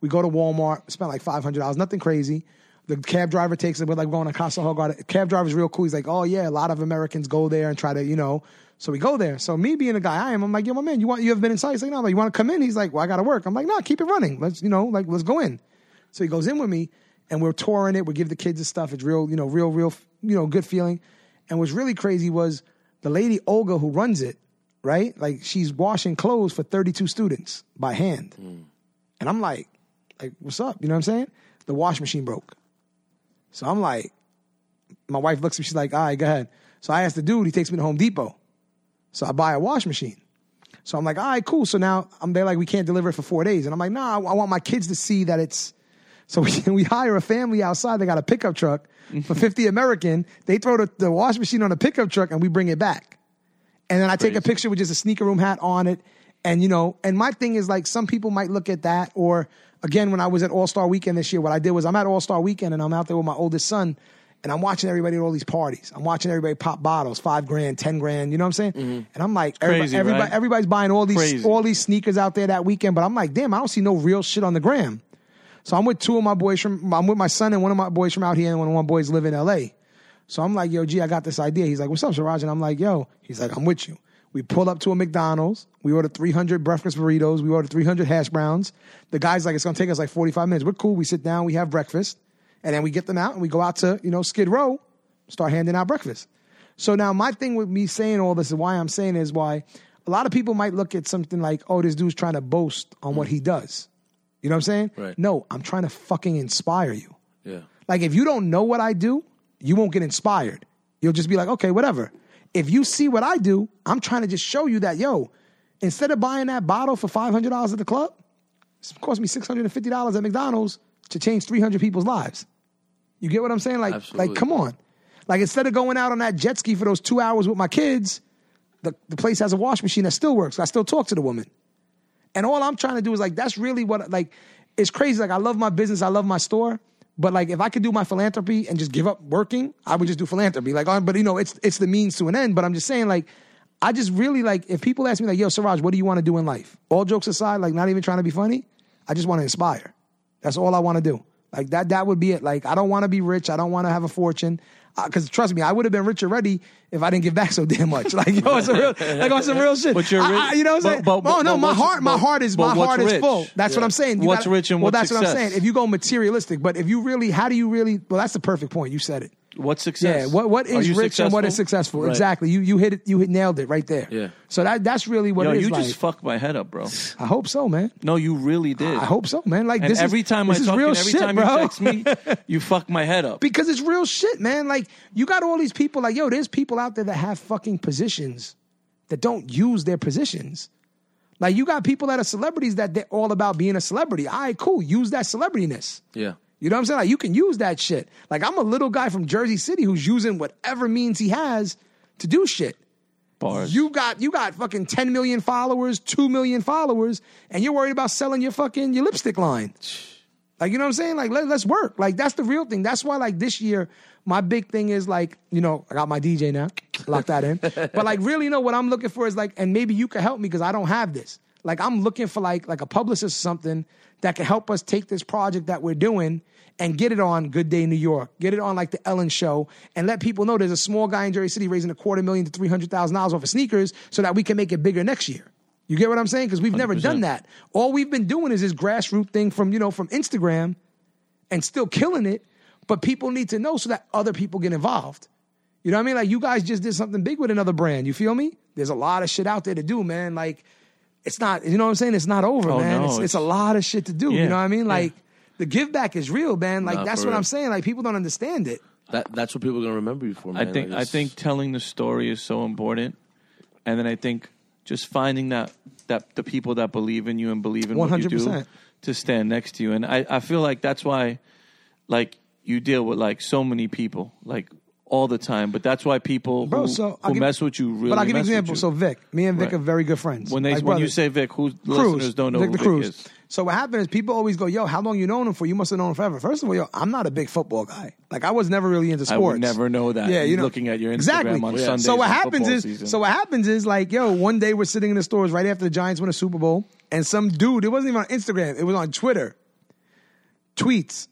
We go to Walmart, spend like five hundred dollars, nothing crazy. The cab driver takes it. We're like we're going to Casa Hogar. The cab driver's real cool. He's like, oh yeah, a lot of Americans go there and try to, you know. So we go there. So me being the guy I am, I'm like, yo, my man, you want you ever been inside? He's like, no, I'm like, you want to come in? He's like, well, I got to work. I'm like, no, keep it running. Let's, you know, like let's go in. So he goes in with me, and we're touring it. We give the kids the stuff. It's real, you know, real, real, you know, good feeling. And what's really crazy was the lady Olga who runs it, right? Like she's washing clothes for 32 students by hand. And I'm like, like, what's up? You know what I'm saying? The wash machine broke. So I'm like, my wife looks at me, she's like, all right, go ahead. So I asked the dude, he takes me to Home Depot. So I buy a wash machine. So I'm like, all right, cool. So now I'm there, like, we can't deliver it for four days. And I'm like, nah, I, I want my kids to see that it's. So we, we hire a family outside. They got a pickup truck for 50 American. They throw the, the wash machine on a pickup truck and we bring it back. And then I take a picture with just a sneaker room hat on it. And, you know, and my thing is like some people might look at that. Or again, when I was at All Star Weekend this year, what I did was I'm at All Star Weekend and I'm out there with my oldest son and I'm watching everybody at all these parties. I'm watching everybody pop bottles, five grand, 10 grand, you know what I'm saying? And I'm like, everybody, Mm-hmm. crazy, everybody, right? everybody's buying all these, Crazy. all these sneakers out there that weekend. But I'm like, damn, I don't see no real shit on the gram. So I'm with two of my boys from I'm with my son and one of my boys from out here and one of my boys live in LA. So I'm like, yo, G, I got this idea. He's like, what's up, Siraj? And I'm like, yo. He's like, I'm with you. We pull up to a McDonald's. We order 300 breakfast burritos. We order 300 hash browns. The guy's like, it's going to take us like 45 minutes. We're cool. We sit down. We have breakfast. And then we get them out and we go out to, you know, Skid Row, start handing out breakfast. So now my thing with me saying all this and why I'm saying is why a lot of people might look at something like, oh, this dude's trying to boast on what he does. You know what I'm saying? Right. No, I'm trying to fucking inspire you. Yeah. Like if you don't know what I do, you won't get inspired. You'll just be like, okay, whatever. If you see what I do, I'm trying to just show you that, yo, instead of buying that bottle for five hundred dollars at the club, it's cost me six hundred and fifty dollars at McDonald's to change three hundred people's lives. You get what I'm saying? Like, Absolutely. like, come on. Like instead of going out on that jet ski for those two hours with my kids, the, the place has a wash machine that still works. I still talk to the woman. And all I'm trying to do is like that's really what like it's crazy. Like I love my business, I love my store, but like if I could do my philanthropy and just give up working, I would just do philanthropy. Like, oh, but you know, it's it's the means to an end. But I'm just saying, like, I just really like if people ask me like, "Yo, Siraj, what do you want to do in life?" All jokes aside, like not even trying to be funny, I just want to inspire. That's all I want to do. Like that, that would be it. Like I don't want to be rich. I don't want to have a fortune. Because trust me, I would have been rich already if I didn't give back so damn much. Like yo, it's a real, like on some real shit. But you're I- rich- I- you know what I'm but- saying? but- oh but- no, but my what's- heart, my but- heart is but my what's heart is rich? full. That's what Yeah. I'm saying. You What's rich and well, what's that's what I'm success? saying. If you go materialistic, but if you really, how do you really? Well, that's the perfect point. You said it. What success? Yeah, what what Are is you rich and what is successful? Exactly. You you hit it. You hit nailed it right there. Yeah. So that that's really what Yo, it is. you like. just fucked my head up, bro. I hope so, man. No, you really did. I hope so, man. Like And this is- every time I this is talk, to you, real and every shit, time bro. you text me, you fuck my head up. because it's real shit, man. Like you got all these people. Like yo, there's people out there that have fucking positions that don't use their positions. Like you got people that are celebrities that they're all about being a celebrity. All right, cool. Use that celebrityness. Yeah. You know what I'm saying? Like you can use that shit. Like I'm a little guy from Jersey City who's using whatever means he has to do shit. Bars. You got you got fucking 10 million followers, 2 million followers, and you're worried about selling your fucking your lipstick line. Like you know what I'm saying? Like let, let's work. Like that's the real thing. That's why like this year my big thing is like, you know, I got my DJ now. Lock that in. but like really you know what I'm looking for is like and maybe you can help me cuz I don't have this. Like I'm looking for like like a publicist or something that can help us take this project that we're doing and get it on Good Day New York. Get it on like the Ellen show and let people know there's a small guy in Jersey City raising a quarter million to $300,000 off of sneakers so that we can make it bigger next year. You get what I'm saying? Because we've never done that. All we've been doing is this grassroots thing from you know from Instagram, and still killing it. But people need to know so that other people get involved. You know what I mean? Like you guys just did something big with another brand. You feel me? There's a lot of shit out there to do, man. Like it's not, you know what I'm saying? It's not over, Oh, man. no, it's, it's, a it's- lot of shit to do. Yeah, You know what I mean? yeah. Like the give back is real, man. Like Nah, that's for what real. I'm saying. Like people don't understand it. That that's what people are gonna remember you for. I Man. think Like, I think it's- telling the story is so important, and then I think just finding that that the people that believe in you and believe in what you do 100%. to stand next to you, and I I feel like that's why, like you deal with like so many people like all the time, but that's why people Bro, who, so I'll who give- mess with you really. but I'll give you an mess with example. So Vic, me and Vic Right. are very good friends. when they Like when you brothers. say Vic, who Cruz, listeners don't know Vic who the Vic Cruz. is. So what happened is people always go, "Yo, how long you known him for? You must have known him forever." First of all, yo, I'm not a big football guy. Like I was never really into I sports. would never know that. Yeah, you know, looking at your Instagram exactly. on Yeah. Sundays So what in happens football is, season. so what happens is, like, yo, one day we're sitting in the stores right after the Giants win a Super Bowl, and some dude, it wasn't even on Instagram, it was on Twitter, tweets,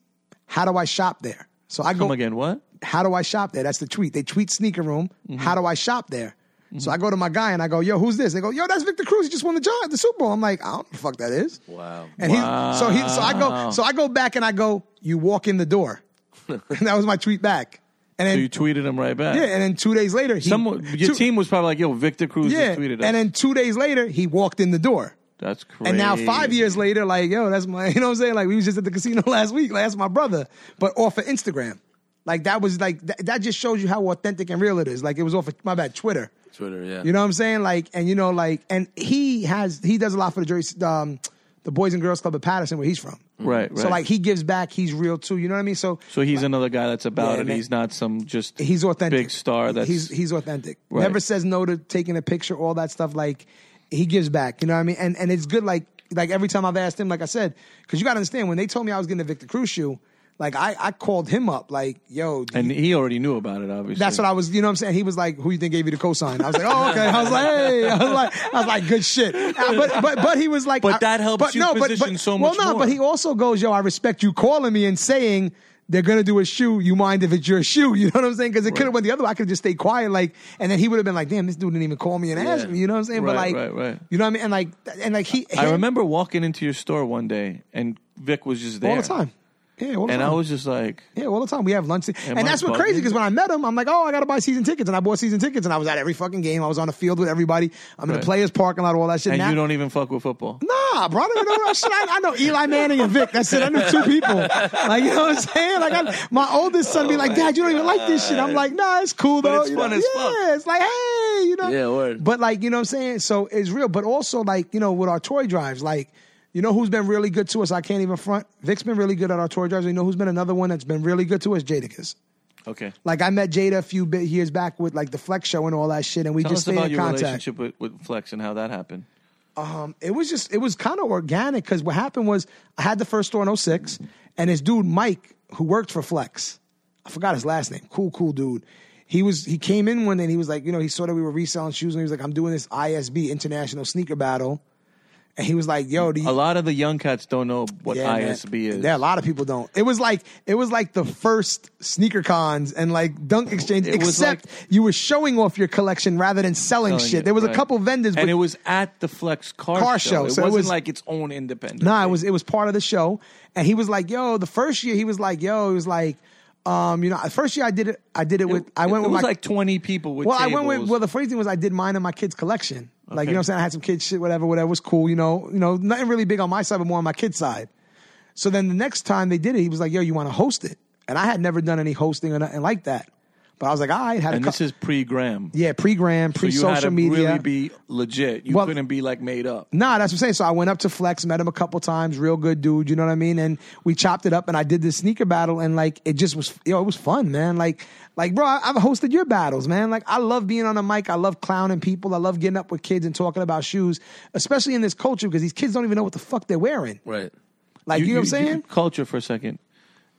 "How do I shop there?" So I come go, again? What? how do I shop there? That's the tweet. They tweet sneaker room. How do I shop there? So I go to my guy and I go, yo, who's this? They go, yo, that's Victor Cruz. He just won the job, the Super Bowl. I'm like, I don't know what the fuck that is. Wow. And he, so he, so I go, so I go back and I go, you walk in the door. and that was my tweet back. And So then, you tweeted him right back. yeah, and then two days later, he, Someone, your two- team was probably like, "Yo, Victor Cruz yeah, just tweeted us." and then two days later, he walked in the door. That's crazy. And now five years later, like, yo, that's my, you know what I'm saying? Like, we was just at the casino last week. Like, that's my brother, but off of Instagram. Like, that was like, that, that just shows you how authentic and real it is. Like, it was off of, my bad, Twitter. Twitter. Yeah. You know what I'm saying? Like, and you know, like, and he has, he does a lot for the, Jersey- um, the Boys and Girls Club of Patterson, where he's from. Right, right. So, like, he gives back. He's real too. You know what I mean? So, So he's another guy that's about Yeah, it. man. He's not some just he's authentic. big star. That's he's he's authentic. Right. Never says no to taking a picture, all that stuff. Like he gives back. You know what I mean? And and it's good. Like like every time I've asked him, like I said, because you got to understand when they told me I was getting a Victor Cruz shoe, like I I called him up, like yo. do and you- he already knew about it. Obviously, that's what I was, you know what I'm saying? He was like, who you think gave you the cosign? I was like, oh, okay. I was like, hey. I was like, I was like good shit. Uh, But but but he was like uh, But I- that helps you position so much Well, no, more. but he also goes, yo, I respect you calling me and saying they're gonna do a shoe. You mind if it's your shoe? You know what I'm saying? Because it could have went the other way. I could have just stayed quiet, like, and then he would have been like, damn, this dude didn't even call me and ask Yeah. me. You know what I'm saying? but Right, like, right, right. you know what I mean? And like, th- and like he, I him- remember walking into your store one day, and Vic was just there all the time. Yeah, all the And time. I was just like, Yeah, all the time. We have lunch. and I that's what bugging? crazy because when I met him, I'm like, oh, I got to buy season tickets. And I bought season tickets and I was at every fucking game. I was on the field with everybody. I'm in Right. the players' parking lot, all that shit. and Now- you don't even fuck with football. Nah, bro. I don't know that shit. I, I know Eli Manning and Vic. That's it. I knew two people. Like, you know what I'm saying? Like, I, my oldest son be like, Dad, you don't even like this shit. I'm like, Nah, it's cool But though. it's you fun know? as yeah, fuck. it's like, hey, you know. Yeah, word. But like, you know what I'm saying? So it's real. But also, like, you know, with our toy drives, like, you know who's been really good to us? I can't even front. Vic's been really good at our toy drives. You know who's been another one that's been really good to us? Jadakiss. Okay, Like I met Jada a few bi- years back with like the Flex show and all that shit, and we tell just us stayed about in your contact. relationship with, with Flex and how that happened. it was just it was kind of organic because what happened was I had the first store in 06 and this dude Mike who worked for Flex, I forgot his last name. Cool, cool dude. He was he came in one day and he was like, you know, he saw that we were reselling shoes and he was like, I'm doing this ISB International Sneaker Battle, and he was like, yo, do you, A lot of the young cats don't know what yeah, man. ISB is. Yeah, a lot of people don't. It was like it was like the first sneaker cons and like dunk exchange, It was except you were showing off your collection rather than selling, Selling shit. it, there was right. a couple vendors, but and it was at the Flex car, Car show, It so it wasn't was- like its own independent. No, it was it was part of the show, and he was like, "Yo." The first year, he was like, "Yo," he was like, um, "You know." The first year, I did it. I did it with. I went it with was my like twenty people. With well, I tables. went with well. The first thing was I did mine in my kids' collection. Like Okay. you know, what I'm saying I had some kids shit, whatever, whatever was cool. You know, you know, nothing really big on my side, but more on my kids' side. So then the next time they did it, he was like, "Yo, you want to host it?" And I had never done any hosting or nothing like that. But I was like, "All right," had a and cou- this is pre-Graham. yeah, pre-gram, So you pre-social had to media. really be legit. You Well- couldn't be like made up. Nah, that's what I'm saying. So I went up to Flex, met him a couple times, real good dude. You know what I mean? And we chopped it up, and I did this sneaker battle, and like it just was, yo, it was fun, man. Like, like, bro, I, I've hosted your battles, man. Like, I love being on a mic. I love clowning people. I love getting up with kids and talking about shoes, especially in this culture because these kids don't even know what the fuck they're wearing. Right. Like, you, know what I'm saying? culture for a second.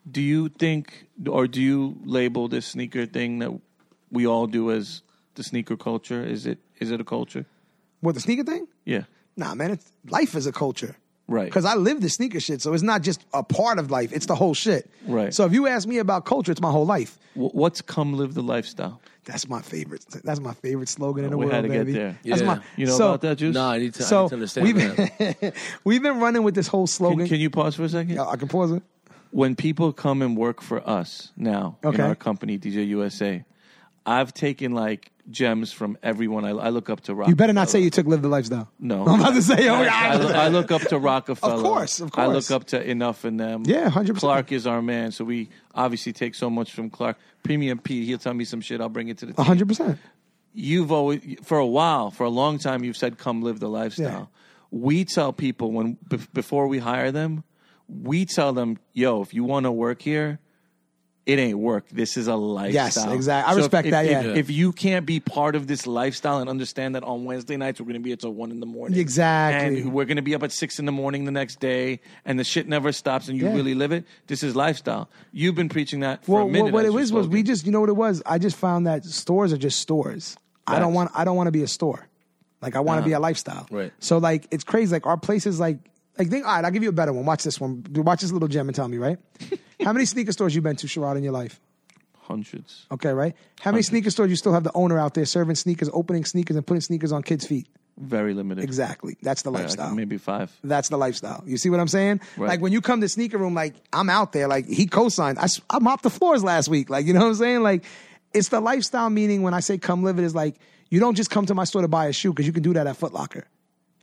Do you think, or do you label this sneaker thing that we all do as the sneaker culture? Is it is it a culture? What the sneaker thing? Yeah, Nah, man, it's, life is a culture. Right. Because I live the sneaker shit, so it's not just a part of life; it's the whole shit. Right. So if you ask me about culture, it's my whole life. Wh- what's come live the lifestyle? That's my favorite. That's my favorite slogan in the We world, had to get baby. there. That's Yeah. my. You know so, about that, Juice? No, I need to, I So need to understand we've that. been, we've been running with this whole slogan. Can, can you pause for a second? Yeah, I can pause it. When people come and work for us now in Okay. our company, DJ USA, I've taken like gems from everyone I, I look up to. Rockefeller. You better not say you took live the lifestyle. No. I'm about to say. Oh, I, I God. look, I look up to Rockefeller. Of course, of I look course. up to Enough and them. Yeah, 100%. Clark is our man, so we obviously take so much from Clark. Premium P, he'll tell me some shit. I'll bring it to the. A hundred percent. You've always, for a while, for a long time, you've said, "Come live the lifestyle." We tell people when b- before we hire them, we tell them, "Yo, if you want to work here." It ain't work. This is a lifestyle. exact- I So if- respect if- that, if- yeah. if you can't be part of this lifestyle and understand that on Wednesday nights we're going to be here till one in the morning, Exactly. and we're going to be up at six in the morning the next day, and the shit never stops, and you Yeah. really live it. This is lifestyle. You've been preaching that for Well, a minute. what, as what it your was was we slogan. just you know what it was. I just found that stores are just stores. I don't Facts. want I don't want to be a store. Like I want to be a lifestyle. Right. So like it's crazy. Like our place is like like think. All right, I'll give you a better one. Watch this one. Watch this little gem and tell me right. How many sneaker stores you been to, Sherrod, in your life? hundreds. Okay, right. How many sneaker stores you still have the owner out there serving sneakers, opening sneakers, and putting sneakers on kids' feet? Very limited. Exactly. That's the Like, lifestyle. Maybe five. That's the lifestyle. You see what I'm saying? Right. Like when you come to sneaker room, like I'm out there. Like he co-signed. I, s- I mopped the floors last week. Like you know what I'm saying? Like it's the lifestyle meaning. When I say come live it, is like you don't just come to my store to buy a shoe because you can do that at Foot Locker.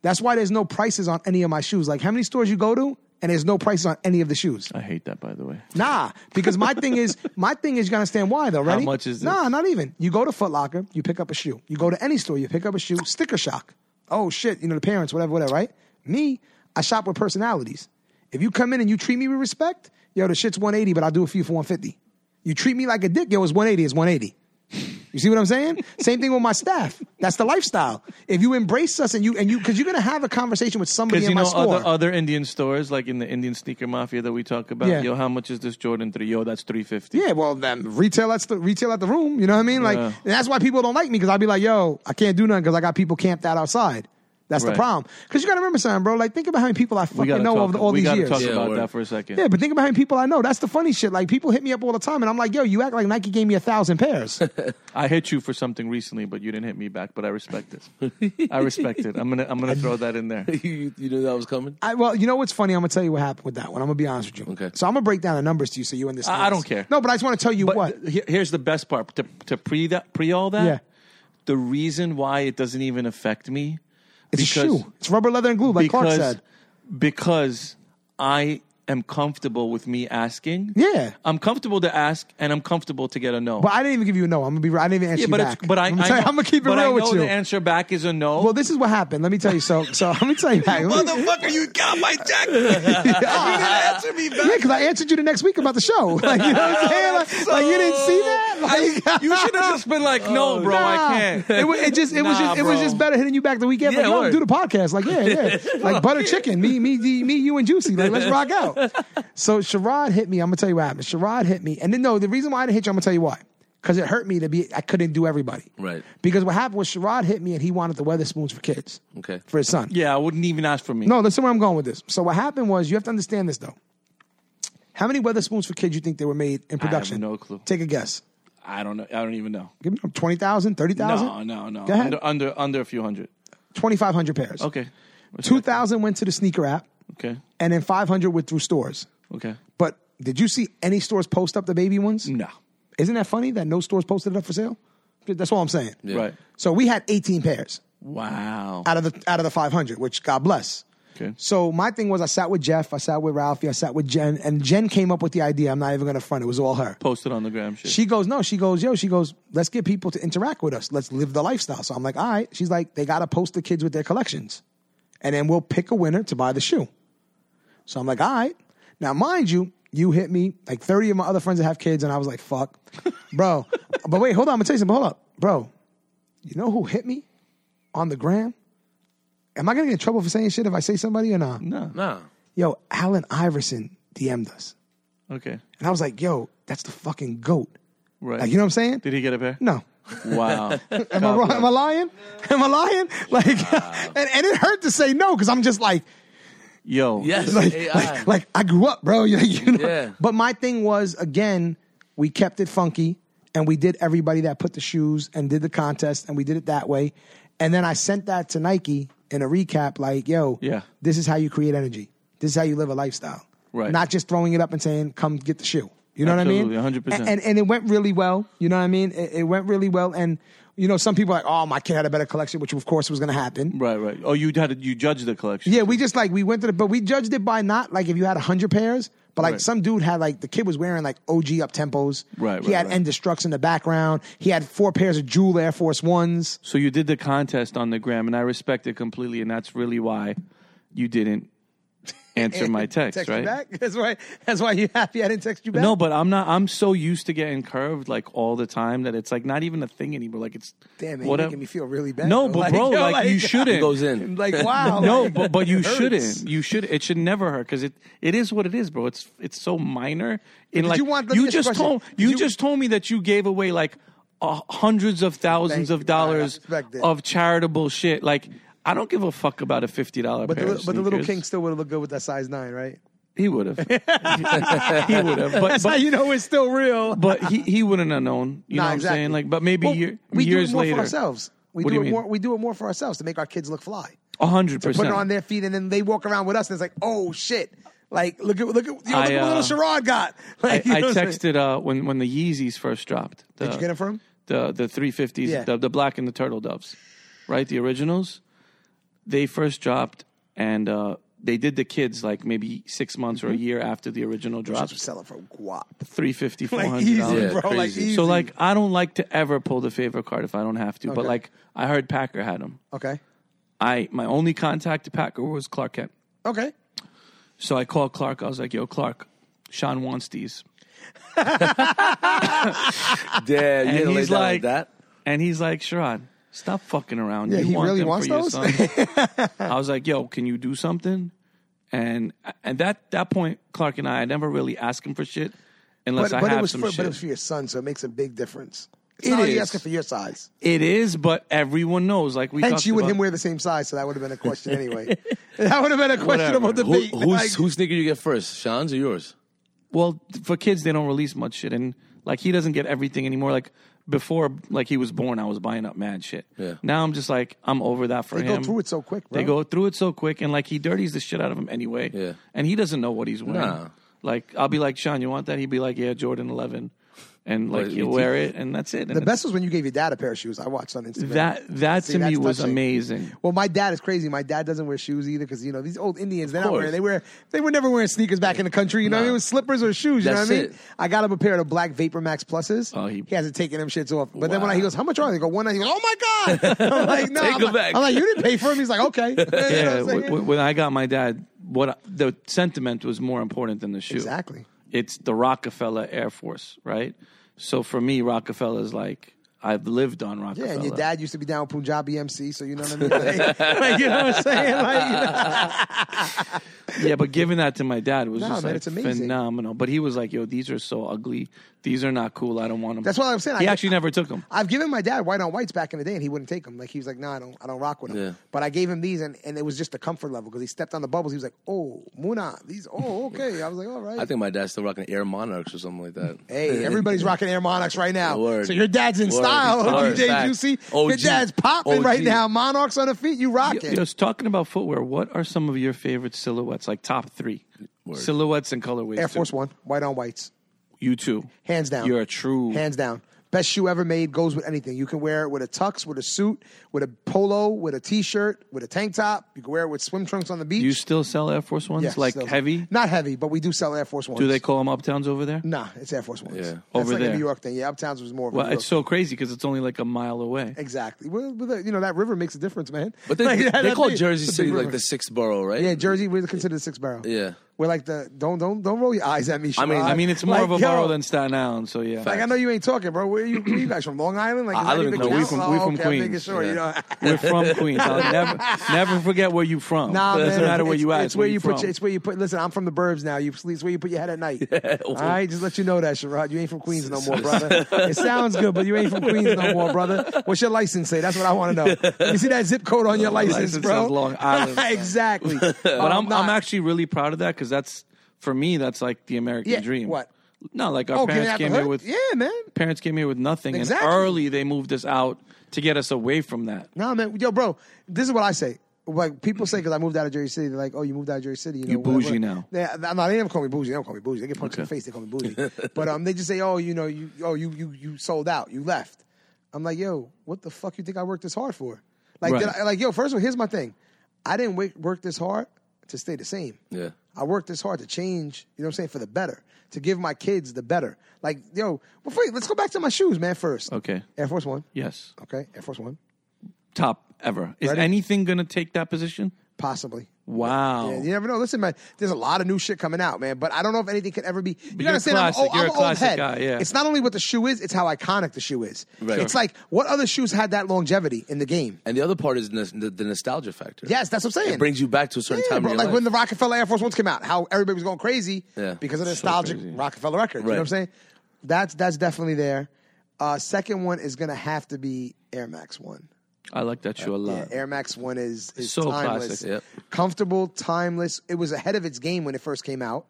That's why there's no prices on any of my shoes. Like how many stores you go to and there's no prices on any of the shoes. I hate that, by the way. Nah, because my thing is, my thing is, you gotta understand why though, right? much is this? Nah, not even. You go to Foot Locker, you pick up a shoe. You go to any store, you pick up a shoe, sticker shock. Oh shit, you know, the parents, whatever, whatever, right? Me, I shop with personalities. If you come in and you treat me with respect, yo, the shit's 180, but I'll do it for you for 150. You treat me like a dick, yo, it's 180, it's 180. You see what I'm saying? Same thing with my staff. That's the lifestyle. If you embrace us and you and you, because you're gonna have a conversation with somebody Because in you my know store. other other Indian stores like in the Indian sneaker mafia that we talk about. Yeah. Yo, how much is this Jordan three? Yo, that's three fifty. Yeah, well, then retail that's the retail at the room. You know what I mean? Like Yeah. and that's why people don't like me because I'll be like, yo, I can't do nothing because I got people camped out outside. That's Right. the problem. Because you got to remember something, bro. Like think about how many people I We fucking gotta know talk, over the- all we these gotta years. talk Yeah, about word. that for a second. Yeah, but think about how many people I know. That's the funny shit. Like people hit me up all the time, and I'm like, yo, you act like Nike gave me a thousand pairs. I hit you for something recently, but you didn't hit me back. But I respect it. I respect it. I'm gonna I'm gonna throw that in there. you, you knew that was coming. I, well, you know what's funny? I'm gonna tell you what happened with that one. I'm gonna be honest with you. Okay. So I'm gonna break down the numbers to you so you understand. I- I this. don't care. No, but I just want to tell you But what. th- he- here's the best part to to pre that pre all that. Yeah. The reason why it doesn't even affect me. It's a because- shoe. It's rubber leather and glue, like Clark because said. because I am comfortable with me asking. Yeah. I'm comfortable to ask, and I'm comfortable to get a no. But I didn't even give you a no. I'm gonna be. re- I didn't even answer yeah, you but back. it's, but I, I'm, I tell you- know- I'm gonna keep it but real I know with you. The answer back is a no. Well, this is what happened. Let me tell you. So, so let me tell you. Back. Let me- Motherfucker, you got my jacket. answer me back. yeah, because I answered you the next week about the show. Like, you know what I'm saying? Like, like, you didn't see that? Like, you should have just been like, no, bro, Oh, nah. I can't. It, wa- it just it was Nah, just it was bro. just better hitting you back the weekend. Yeah, like, yo, word. do the podcast. Like, yeah, yeah. Like butter chicken. Me, me, D- me, you and Juicy. Like, let's rock out. So Sherrod hit me. I'm gonna tell you what happened. Sherrod hit me, and then no, the reason why I didn't hit you, I'm gonna tell you why. Because it hurt me to be. I couldn't do everybody. Right. Because what happened was Sherrod hit me, and he wanted the weather spoons for kids. Okay. For his son. Yeah, I wouldn't even ask for me. No, listen where I'm going with this. So what happened was you have to understand this though. How many Weatherspoons for kids you think they were made in production? no clue. Take a guess. I don't know. I don't even know. Give me 20,000, 30,000? No, no, no. Go ahead. Under, under, under a few hundred. 2,500 pairs. Okay. 2,000 went to the sneaker app Okay. and then 500 went through stores. Okay. But did you see any stores post up the baby ones? No. Isn't that funny that no stores posted it up for sale? That's all I'm saying. Right. So we had 18 pairs Wow. out of the out of the 500, which God bless. Okay. So my thing was I sat with Jeff, I sat with Ralphie, I sat with Jen, and Jen came up with the idea. I'm not even going to front. It was all her. Posted on the gram shit. She goes, no, she goes, yo, she goes, let's get people to interact with us. Let's live the lifestyle. So I'm like, all right. She's like, they got to post the kids with their collections. And then we'll pick a winner to buy the shoe. So I'm like, all right. Now, mind you, you hit me like 30 of my other friends that have kids. And I was like, fuck, bro. but wait, hold on. I'm going to tell you something. Hold up, bro. You know who hit me on the gram? Am I going to get in trouble for saying shit if I say somebody or not? no. Nah. Yo, Allen Iverson DM'd us. Okay. And I was like, yo, that's the fucking goat. Right. Like, you know what I'm saying? Did he get a pair? No. Wow. Am I, wrong? Am I lying? Am I lying? Like, and, and it hurt to say no because I'm just like, Yo. Yes. like, AI. like, like I grew up, bro. You, you know? Yeah. But my thing was again, we kept it funky, and we did everybody that put the shoes and did the contest, and we did it that way. And then I sent that to Nike in a recap, like, yo, Yeah. this is how you create energy. This is how you live a lifestyle. Right. Not just throwing it up and saying, come get the shoe. You know Absolutely, what I mean? 100%. And, and it went really well. You know what I mean? It, it went really well. And you know, some people are like, oh, my kid had a better collection, which of course was going to happen. Right, right. Oh, you had to, you judge the collection. Yeah, we just like we went to the, but we judged it by not like if you had hundred pairs, but like Right. some dude had like the kid was wearing like OG up tempos. Right, He right, had right. End Destructs in the background. He had four pairs of Jewel Air Force Ones. So you did the contest on the gram, and I respect it completely, and that's really why you didn't answer my text, Text right? you back. That's why. That's why you happy I didn't text you back. No, but I'm not. I'm so used to getting curved like all the time that it's like not even a thing anymore. Like it's damn it, what you're a- making me feel really bad. No, though. but bro, yo, like, you shouldn't. It goes in. Like wow. no, like, but, but you it hurts. shouldn't. You should. It should never hurt because it, it is what it is, bro. It's it's so minor. And did like you you, want- let me ask you a just question. told Did you, you- just told me that you gave away like uh, hundreds of thousands Thank of you, man. I dollars respect it. of charitable shit. Like I don't give a fuck about a fifty dollar But pair. the, of but the little sneakers. king still would have looked good with that size nine, right? he would have. he would have. But, That's how but, you know it's still real. but he he wouldn't have known. You Nah, know what exactly. I'm saying? Like, but maybe Well, year, we years do it more later, for ourselves. We What do, do you it mean? more. We do it more for ourselves to make our kids look fly. a hundred Put it on percent. their feet, and then they walk around with us, and it's like, oh shit! Like look at look at yo, look I, at what uh, little Sherrod got. I, Like, you I know what I'm saying? texted uh, when when the Yeezys first dropped. Did you get it from? the the three fifties, Yeah. the the black and the turtle doves, right? The originals. They first dropped, and uh, they did the kids like maybe six months Mm-hmm. or a year after the original Just drops. sell it for guap. 350 Like 400 easy, dollars. Yeah, bro. Like crazy. easy. So like I don't like to ever pull the favor card if I don't have to. But Okay. like I heard Packer had them. okay, I my only contact to Packer was Clark Kent. okay. So I called Clark. I was like, "Yo, Clark, Sean wants these." Yeah, you had And to lay he's down like, that. And he's like, Sherrod, stop fucking around. Yeah, you he want really them wants for your those? son." I was like, yo, can you do something? And at that, that point, Clark and I, I never really ask him for shit unless But, I but have it was some for, shit. but it was for your son, so it makes a big difference. It's It not like you is. asking for your size. it is, but everyone knows. Like we Hence, talked you and about- him wear the same size, so that would have been a question anyway. that would have been a questionable Who, debate. whose, Like, whose sneaker you get first, Sean's or yours? Well, for kids, they don't release much shit, and like he doesn't get everything anymore. Like before, like he was born, I was buying up mad shit. Yeah. Now I'm just like I'm over that for They him. go through it so quick, bro. They go through it so quick, and like he dirties the shit out of him anyway. Yeah. And he doesn't know what he's wearing. Nah. Like I'll be like Sean, you want that? He'd be like, Yeah, Jordan 11, and like But you it- wear it, and that's it. And e- the it's- best was when you gave your dad a pair of shoes. I watched on Instagram. that that See, to me that's was touching. amazing. Well, my dad is crazy. My dad doesn't wear shoes either because you know these old Indians. They're not course. wearing. They wear. They were never wearing sneakers back in the country. You know, what I mean? it was slippers or shoes. You That's know what I mean? it. I got him a pair of black Vapor Max Pluses. Oh, he- hasn't taken them shits off. But then when I, he goes, "How much are they?" I go, "One." ninety." He goes, "Oh my god!" I'm like, "No." Take I'm, them like, back. I'm like, "You didn't pay for them." He's like, "Okay." You know what I'm Yeah. saying? w- when I got my dad, what I, the sentiment was more important than the shoe. exactly. it's the Rockefeller Air Force, right? So for me, Rockefeller is like I've lived on Yeah, Rockefeller. and your dad used to be down with Punjabi MC, so you know what I mean. Like, like, you know what I'm saying? Like, you know- Yeah, but giving that to my dad was Nah, just man, like it's amazing. phenomenal. But he was like, "Yo, these are so ugly. These are not cool. I don't want them." That's what I'm saying. He I- actually never took them. I've given my dad white on whites back in the day, and he wouldn't take them. Like he was like, "No, I don't, I don't rock with them." Yeah. But I gave him these, and, and it was just the comfort level because he stepped on the bubbles. He was like, "Oh, Muna, these. Oh, okay." I was like, "All right." I think my dad's still rocking Air Monarchs or something like that. hey, everybody's rocking Air Monarchs right now. Word. So your dad's in Word. style, Word. DJ Fact. Juicy. Your OG. dad's popping right OG. now. Monarchs on the feet, you rock Yo, it. it's talking about footwear. What are some of your favorite silhouettes? Like top three Word. silhouettes and colorways. Air too. Force One, white on whites, You too. hands down. You're a true. hands down. Best shoe ever made goes with anything. You can wear it with a tux, with a suit, with a polo, with a t-shirt, with a tank top. You can wear it with swim trunks on the beach. you still sell Air Force ones? Yes, like those- heavy? Not heavy, but we do sell Air Force Ones. Do they call them uptowns over there? Nah, it's Air Force Ones. Yeah. That's Over like a there. New York thing. Yeah, Uptowns was more. Of a Well, New York it's so crazy because it's only like a mile away. thing. exactly. Well, but the- you know that river makes a difference, man. But they, Like, they, that- they that call thing- Jersey it's a City big like river. the sixth borough, right? Yeah, Jersey. We're considered the sixth borough. Yeah. we're like the don't don't don't roll your eyes at me. I mean- Sherrod. I mean, it's more Like, of a yo, borough than Staten Island, so yeah. Like I know you ain't talking, bro. Where are you? Where you guys from? Long Island? Like I- is I that live in- no, even we count? from- we Oh, from okay, I'm making Queens. sure. You know. We're from Queens. I'll never, never forget where you from. Nah, it doesn't man, matter where it's- you at. It's where you put. from. Your, it's where you put. Listen, I'm from the burbs now. You it's where you put your head at night. All right, just let you know that, Sherrod. You ain't from Queens no more, brother. it sounds good, but you ain't from Queens no more, brother. What's your license say? That's what I want to know. Let me see that zip code on your license, license bro. says Long Island. exactly. Oh, but I'm, I'm actually really proud of that because that's for me. That's like the American Yeah, dream. what? No, like our Oh, getting parents out the came here hood? with Yeah, man. parents came here with nothing, Exactly. and early they moved us out to get us away from that. No, man, yo, bro. This is what I say. like people say because I moved out of Jersey City, they're like, "Oh, you moved out of Jersey City." You, know, You bougie whatever. now. They, I'm not. They never call me bougie. They don't call me bougie. They get punched in the Okay. face. They call me bougie. but um, they just say, "Oh, you know, you oh you you you sold out. You left." I'm like, "Yo, what the fuck you think I worked this hard for?" Like, Right. did I, like, yo, first of all, here's my thing. I didn't wait, work this hard to stay the same. Yeah. I worked this hard to change, you know what I'm saying, for the better, to give my kids the better. Like, yo, well, wait, let's go back to my shoes, man, first. Okay. Air Force One. Yes. Okay. Air Force One. Top ever. Is Ready? anything going to take that position? Possibly. Wow. Oh. Yeah, you never know. Listen, man, there's a lot of new shit coming out, man. But I don't know if anything could ever be. You you're gotta a say, I'm, classic. You're oh, I'm a an old classic head. guy, yeah. It's not only what the shoe is; it's how iconic the shoe is. Right. It's like what other shoes had that longevity in the game. And the other part is nos- the, the nostalgia factor. Yes, that's what I'm saying. It brings you back to a certain Yeah, time bro, in your like life. when the Rockefeller Air Force Ones came out, how everybody was going crazy Yeah. because of the nostalgic Rockefeller records. You know Right. what I'm saying? That's that's definitely there. Uh, second one is gonna have to be Air Max One. I like that show a Yeah, lot. Air Max One is, is So timeless, classic, yep. comfortable, timeless. It was ahead of its game when it first came out.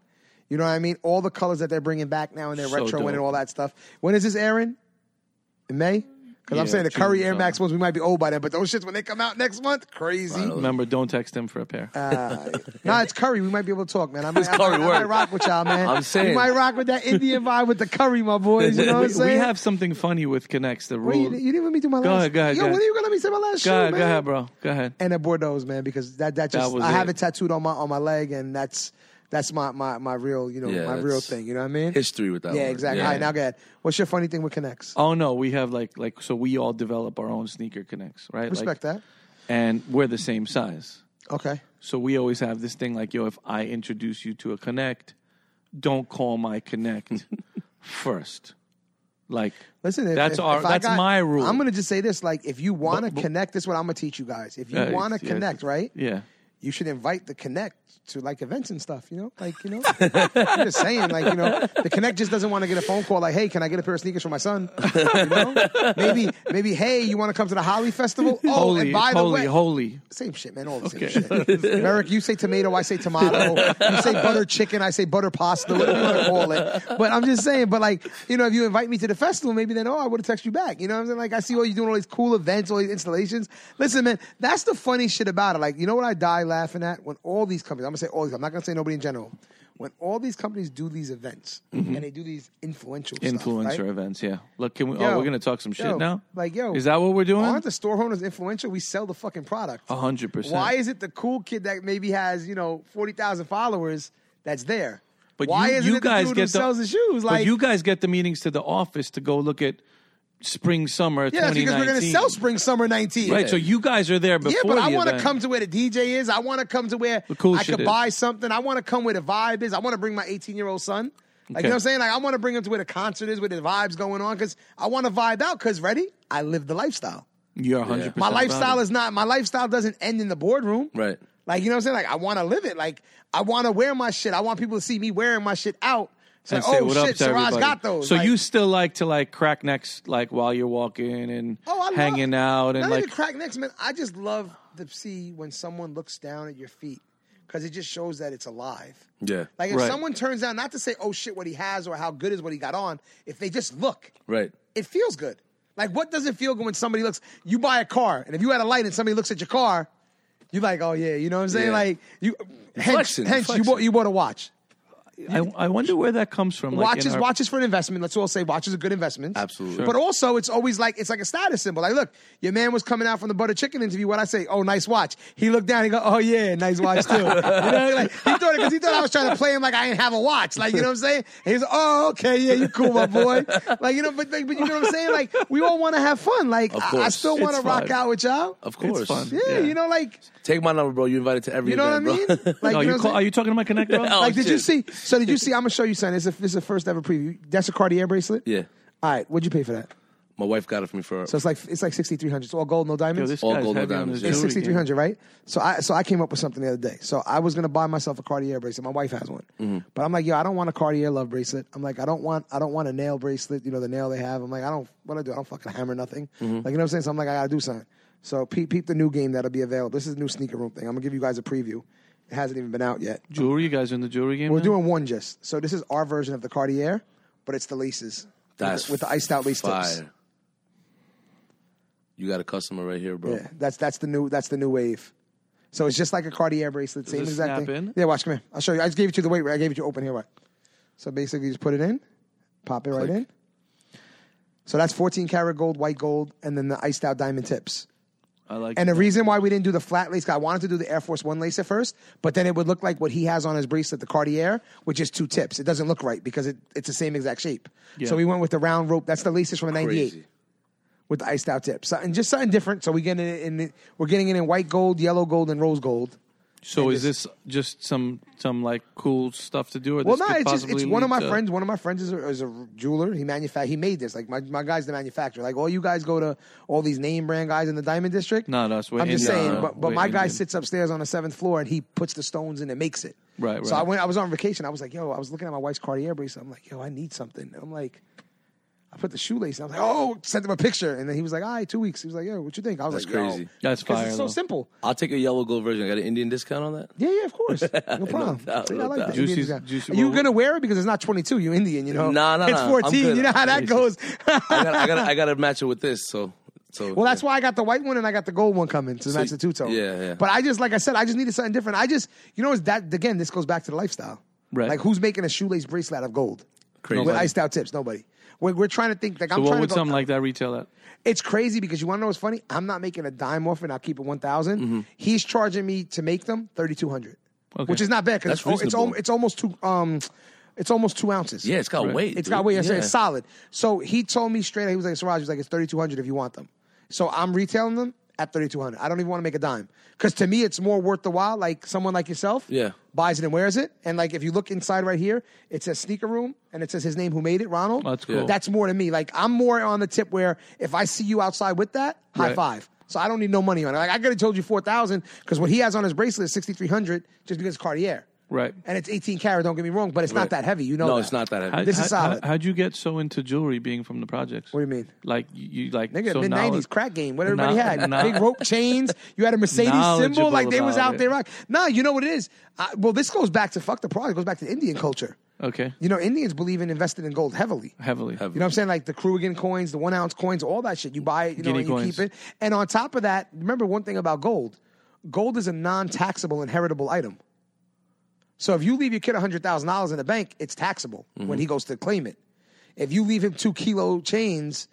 You know what I mean? All the colors that they're bringing back now and they're So retro dope. and all that stuff. When is this, Aaron? In May? Because I'm Yeah, saying the Curry June, Air Max something. ones, we might be old by then, but those shits when they come out next month, crazy. Remember, don't text him for a pair. Uh, nah, it's curry. We might be able to talk, man. I might, I, curry might, I work. might rock with y'all, man. I'm saying. we might rock with that Indian vibe with the curry, my boys. You know what we, I'm saying? we have something funny with Connects. The Wait, rule. you, you didn't let me do my Go last. ahead, go ahead, Yo, go when ahead. are you gonna let me say my last go, shoe, ahead, man? go ahead, bro. Go ahead. And at Bordeaux's, man, because that that just was I have it. it tattooed on my on my leg, and that's that's my my my real you know Yeah, my real that's thing. You know what I mean? history with that yeah, one. exactly. Yeah. All right, now go ahead. What's your funny thing with connects? Oh no, we have like like so we all develop our own sneaker connects, right? Respect like, that. And we're the same size. Okay. So we always have this thing like, yo, if I introduce you to a connect, don't call my connect first. Like Listen, if, That's if- our- if I that's got- my rule. I'm gonna just say this: like, if you want to But- but- connect, this is what I'm gonna teach you guys. If you uh, want to yeah, connect, right? Yeah. you should invite the connect to like events and stuff, you know? Like, you know, I'm just saying, like, you know, the connect just doesn't want to get a phone call like, hey, can I get a pair of sneakers for my son? You know? Maybe, maybe, hey, you want to come to the Holly Festival? Oh, holy, and by the holy, way, holy. same shit, man, all the same shit. Eric, you say tomato, I say tomato. You say butter chicken, I say butter pasta, whatever you want to call it. But I'm just saying, but like, you know, if you invite me to the festival, maybe then, oh, I would have texted you back. You know what I'm saying? Like, I see all you doing all these cool events, all these installations. Listen, man, that's the funny shit about it. Like, you know what I die laughing at? When all these companies, I'm going to say all these, I'm not going to say nobody in general. When all these companies do these events and they do these influential stuff, Influencer right? events, yeah. Look, can we? Yo, oh, we're gonna talk some shit yo, now. like, yo, is that what we're doing? Aren't the store owners influential? We sell the fucking product. A hundred percent. Why is it the cool kid that maybe has you know forty thousand followers that's there? But why you, isn't you it guys the dude get who sells the shoes? but Like you guys get the meetings to the office to go look at spring summer. yeah, that's because we're gonna 2019. sell spring summer nineteen. Right, so you guys are there Yeah, before. but I want to come to where the DJ is. I want to come to where cool I shit could is. buy something. I want to come where the vibe is. I want to bring my 18 year old son. Okay. Like, you know what I'm saying? Like, I want to bring him to where the concert is, where the vibe's going on, because I want to vibe out, because, ready? I live the lifestyle. You're 100. percent My lifestyle is not, my lifestyle doesn't end in the boardroom. Right. Like, you know what I'm saying? Like, I want to live it. Like, I want to wear my shit. I want people to see me wearing my shit out. It's And like, say oh, what up shit, to Siraj everybody. got those. So Like, you still like to like crack necks like while you're walking and oh, I love- hanging out and Not like even crack necks, man. I just love to see when someone looks down at your feet because it just shows that it's alive. Yeah. Like, if Right. someone turns down, not to say, oh, shit, what he has or how good is what he got on, if they just look, right. it feels good. Like, what does it feel good when somebody looks? You buy a car, and if you had a light and somebody looks at your car, you're like, oh yeah, you know what I'm saying? Yeah. Like, you hence, Flexing, hence you flexing. bought you bought a watch. I, I wonder where that comes from. Like watches, in our- watches for an investment. Let's all say watches are good investments. Absolutely. Sure. But also, it's always like it's like a status symbol. Like, look, your man was coming out from the butter chicken interview. What I say? Oh, nice watch. He looked down. He go, oh yeah, nice watch too. you know, like, he thought it because he thought I was trying to play him like I didn't have a watch. Like you know what I'm saying? And he's oh okay, yeah, you cool, my boy. Like you know, but but, but you know what I'm saying? Like we all want to have fun. Like Of I, I course. still want to It's rock fun. out with y'all. Of course. fun. Yeah, Yeah. you know, like Take my number, bro. You invited to every you know what I event, mean? bro. Like No, you know what you I'm call, saying? are you talking to my connect, bro? Oh, like, did you shit. see? So, did you see? I'm gonna show you something. It's a, it's a first ever preview. That's a Cartier bracelet. yeah. All right. What'd you pay for that? My wife got it for me for So it's like it's like 6300. It's all gold, no Yo, diamonds. this All guy's gold heavy on diamonds, his yeah. jewelry it's game. 6300, right? So I so I came up with something the other day. So I was gonna buy myself a Cartier bracelet. My wife has one, but I'm like, yo, I don't want a Cartier love bracelet. I'm like, I don't want I don't want a nail bracelet. You know the nail they have. I'm like, I don't what do I do. I don't fucking hammer nothing. Like you know what I'm saying. So I'm like, I gotta do something. So peep, peep the new game that'll be available. This is a new sneaker room thing. I'm gonna give you guys a preview. It hasn't even been out yet. Jewelry, you guys are in the jewelry game. We're now? doing one just. So this is our version of the Cartier, but it's the laces With That's the- with the iced out lace tips. fire. You got a customer right here, bro. Yeah, that's that's the new that's the new wave. So it's just like a Cartier bracelet, same it exact snap thing. in? Yeah, watch, come here. I'll show you. I just gave it to the weight. I gave it to open here. What? So basically, you just put it in, pop it right in. So that's 14 karat gold, white gold, and then the iced out diamond tips. I like And the reason why we didn't do the flat lace, 'cause I wanted to do the Air Force One lace at first, but then it would look like what he has on his bracelet, the Cartier, with just two tips. It doesn't look right because it, it's the same exact shape. So we went with the round rope. That's the laces from a 98 Crazy. with the iced out tips. So- And just something different. So we get it in, we're getting it in white gold, yellow gold, and rose gold. So is this just some some like cool stuff to do? Or Well, this no, could it's just it's possibly one of lead my to- friends. One of my friends is a, is a jeweler. He manufact. He made this. Like my, my guy's the manufacturer. Like all you guys go to all these name brand guys in the diamond district. Not us. We're I'm just Indian, saying. uh, but but we're my guy Indian. sits upstairs on the seventh floor and he puts the stones in and makes it. Right, So I right. went. I was on vacation. I was like, yo, I was looking at my wife's Cartier bracelet. I'm like, yo, I need something. I'm like. I put the shoelace. And I was like, "Oh!" Sent him a picture, and then he was like, "All right, two weeks." He was like, "Yo, what you think?" I was That's like, "Yo." crazy. That's 'Cause fire. It's so though. simple. I'll take a yellow gold version. I got an Indian discount on that. Yeah, yeah, of course. No problem. doubt, See, I no like doubt. that. Indian Juicy's- guy. Juicy- You're well- gonna wear it because it's not 22. You Indian, you know. Nah, nah, It's nah, I'm 14. good. You know how that Crazy. goes. I got, I got, I got to match it with this. So, so well, that's why I got the white one and I got the gold one coming to match the two tone. yeah, yeah. But I just, like I said, I just needed something different. I just, you know, it's that again. This goes back to the lifestyle. Right. Like who's making a shoelace bracelet out of gold? Crazy. With iced out tips, nobody. We're, we're trying to think. Like So I'm what trying would to go. something like that retail at? It's crazy because you want to know what's funny? I'm not making a dime off, and I'll keep it one Mm-hmm. He's charging me to make them thirty two hundred, Okay. which is not bad because That's it's, al- it's, al- reasonable. it's almost two um, it's almost two ounces. yeah, it's got weight. It's got dude. weight. I said It's Yeah. solid. So he told me straight. He was like, Siraj, he was like, it's thirty two hundred if you want them. So I'm retailing them at thirty two hundred. I don't even want to make a dime because to me it's more worth the while. Like someone like yourself, Yeah. buys it and wears it. And like if you look inside right here, it says sneaker room and it says his name who made it, Ronald. That's cool. Yeah. That's more to me. Like I'm more on the tip where if I see you outside with that, high Right. five. So I don't need no money on it. Like I could have told you four thousand because what he has on his bracelet is sixty three hundred just because it's Cartier. Right. And it's 18 karat, don't get me wrong, but it's not Right. that heavy. You know No, that. it's not that heavy. How- This is how- how- solid. How'd you get so into jewelry being from the projects? What do you mean? Like you you, like Nigga, so mid knowledge- nineties crack game. What everybody Kno- had, kno- big rope chains. You had a Mercedes symbol, Knowledgeable like they was about out it. there. Rock. Nah, you know what it is. I, well, this goes back to fuck the product. It goes back to Indian culture. Okay. You know, Indians believe in investing in gold heavily. Heavily. You know what I'm saying? Like the Krugen coins, the one ounce coins, all that shit. You buy it, you know, Guinea and you coins. keep it. And on top of that, remember one thing about gold: gold is a non-taxable inheritable item. So if you leave your kid hundred thousand dollars in the bank, it's taxable Mm-hmm. when he goes to claim it. If you leave him two kilo chains,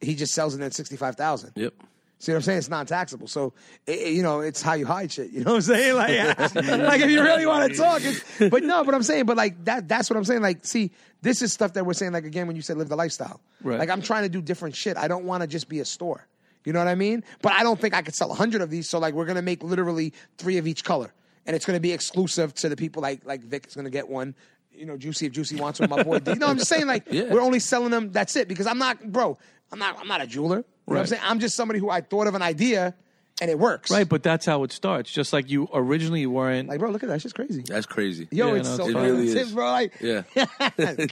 he just sells it at sixty five thousand. Yep. See what I'm saying? It's non-taxable. So, it, it- you know, it's how you hide shit. You know what I'm saying? Like, like if you really want to talk, it's, but no, but I'm saying, but like that—that's what I'm saying. Like, see, this is stuff that we're saying. Like again, when you said live the lifestyle, Right. like I'm trying to do different shit. I don't want to just be a store. You know what I mean? But I don't think I could sell hundred of these. So like, we're gonna make literally three of each color, and it's gonna be exclusive to the people. Like like Vic is gonna get one. You know, Juicy if Juicy wants one, my boy. D. You know, I'm just saying like we're only selling them. That's it. Because I'm not, bro. I'm not. I'm not a jeweler. You know what I'm Right. saying? I'm just somebody who I thought of an idea and it works. Right, but that's how it starts. Just like you originally weren't. Like, bro, look at that. It's just crazy. That's crazy. Yo, Yeah, it's no, so it's fucking really tips, is. bro. Like, Yeah.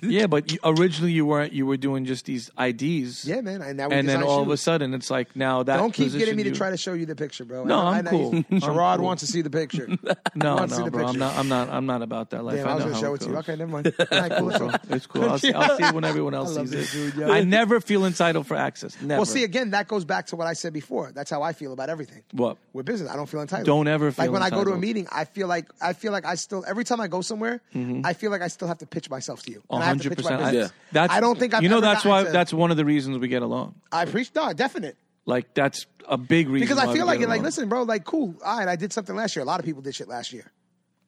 yeah, but you, originally you weren't. You were doing just these IDs. yeah, man. And, now we And then design all shoes. of a sudden, it's like now that Don't keep getting position me to you- try to show you the picture, bro. No, I- I I'm know cool. you- I'm Sherrod cool. wants to see the picture. No, want to see no, the bro. I'm picture. not. I'm not. I'm not about that life. Damn, I, I, was know gonna how show it it to you. goes. Okay, never mind. All right, cool, let's go. It's cool. I'll see, I'll see it when everyone else love sees this it. dude, yo. I never feel entitled for access. Never. Well, see, again, that goes back to what I said before. That's how I feel about everything. What? With business, I don't feel entitled. Don't ever feel like when I go to a entitled. meeting. I feel like I feel like I still every time I go somewhere, I feel like I still have to pitch myself to you. Mm-hmm. A And I have to hundred pitch my percent. I- business. That's. I don't think I've you know. ever That's gotten why. to- That's one of the reasons we get along. I appreciate no, definite. Like that's a big reason. Because I why feel we like get it. Like, along. listen, bro. Like, cool. All right, I did something last year. A lot of people did shit last year.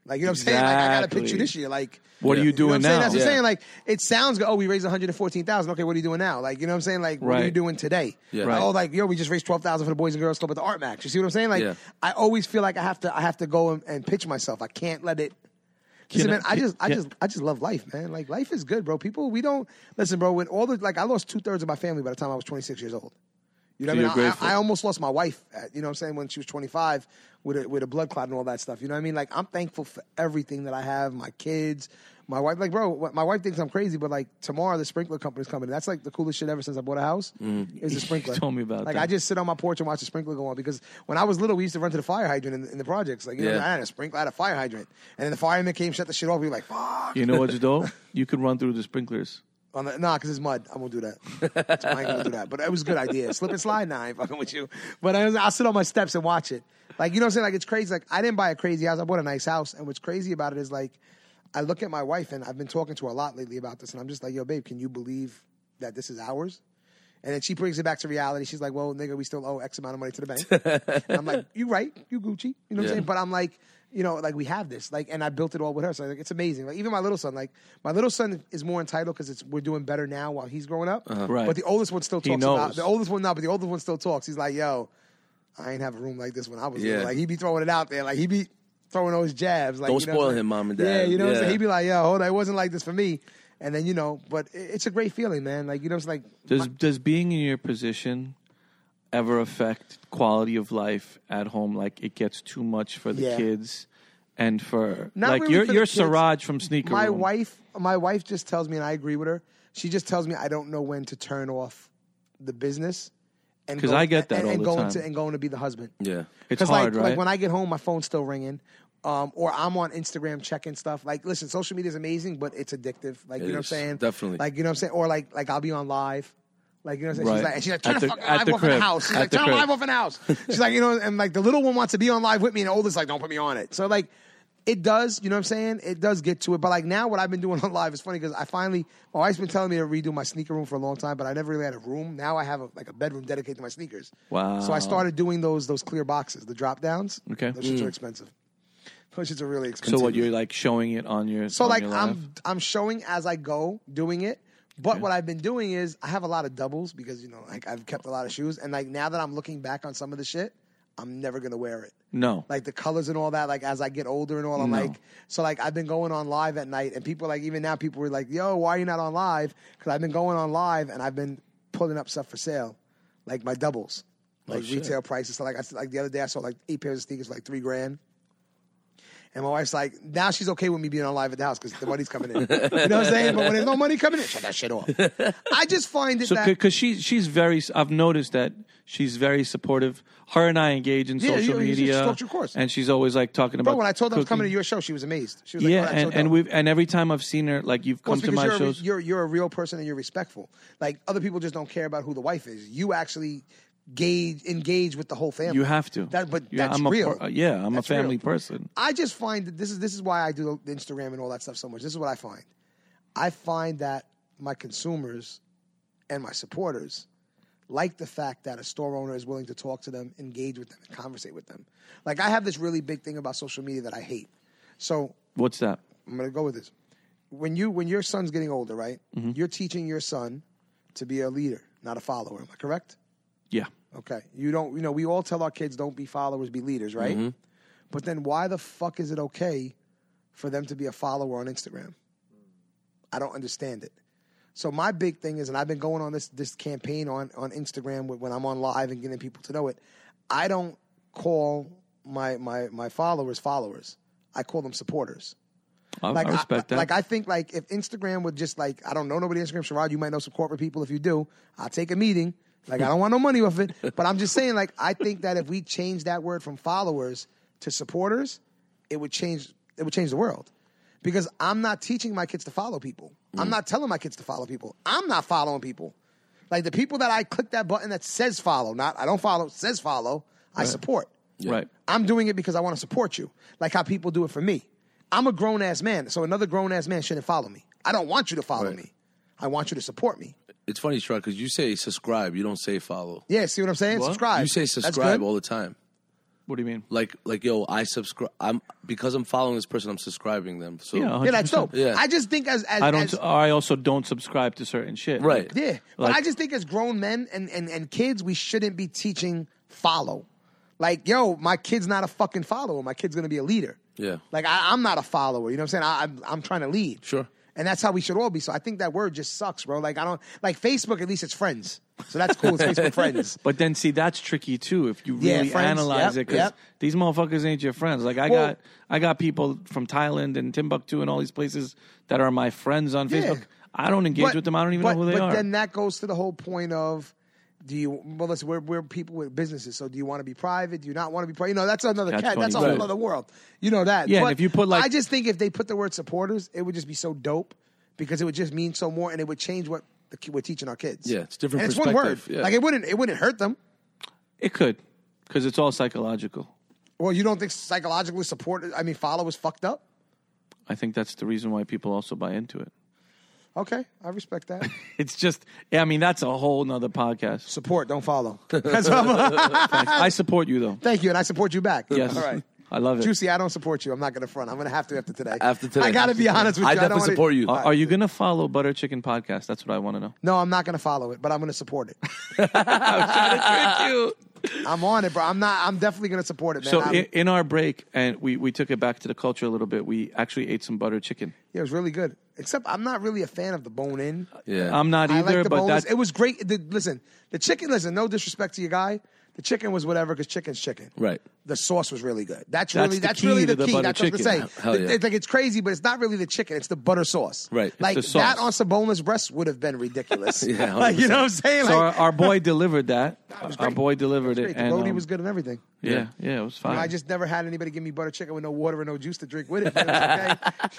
Like, you know what I'm saying? Like, I got to pitch you Exactly. this year. Like, What are Yeah. you you know what doing I'm saying? now? That's what Yeah. I'm saying. Like, it sounds good. Oh, we raised 114,000. Okay, what are you doing now? Like, you know what I'm saying? Like, what are you Right. doing today? Yeah. Like, Right. Oh, like, yo, we just raised 12,000 for the Boys and Girls Club at the Art Max. You see what I'm saying? Like, Yeah. I always feel like I have to, I have to go and, and pitch myself. I can't let it. Can Listen, I- man, I can- just, I can- just, I just love life, man. Like, life is good, bro. People, we don't listen, bro. When all the like, I lost two thirds of my family by the time I was 26 years old. You know So what you're I mean? I- grateful. I, I almost lost my wife, at, you know what I'm saying, when she was 25 with a, with a blood clot and all that stuff. You know what I mean? Like, I'm thankful for everything that I have, my kids, my wife. Like, bro, what- my wife thinks I'm crazy, but like, tomorrow the sprinkler company's coming. That's like the coolest shit ever since I bought a house is the sprinkler. Mm. told me about Like, that. I just sit on my porch and watch the sprinkler go on because when I was little, we used to run to the fire hydrant in, the- in the projects. Like, you know, Yeah. I had a sprinkler, I had a fire hydrant. And then the fireman came, shut the shit off. We were like, fuck. You know what's dope? You could run through the sprinklers. On the, nah, because it's mud. I won't do that. So I ain't gonna do that. But it was a good idea. Slip and slide. Nah, I ain't fucking with you. But I was, I'll sit on my steps and watch it. Like you know what I'm saying? Like it's crazy. Like I didn't buy a crazy house. I bought a nice house. And what's crazy about it is like I look at my wife and I've been talking to her a lot lately about this. And I'm just like, yo, babe, can you believe that this is ours? And then she brings it back to reality. She's like, well, nigga, we still owe X amount of money to the bank. and I'm like, you right, you Gucci. You know what I'm Yeah. saying? But I'm like, you know, like we have this, like, and I built it all with her. So like, it's amazing. Like even my little son, like my little son is more entitled because it's we're doing better now while he's growing up. Uh-huh. Right. But the oldest one still He talks about knows. the oldest one not, but the oldest one still talks. He's like, yo, I ain't have a room like this when I was Yeah. little. Like he be throwing it out there. Like he be throwing those jabs. Like Don't you know spoil what I'm him, saying? Mom and Yeah, Dad. you know what I'm saying? Yeah. He be like, yo, hold on, it wasn't like this for me. And then you know, but it- it's a great feeling, man. Like you know, it's like Does does being in your position ever affect quality of life at home? Like it gets too much for the Yeah. kids and for Not like really you're for the you're kids. Siraj from Sneaker my Room. wife my wife just tells me and i agree with her she just tells me i don't know when to turn off the business and 'Cause go- I get that and, all and the going time. to and going to be the husband Yeah. It's because hard, like, right? like when I get home, my phone's still ringing, um, or I'm on Instagram checking stuff. Like, listen, social media is amazing, but it's addictive. Like, you know what I'm is, saying? definitely. Like, you know what I'm saying? Or like, like I'll be on live. Like, you know what I'm saying? Right. She's like, and she's like, At turn the, the- fucking at live the off in crib. the house. She's At like, the turn crib. live off in the house. She's like, you know, and like the little one wants to be on live with me, and the oldest like, don't put me on it. So like. It does, you know what I'm saying? It does get to it. But like now, what I've been doing on live is funny because I finally, my wife's been telling me to redo my sneaker room for a long time, but I never really had a room. Now I have a, like a bedroom dedicated to my sneakers. Wow. So I started doing those those clear boxes, the drop downs. Okay. Those shits are expensive. Those shits are really expensive. so what you're like showing it on your So on like your live? I'm I'm showing as I go doing it. But what I've been doing is I have a lot of doubles because you know like I've kept a lot of shoes and like now that I'm looking back on some of the shit, I'm never gonna wear it. no Like the colors and all that, like as I get older and all, I'm like, so like I've been going on live at night, and people like even now people were like, "Yo, why are you not on live?" Because I've been going on live and I've been pulling up stuff for sale, like my doubles, Oh, like retail prices. So like I like the other day I sold like eight pairs of sneakers for like three grand. And my wife's like, now she's okay with me being on live at the house because the money's coming in. you know what I'm saying? But when there's no money coming in, shut that shit off. I just find it so that because she she's very I've noticed that she's very supportive. Her and I engage in Yeah, social you- you just media, structure course. and she's always like talking about. Bro, when I told her I was cooking. coming to your show, she was amazed. She was like, yeah, oh, that's so and, dope. and we've and every time I've seen her, like you've Well, come it's to because my you're, a- shows. you're you're a real person and you're respectful. Like other people just don't care about who the wife is. You actually gauge engage with the whole family. You have to. That, but Yeah, that's I'm a real. per- yeah, I'm That's a family real. person. I just find that this is this is why I do the Instagram and all that stuff so much. This is what I find. I find that my consumers and my supporters like the fact that a store owner is willing to talk to them, engage with them, and conversate with them. Like I have this really big thing about social media that I hate. So What's that? I'm gonna go with this. When you when your son's getting older, right? You're teaching your son to be a leader, not a follower. Am I correct? Yeah, Okay. You don't. You know, we all tell our kids don't be followers, be leaders, right? But then why the fuck is it okay for them to be a follower on Instagram? I don't understand it. So my big thing is, and I've been going on this this campaign on on Instagram with, when I'm on live and getting people to know it. I don't call my my my followers followers. I call them supporters I, like I respect I, that. Like I think like if Instagram would just like I don't know nobody on Instagram, Sherrod, you might know some corporate people. If you do, I'll take a meeting. Like I don't want no money off it. But I'm just saying, like, I think that if we change that word from followers to supporters, it would change it would change the world. Because I'm not teaching my kids to follow people. Mm. I'm not telling my kids to follow people. I'm not following people. Like the people that I click that button that says follow, not I don't follow, says follow, I support. Right. I'm doing it because I want to support you, like how people do it for me. I'm a grown ass man, so another grown ass man shouldn't follow me. I don't want you to follow Right. me. I want you to support me. It's funny, Shrug, because you say subscribe, you don't say follow. Yeah, see what I'm saying? Subscribe. You say That's subscribe good. all the time. what do you mean? Like, like, yo, I subscribe. I'm because I'm following this person. I'm subscribing them. So Yeah, Yeah, that's dope. 100%. Yeah. I just think as as I don't. as- I also don't subscribe to certain shit. Right. Yeah. but Like- I just think as grown men and, and, and kids, we shouldn't be teaching follow. Like, yo, my kid's not a fucking follower. My kid's gonna be a leader. Yeah. Like I, I'm not a follower. You know what I'm saying? I, I'm I'm trying to lead. Sure. And that's how we should all be. So I think that word just sucks, bro. Like I don't like Facebook. At least it's friends. So that's cool. It's Facebook friends. But then, see, that's tricky too. If you Yeah, really friends, analyze yep, it, because yep. these motherfuckers ain't your friends. Like I Well- got, I got people from Thailand and Timbuktu and all these places that are my friends on Yeah. Facebook. I don't engage with them. I don't even but- know who they but are. then that goes to the whole point of do you well listen we're, we're people with businesses so do you want to be private do you not want to be private you know that's another That's cat that's a funny, whole right. other world you know that Yeah, and But if you put, like- i just think if they put the word supporters it would just be so dope because it would just mean so more, and it would change what the, ki- we're teaching our kids. Yeah, it's different And it's one word. perspective, yeah. Like it wouldn't it wouldn't hurt them. It could, because it's all psychological. Well, you don't think psychologically support? I mean, follow is fucked up. I think that's the reason why people also buy into it. Okay, I respect that. It's just, yeah, I mean, that's a whole nother podcast. support, don't follow. That's what I'm- I support you though. Thank you, and I support you back. Yes, All right. I love it. Juicy, I don't support you. I'm not going to front. I'm going to have to after today. After today. I got to be honest with I you. don't definitely wanna- support you. Are, are you gonna follow Butter Chicken Podcast? That's what I want to know. No, I'm not going to follow it, but I'm going to support it. Thank you. I'm on it, bro. I'm not. I'm definitely going to support it, man. So I'm- in, in our break, and we, we took it back to the culture a little bit. We actually ate some butter chicken. yeah, it was really good. Except I'm not really a fan of the bone in. Yeah. I'm not I either, like the but boneless. that's It was great. The, listen, the chicken. Listen, no disrespect to your guy. The chicken was whatever because chicken's chicken. Right. The sauce was really good. That's, That's really the that's key really to the the key. butter that's what I'm chicken. saying. Hell The- yeah. it's like it's crazy, but it's not really the chicken. It's the butter sauce. Right. It's Like the sauce. that on some boneless breast would have been ridiculous. Yeah, Like, you know what I'm saying? so. Our, Like, our boy delivered that. our boy delivered it, great. The and roti um, was good and everything. Yeah, yeah, it was fine. I just never had anybody give me butter chicken with no water and no juice to drink with it. But it's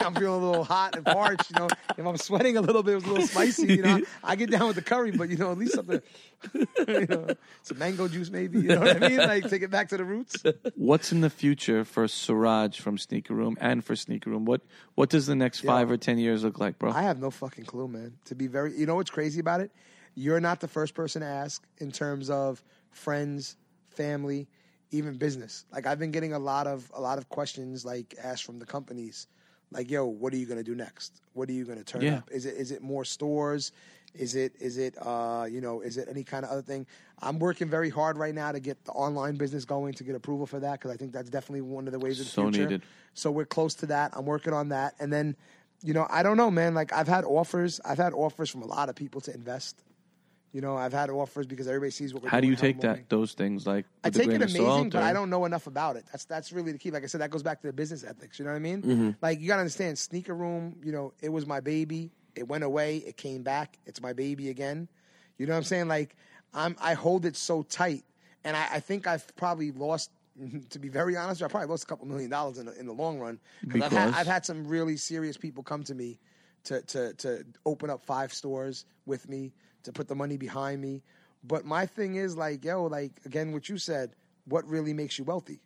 okay. I'm feeling a little hot and parched, you know. If I'm sweating a little bit, it was a little spicy, you know. I get down with the curry, but you know, at least something, you know, some mango juice maybe. You know what I mean? Like take it back to the roots. What's in the future for Suraj from Sneaker Room and for Sneaker Room? What What does the next five or ten years look like, bro? I have no fucking clue, man. To be very, you know what's crazy about it? You're not the first person to ask in terms of friends, family, even business. Like I've been getting a lot of a lot of questions like asked from the companies, like, "Yo, what are you gonna do next? What are you gonna turn Yeah. up? Is it is it more stores? Is it is it uh you know is it any kind of other thing? I'm working very hard right now to get the online business going to get approval for that because I think that's definitely one of the ways of the So future. needed. So we're close to that. I'm working on that. And then, you know, I don't know, man. Like I've had offers. I've had offers from a lot of people to invest. You know, I've had offers because everybody sees what we're How do doing, you take I'm moving. that? Those things like I with a take it grain of amazing, salt, but or- I don't know enough about it. That's that's really the key. Like I said, that goes back to the business ethics. You know what I mean? Mm-hmm. Like you gotta understand, sneaker room. You know, it was my baby. It went away. It came back. It's my baby again. You know what I'm saying? Like I'm, I hold it so tight, and I, I think I've probably lost. To be very honest, I probably lost a couple million dollars in the, in the long run. 'Cause I've, had, Because? I've had some really serious people come to me to, to, to open up five stores with me, to put the money behind me. But my thing is like, yo, like again, what you said, what really makes you wealthy?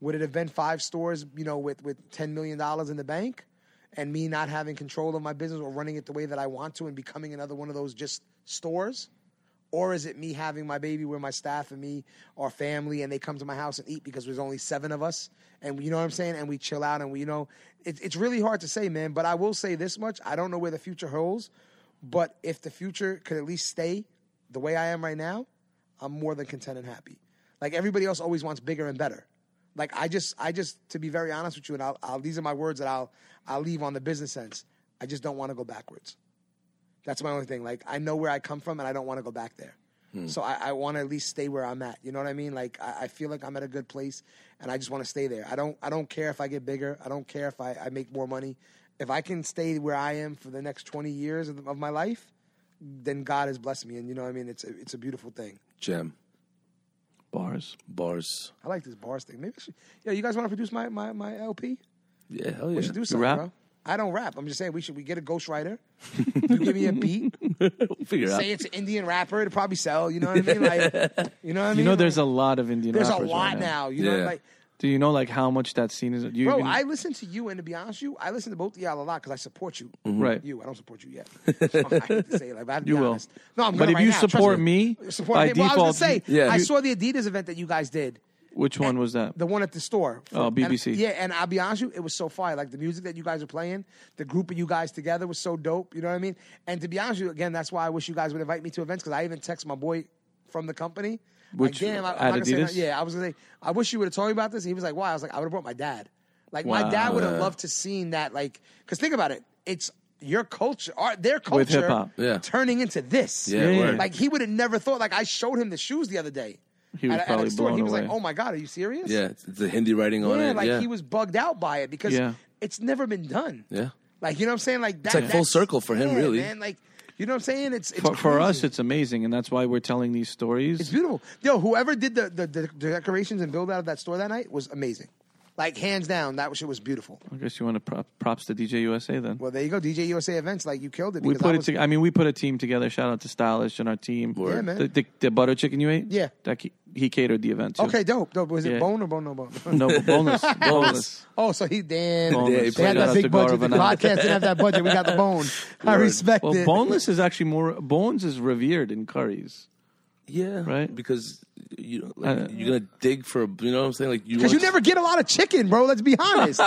Would it have been five stores, you know, with, with ten million dollars in the bank and me not having control of my business or running it the way that I want to and becoming another one of those just stores? Or is it me having my baby where my staff and me are family and they come to my house and eat because there's only seven of us and you know what I'm saying? And we chill out and we, you know, it, it's really hard to say, man. But I will say this much I don't know where the future holds, but if the future could at least stay the way I am right now, I'm more than content and happy. Like everybody else always wants bigger and better. Like I just, I just, to be very honest with you, and I'll, I'll these are my words that I'll, I'll leave on the business sense. I just don't want to go backwards. That's my only thing. Like I know where I come from, and I don't want to go back there. So I, I want to at least stay where I'm at. You know what I mean? Like I, I feel like I'm at a good place, and I just want to stay there. I don't, I don't care if I get bigger. I don't care if I, I make more money. If I can stay where I am for the next 20 years of, of my life, then God has blessed me, and you know what I mean. It's a, it's a beautiful thing. Jam. bars. Bars. I like this bars thing. Maybe I should, yeah, you guys want to produce my my my LP? Yeah, hell We yeah. should do something, rap? bro. I don't rap. I'm just saying we should we get a ghostwriter. you give me a beat. We'll figure it out. Say it's an Indian rapper. It'll probably sell. You know what I mean? Like, you know what I mean? You know, there's Like, a lot of Indian. there's a rappers lot right now. You know, Yeah. like Do you know like how much that scene is? Do you bro, even- I listen to you, and to be honest with you, I listen to both of y'all a lot because I support you. Mm-hmm. right. You, I don't support you yet. So I hate to say it, like, but I have to You be will. honest. No, I'm But gonna if right you now, trust support me, me, support by me. Well, I was gonna default, say, you- Yeah. I you- saw the Adidas event that you guys did. Which one was that? the one at the store. Oh, And- BBC. yeah, and I'll be honest with you, it was so fire. Like the music that you guys were playing, the group of you guys together was so dope. You know what I mean? And to be honest with you, again, that's why I wish you guys would invite me to events because I even text my boy from the company. Which- like, damn, I, I'm at not gonna say Adidas? that. Yeah, I was gonna say, I wish you would have told me about this. He was like, why? I was like, I would have brought my dad. Like my Wow. dad would have loved to seen that. Like, because think about it, it's your culture, our, their culture, hip-hop. Yeah. turning into this. Yeah, Yeah. word. like he would have never thought. Like I showed him the shoes the other day. He was at, a- at probably a store. and He blown was like, away. "Oh my god, are you serious?" Yeah, it's the Hindi writing on yeah, it. like yeah. he was bugged out by it because Yeah. it's never been done. yeah. Like you know what I'm saying? Like that, like full that's- circle for him, yeah, really. Man, like you know what I'm saying? It's it's For, for crazy. us, it's amazing, and that's why we're telling these stories. it's beautiful. Yo, whoever did the, the the the decorations and build out of that store that night was amazing. Like hands down, that shit was beautiful. I guess you want to prop, props to DJ USA then. Well, there you go, DJ USA events. Like you killed it. we because put I it. was- to, I mean, we put a team together. Shout out to Stylish and our team. Yeah, man. The, the, the butter chicken you ate. Yeah. that he, he catered the event. To. Okay, dope, dope. Was it Yeah. bone or bone no bone? No boneless, boneless. Oh, so he damn. Boneless. Yeah, he they had pointed that out to big budget. The Gaurav Anand. podcast didn't have that budget. We got the bone. I respect Well, it. boneless is actually more. Bones is revered in curries. Yeah, Right. Because you know, like, Uh, you're gonna dig for a, you know what I'm saying? Like you Because you want- never get a lot of chicken, bro. Let's be honest.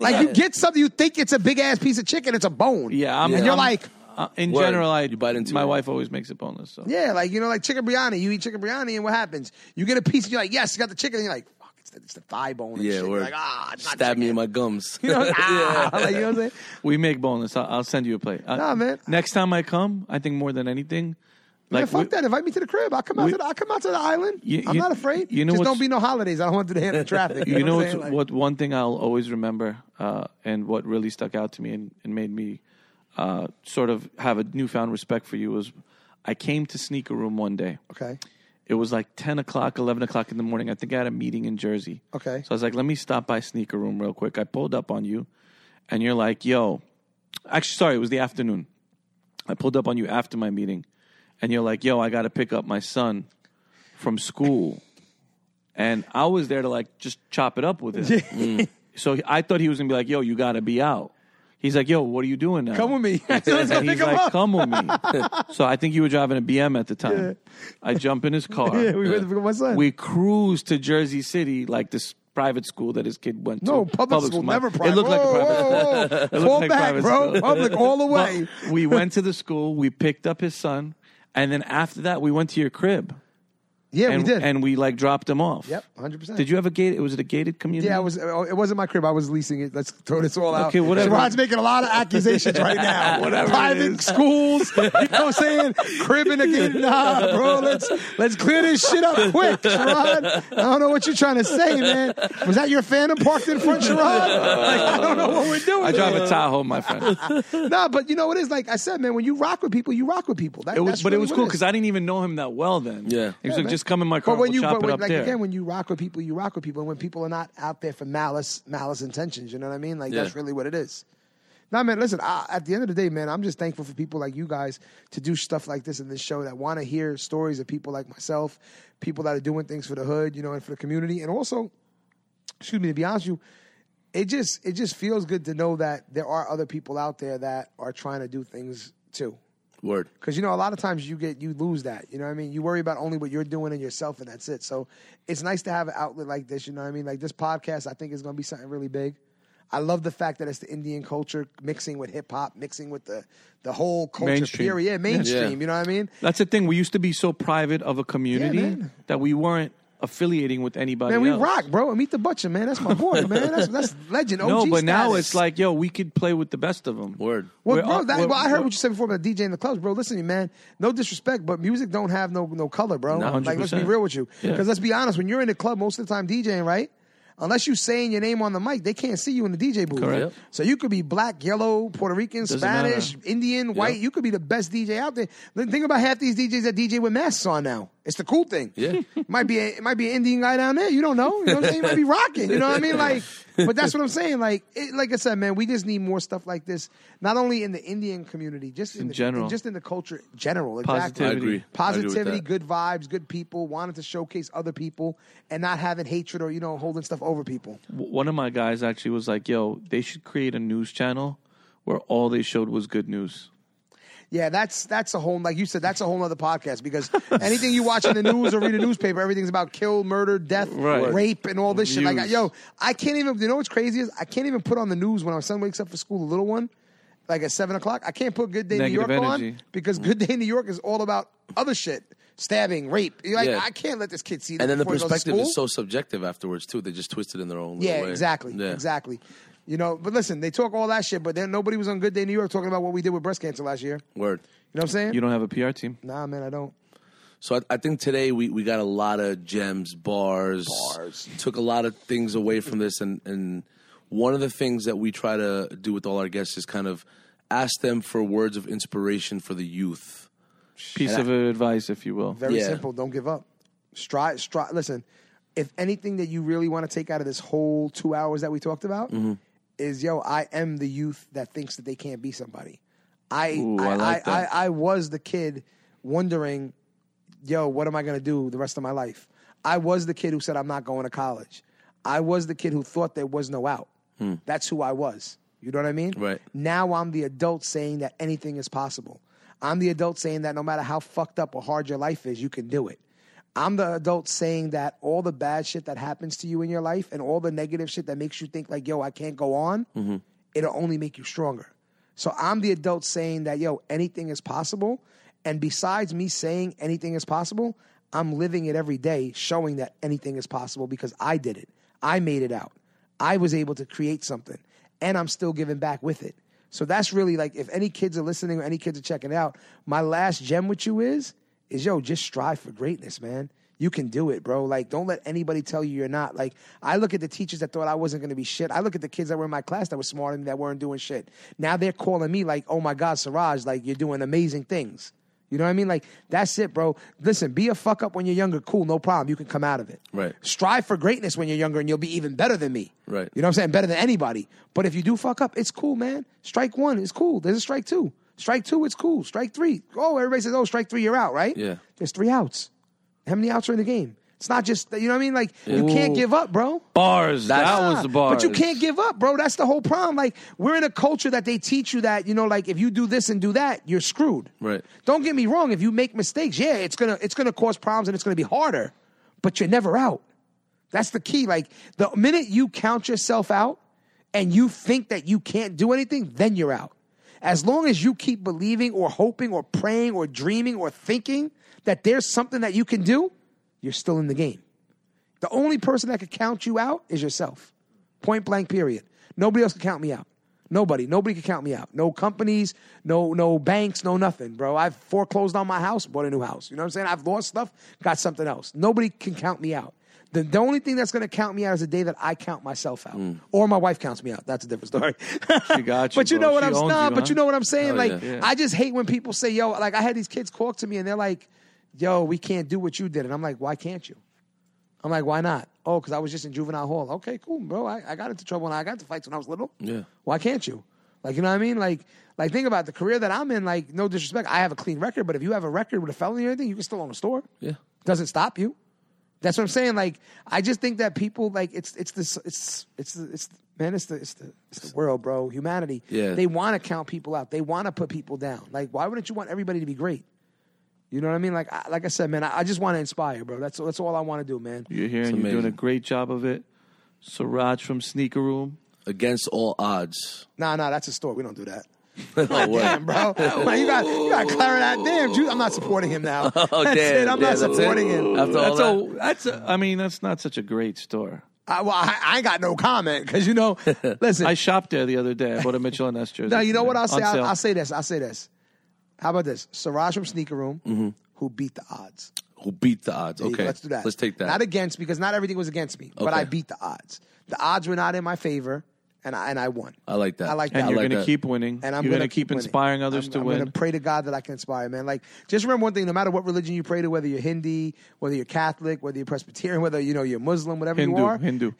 like you get something, you think it's a big ass piece of chicken, it's a bone. Yeah, I'm, and you're I'm- like, uh, in Word. general, I You bite into my it. wife always makes it boneless. So yeah, like you know, like chicken biryani. You eat chicken biryani, and what happens? You get a piece, and you're like, yes, you got the chicken. And you're like, fuck, it's the, it's the thigh bone. And yeah, shit. You're word. like ah, it's not stab me in my gums. chicken. You know, ah, like, you know what I'm saying? we make boneless. I'll, I'll send you a plate. Uh, Nah, man. Next time I come, I think more than anything, Man, like fuck we- that. Invite me to the crib. I'll come out. we- to the, I'll come out to the island. You- I'm you- not afraid. you know Just don't what's- be no holidays. I don't want to do the hand in traffic. you know what, what's- I'm what, saying? Like- one thing i'll always remember uh, and what really stuck out to me and, and made me uh, sort of have a newfound respect for you was i came to sneaker room one day Okay. it was like 10 o'clock 11 o'clock in the morning i think i had a meeting in jersey Okay. so i was like let me stop by sneaker room real quick i pulled up on you and you're like yo actually sorry it was the afternoon i pulled up on you after my meeting and you're like yo i gotta pick up my son from school and i was there to like just chop it up with him Mm. so i thought he was gonna be like yo you gotta be out he's like yo what are you doing now Come with me. Let's go and pick he's him like, up. "Come with me." so I think you were driving a BM at the time. I jump in his car. Yeah, we went to pick up my son. We cruised to Jersey City, like this private school that his kid went No, to. public, school, My- never private. It looked like a Whoa, private school. whoa, whoa. It looked Fall like back, private bro. school. Public all the way. But we went to the school. We picked up his son, and then after that, we went to your crib. yeah, And we did. and we like dropped him off. yep, 100%. Did you have a gate? Was it a gated community? Yeah, it was. oh, It wasn't my crib. I was leasing it. Let's throw this all out. Okay, whatever. Sherrod's making a lot of accusations right now. Whatever it Private is. schools. You know what I'm saying? Cribbing again. Nah, bro. Let's let's clear this shit up quick, Sherrod. I don't know what you're trying to say, man. Was that your phantom parked in front, Sherrod? Like, I don't know what we're doing. I drive a Tahoe, my friend. Nah, but you know what it is? Like I said, man, when you rock with people, you rock with people. That, It was, that's but it really was what cool is. because I didn't even know him that well then. Yeah. he was Yeah, like, man. "Just come in my car, But when we'll you, chop but it when, up like there." again, when you rock with people, you rock with people, and when people are not out there for malice, malice intentions, you know what I mean? Like Yeah. that's really what it is. Nah, man. Listen, I, at the end of the day, man, I'm just thankful for people like you guys to do stuff like this in this show that want to hear stories of people like myself, people that are doing things for the hood, you know, and for the community, and also, excuse me, to be honest with you, it just it just feels good to know that there are other people out there that are trying to do things too. Word. Because you know, a lot of times you get you lose that. You know what I mean? You worry about only what you're doing and yourself, and that's it. So it's nice to have an outlet like this. You know what I mean? Like this podcast, I think is going to be something really big. I love the fact that it's the Indian culture mixing with hip hop, mixing with the the whole culture. Mainstream. Period. Yeah, mainstream. You know what I mean? That's the thing. We used to be so private of a community man. that we weren't affiliating with anybody. Man, we else. rock, bro. And meet the butcher, man. That's my boy, man. That's that's legend. OG No, but now status. it's like, yo, we could play with the best of them. Word. Well, We're bro, all- that, we're- well, I heard we're- what you said before about DJing the clubs, bro. Listen to me, man. No disrespect, but music don't have no no color, bro. No, Like, let's be 100%. real with you, Yeah. because let's be honest. When you're in the club, most of the time DJing, right? Unless you saying your name on the mic, they can't see you in the DJ booth. Correct. Yep. So you could be black, yellow, Puerto Rican, Doesn't Spanish, matter. Indian, white. You could be the best DJ out there. Then Think about half these DJs that DJ with masks on now. It's the cool thing. Yeah. might be a, it might be an Indian guy down there. You don't know. You know what I'm saying? You might be rocking. You know what I mean? Like, but that's what I'm saying. Like, it, like I said, man, we just need more stuff like this. Not only in the Indian community, just in, the, general. just in the culture in general. Exactly. Positivity. I agree. I agree Positivity, with that. good vibes, good people. Wanted to showcase other people and not having hatred or you know holding stuff over people. W- One of my guys actually was like, yo, they should create a news channel where all they showed was good news. Yeah, that's that's a whole like you said, that's a whole other podcast because anything you watch in the news or read a newspaper, everything's about kill, murder, death, Right. rape, and all this shit. Like, Views. yo, I can't even. You know what's crazy is I can't even put on the news when my son wakes up for school, the little one, like at seven o'clock. I can't put Good Day Negative New York on energy. because Good Day New York is all about other shit, stabbing, rape. You're like, Yeah. I can't let this kid see. that And then the before he goes to perspective school. is so subjective afterwards too. They just twist it in their own. little Yeah, way. exactly. Yeah. Exactly. You know, but listen, they talk all that shit, but then nobody was on Good Day New York talking about what we did with breast cancer last year. Word. You know what I'm saying? You don't have a PR team. nah, man, I don't. So I, I think today we, we got a lot of gems, bars, Bars. took a lot of things away from this, and and one of the things that we try to do with all our guests is kind of ask them for words of inspiration for the youth. Piece of advice, if you will. Very Yeah. simple. Don't give up. Strive. Strive. Listen, if anything that you really want to take out of this whole two hours that we talked about is yo, I am the youth that thinks that they can't be somebody. I Ooh, I, I like I, that. I, I was the kid wondering, yo, what am I gonna do the rest of my life? I was the kid who said I'm not going to college. I was the kid who thought there was no out. That's who I was. You know what I mean? Right. Now I'm the adult saying that anything is possible. I'm the adult saying that no matter how fucked up or hard your life is, you can do it. I'm the adult saying that all the bad shit that happens to you in your life and all the negative shit that makes you think like, yo, I can't go on, it'll only make you stronger. So I'm the adult saying that, yo, anything is possible. And besides me saying anything is possible, I'm living it every day, showing that anything is possible because I did it. I made it out. I was able to create something and I'm still giving back with it. So that's really like if any kids are listening or any kids are checking out, my last gem with you is is yo, just strive for greatness, man. You can do it, bro. Like, don't let anybody tell you you're not. Like, I look at the teachers that thought I wasn't gonna be shit. I look at the kids that were in my class that were smarter than me that weren't doing shit. Now they're calling me like, oh my God, Siraj, like you're doing amazing things. You know what I mean? Like, that's it, bro. Listen, be a fuck up when you're younger, cool, no problem. You can come out of it. Right. Strive for greatness when you're younger and you'll be even better than me. Right. You know what I'm saying? Better than anybody. But if you do fuck up, it's cool, man. Strike one, it's cool. There's a strike two. Strike two, it's cool. Strike three. Oh, everybody says, oh, strike three, you're out, right? Yeah. There's three outs. How many outs are in the game? It's not just, you know what I mean? Like, you can't give up, bro. Bars. that Nah, was the bars. Ah. But you can't give up, bro. That's the whole problem. Like, we're in a culture that they teach you that, you know, like if you do this and do that, you're screwed. Right. Don't get me wrong, if you make mistakes, yeah, it's gonna it's gonna cause problems and it's gonna be harder, but you're never out. That's the key. Like the minute you count yourself out and you think that you can't do anything, then you're out. As long as you keep believing or hoping or praying or dreaming or thinking that there's something that you can do, you're still in the game. The only person that could count you out is yourself. Point blank period. Nobody else can count me out. Nobody. Nobody can count me out. No companies, no no banks, no nothing, bro. I've foreclosed on my house, bought a new house. You know what I'm saying? I've lost stuff, got something else. Nobody can count me out. The, the only thing that's going to count me out is the day that I count myself out, or my wife counts me out. That's a different story. Mm. She got you, but you bro. know what She I'm owns nah, you, But huh? you know what I'm saying? Hell like yeah. I just hate when people say, "Yo," like I had these kids talk to me and they're like, "Yo, we can't do what you did," and I'm like, "Why can't you?" I'm like, why not? Oh, because I was just in juvenile hall. Okay, cool, bro. I, I got into trouble and I got into fights when I was little. Yeah. Why can't you? Like, you know what I mean? Like, like think about it. the career that I'm in. Like, no disrespect, I have a clean record, but if you have a record with a felony or anything, you can still own a store. Yeah. Doesn't stop you. That's what I'm saying. Like, I just think that people like it's it's this it's it's the- it's the- man it's the it's the, it's the world, bro. Humanity. Yeah. They want to count people out. They want to put people down. Like, why wouldn't you want everybody to be great? You know what I mean? Like, I, like I said, man, I, I just want to inspire, bro. That's that's all I want to do, man. You're here and It's you're doing a amazing. great job of it. Siraj from Sneaker Room. Against all odds. Nah, nah, that's a store. We don't do that. No way. Damn, bro. Man, you got you got Clarinet. Damn, Juice. I'm not supporting him now. Oh, that's damn. it. Yeah, I'm not that's it. supporting him. After all That's that. a. That's a. I mean, that's not such a great store. I, well, I, I ain't got no comment because you know. Listen, I shopped there the other day. I bought a Mitchell and Ness jersey. now you know what I'll say. On I'll, sale. I'll say this. I'll say this. How about this? Siraj from Sneaker Room, who beat the odds. Who beat the odds? There you Mm-hmm. go. Okay. Let's do that. Let's take that. Not against because not everything was against me, but Okay. I beat the odds. The odds were not in my favor, and I and I won. I like that. I like and that. I you're like going to that. keep winning. and I'm you're gonna to keep winning. inspiring others I'm, to I'm win. gonna pray to God that I can inspire, man. Like, just remember one thing: no matter what religion you pray to, whether you're Hindi, whether you're Catholic, whether you're Presbyterian, whether you know you're Muslim, whatever you Hindu, are, Hindu.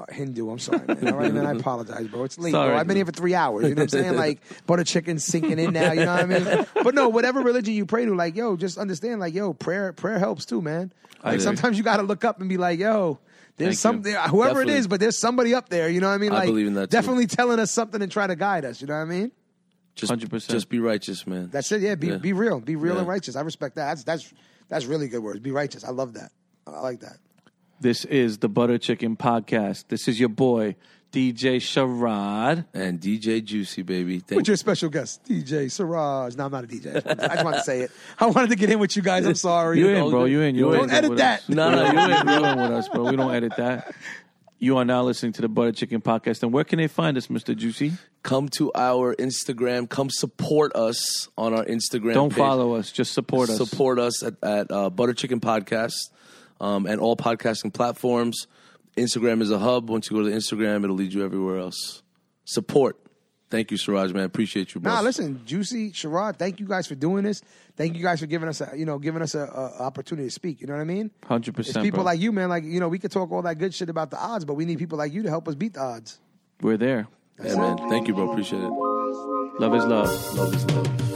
Uh, Hindu. I'm sorry, man. All right, man. I apologize, bro. It's late, Sorry. bro. I've been here for three hours. You know what I'm saying? Like butter chicken sinking in now. You know what I mean? But no, whatever religion you pray to, like yo, just understand, like yo, prayer prayer helps too, man. Like agree. sometimes you got to look up and be like, yo. There's Thank you. something, whoever it Definitely. is, but there's somebody up there. You know what I mean? I Like, believe in that, too. Definitely telling us something and trying to guide us. You know what I mean? Just, 100%. Just be righteous, man. That's it. Yeah, be Yeah. be real, be real Yeah. and righteous. I respect that. That's that's that's really good words. Be righteous. I love that. I like that. This is the Butter Chicken Podcast. This is your boy, DJ Sharad. and DJ Juicy, baby. Thank With your special guest, DJ Siraj. No, I'm not a DJ. I just wanted to say it. I wanted to get in with you guys. I'm sorry. You in, bro. You in. You Don't in edit with that. us. No, no, you in. You in with us, bro. We don't edit that. You are now listening to the Butter Chicken Podcast. And where can they find us, Mr. Juicy? come to our Instagram. Come support us on our Instagram. Don't page. follow us. Just support us. Support us at, at uh, Butter Chicken Podcast um, and all podcasting platforms. Instagram is a hub. Once you go to Instagram, it'll lead you everywhere else. Support. Thank you, Siraj, man. Appreciate you, bro. Nah, listen, Juicy, Sherrod, thank you guys for doing this. Thank you guys for giving us, a, you know, giving us a, a opportunity to speak. You know what I mean? 100%, It's people bro. like you, man. Like you know, we could talk all that good shit about the odds, but we need people like you to help us beat the odds. We're there. Yeah, man. Thank you, bro. Appreciate it. Love is love. Love is love.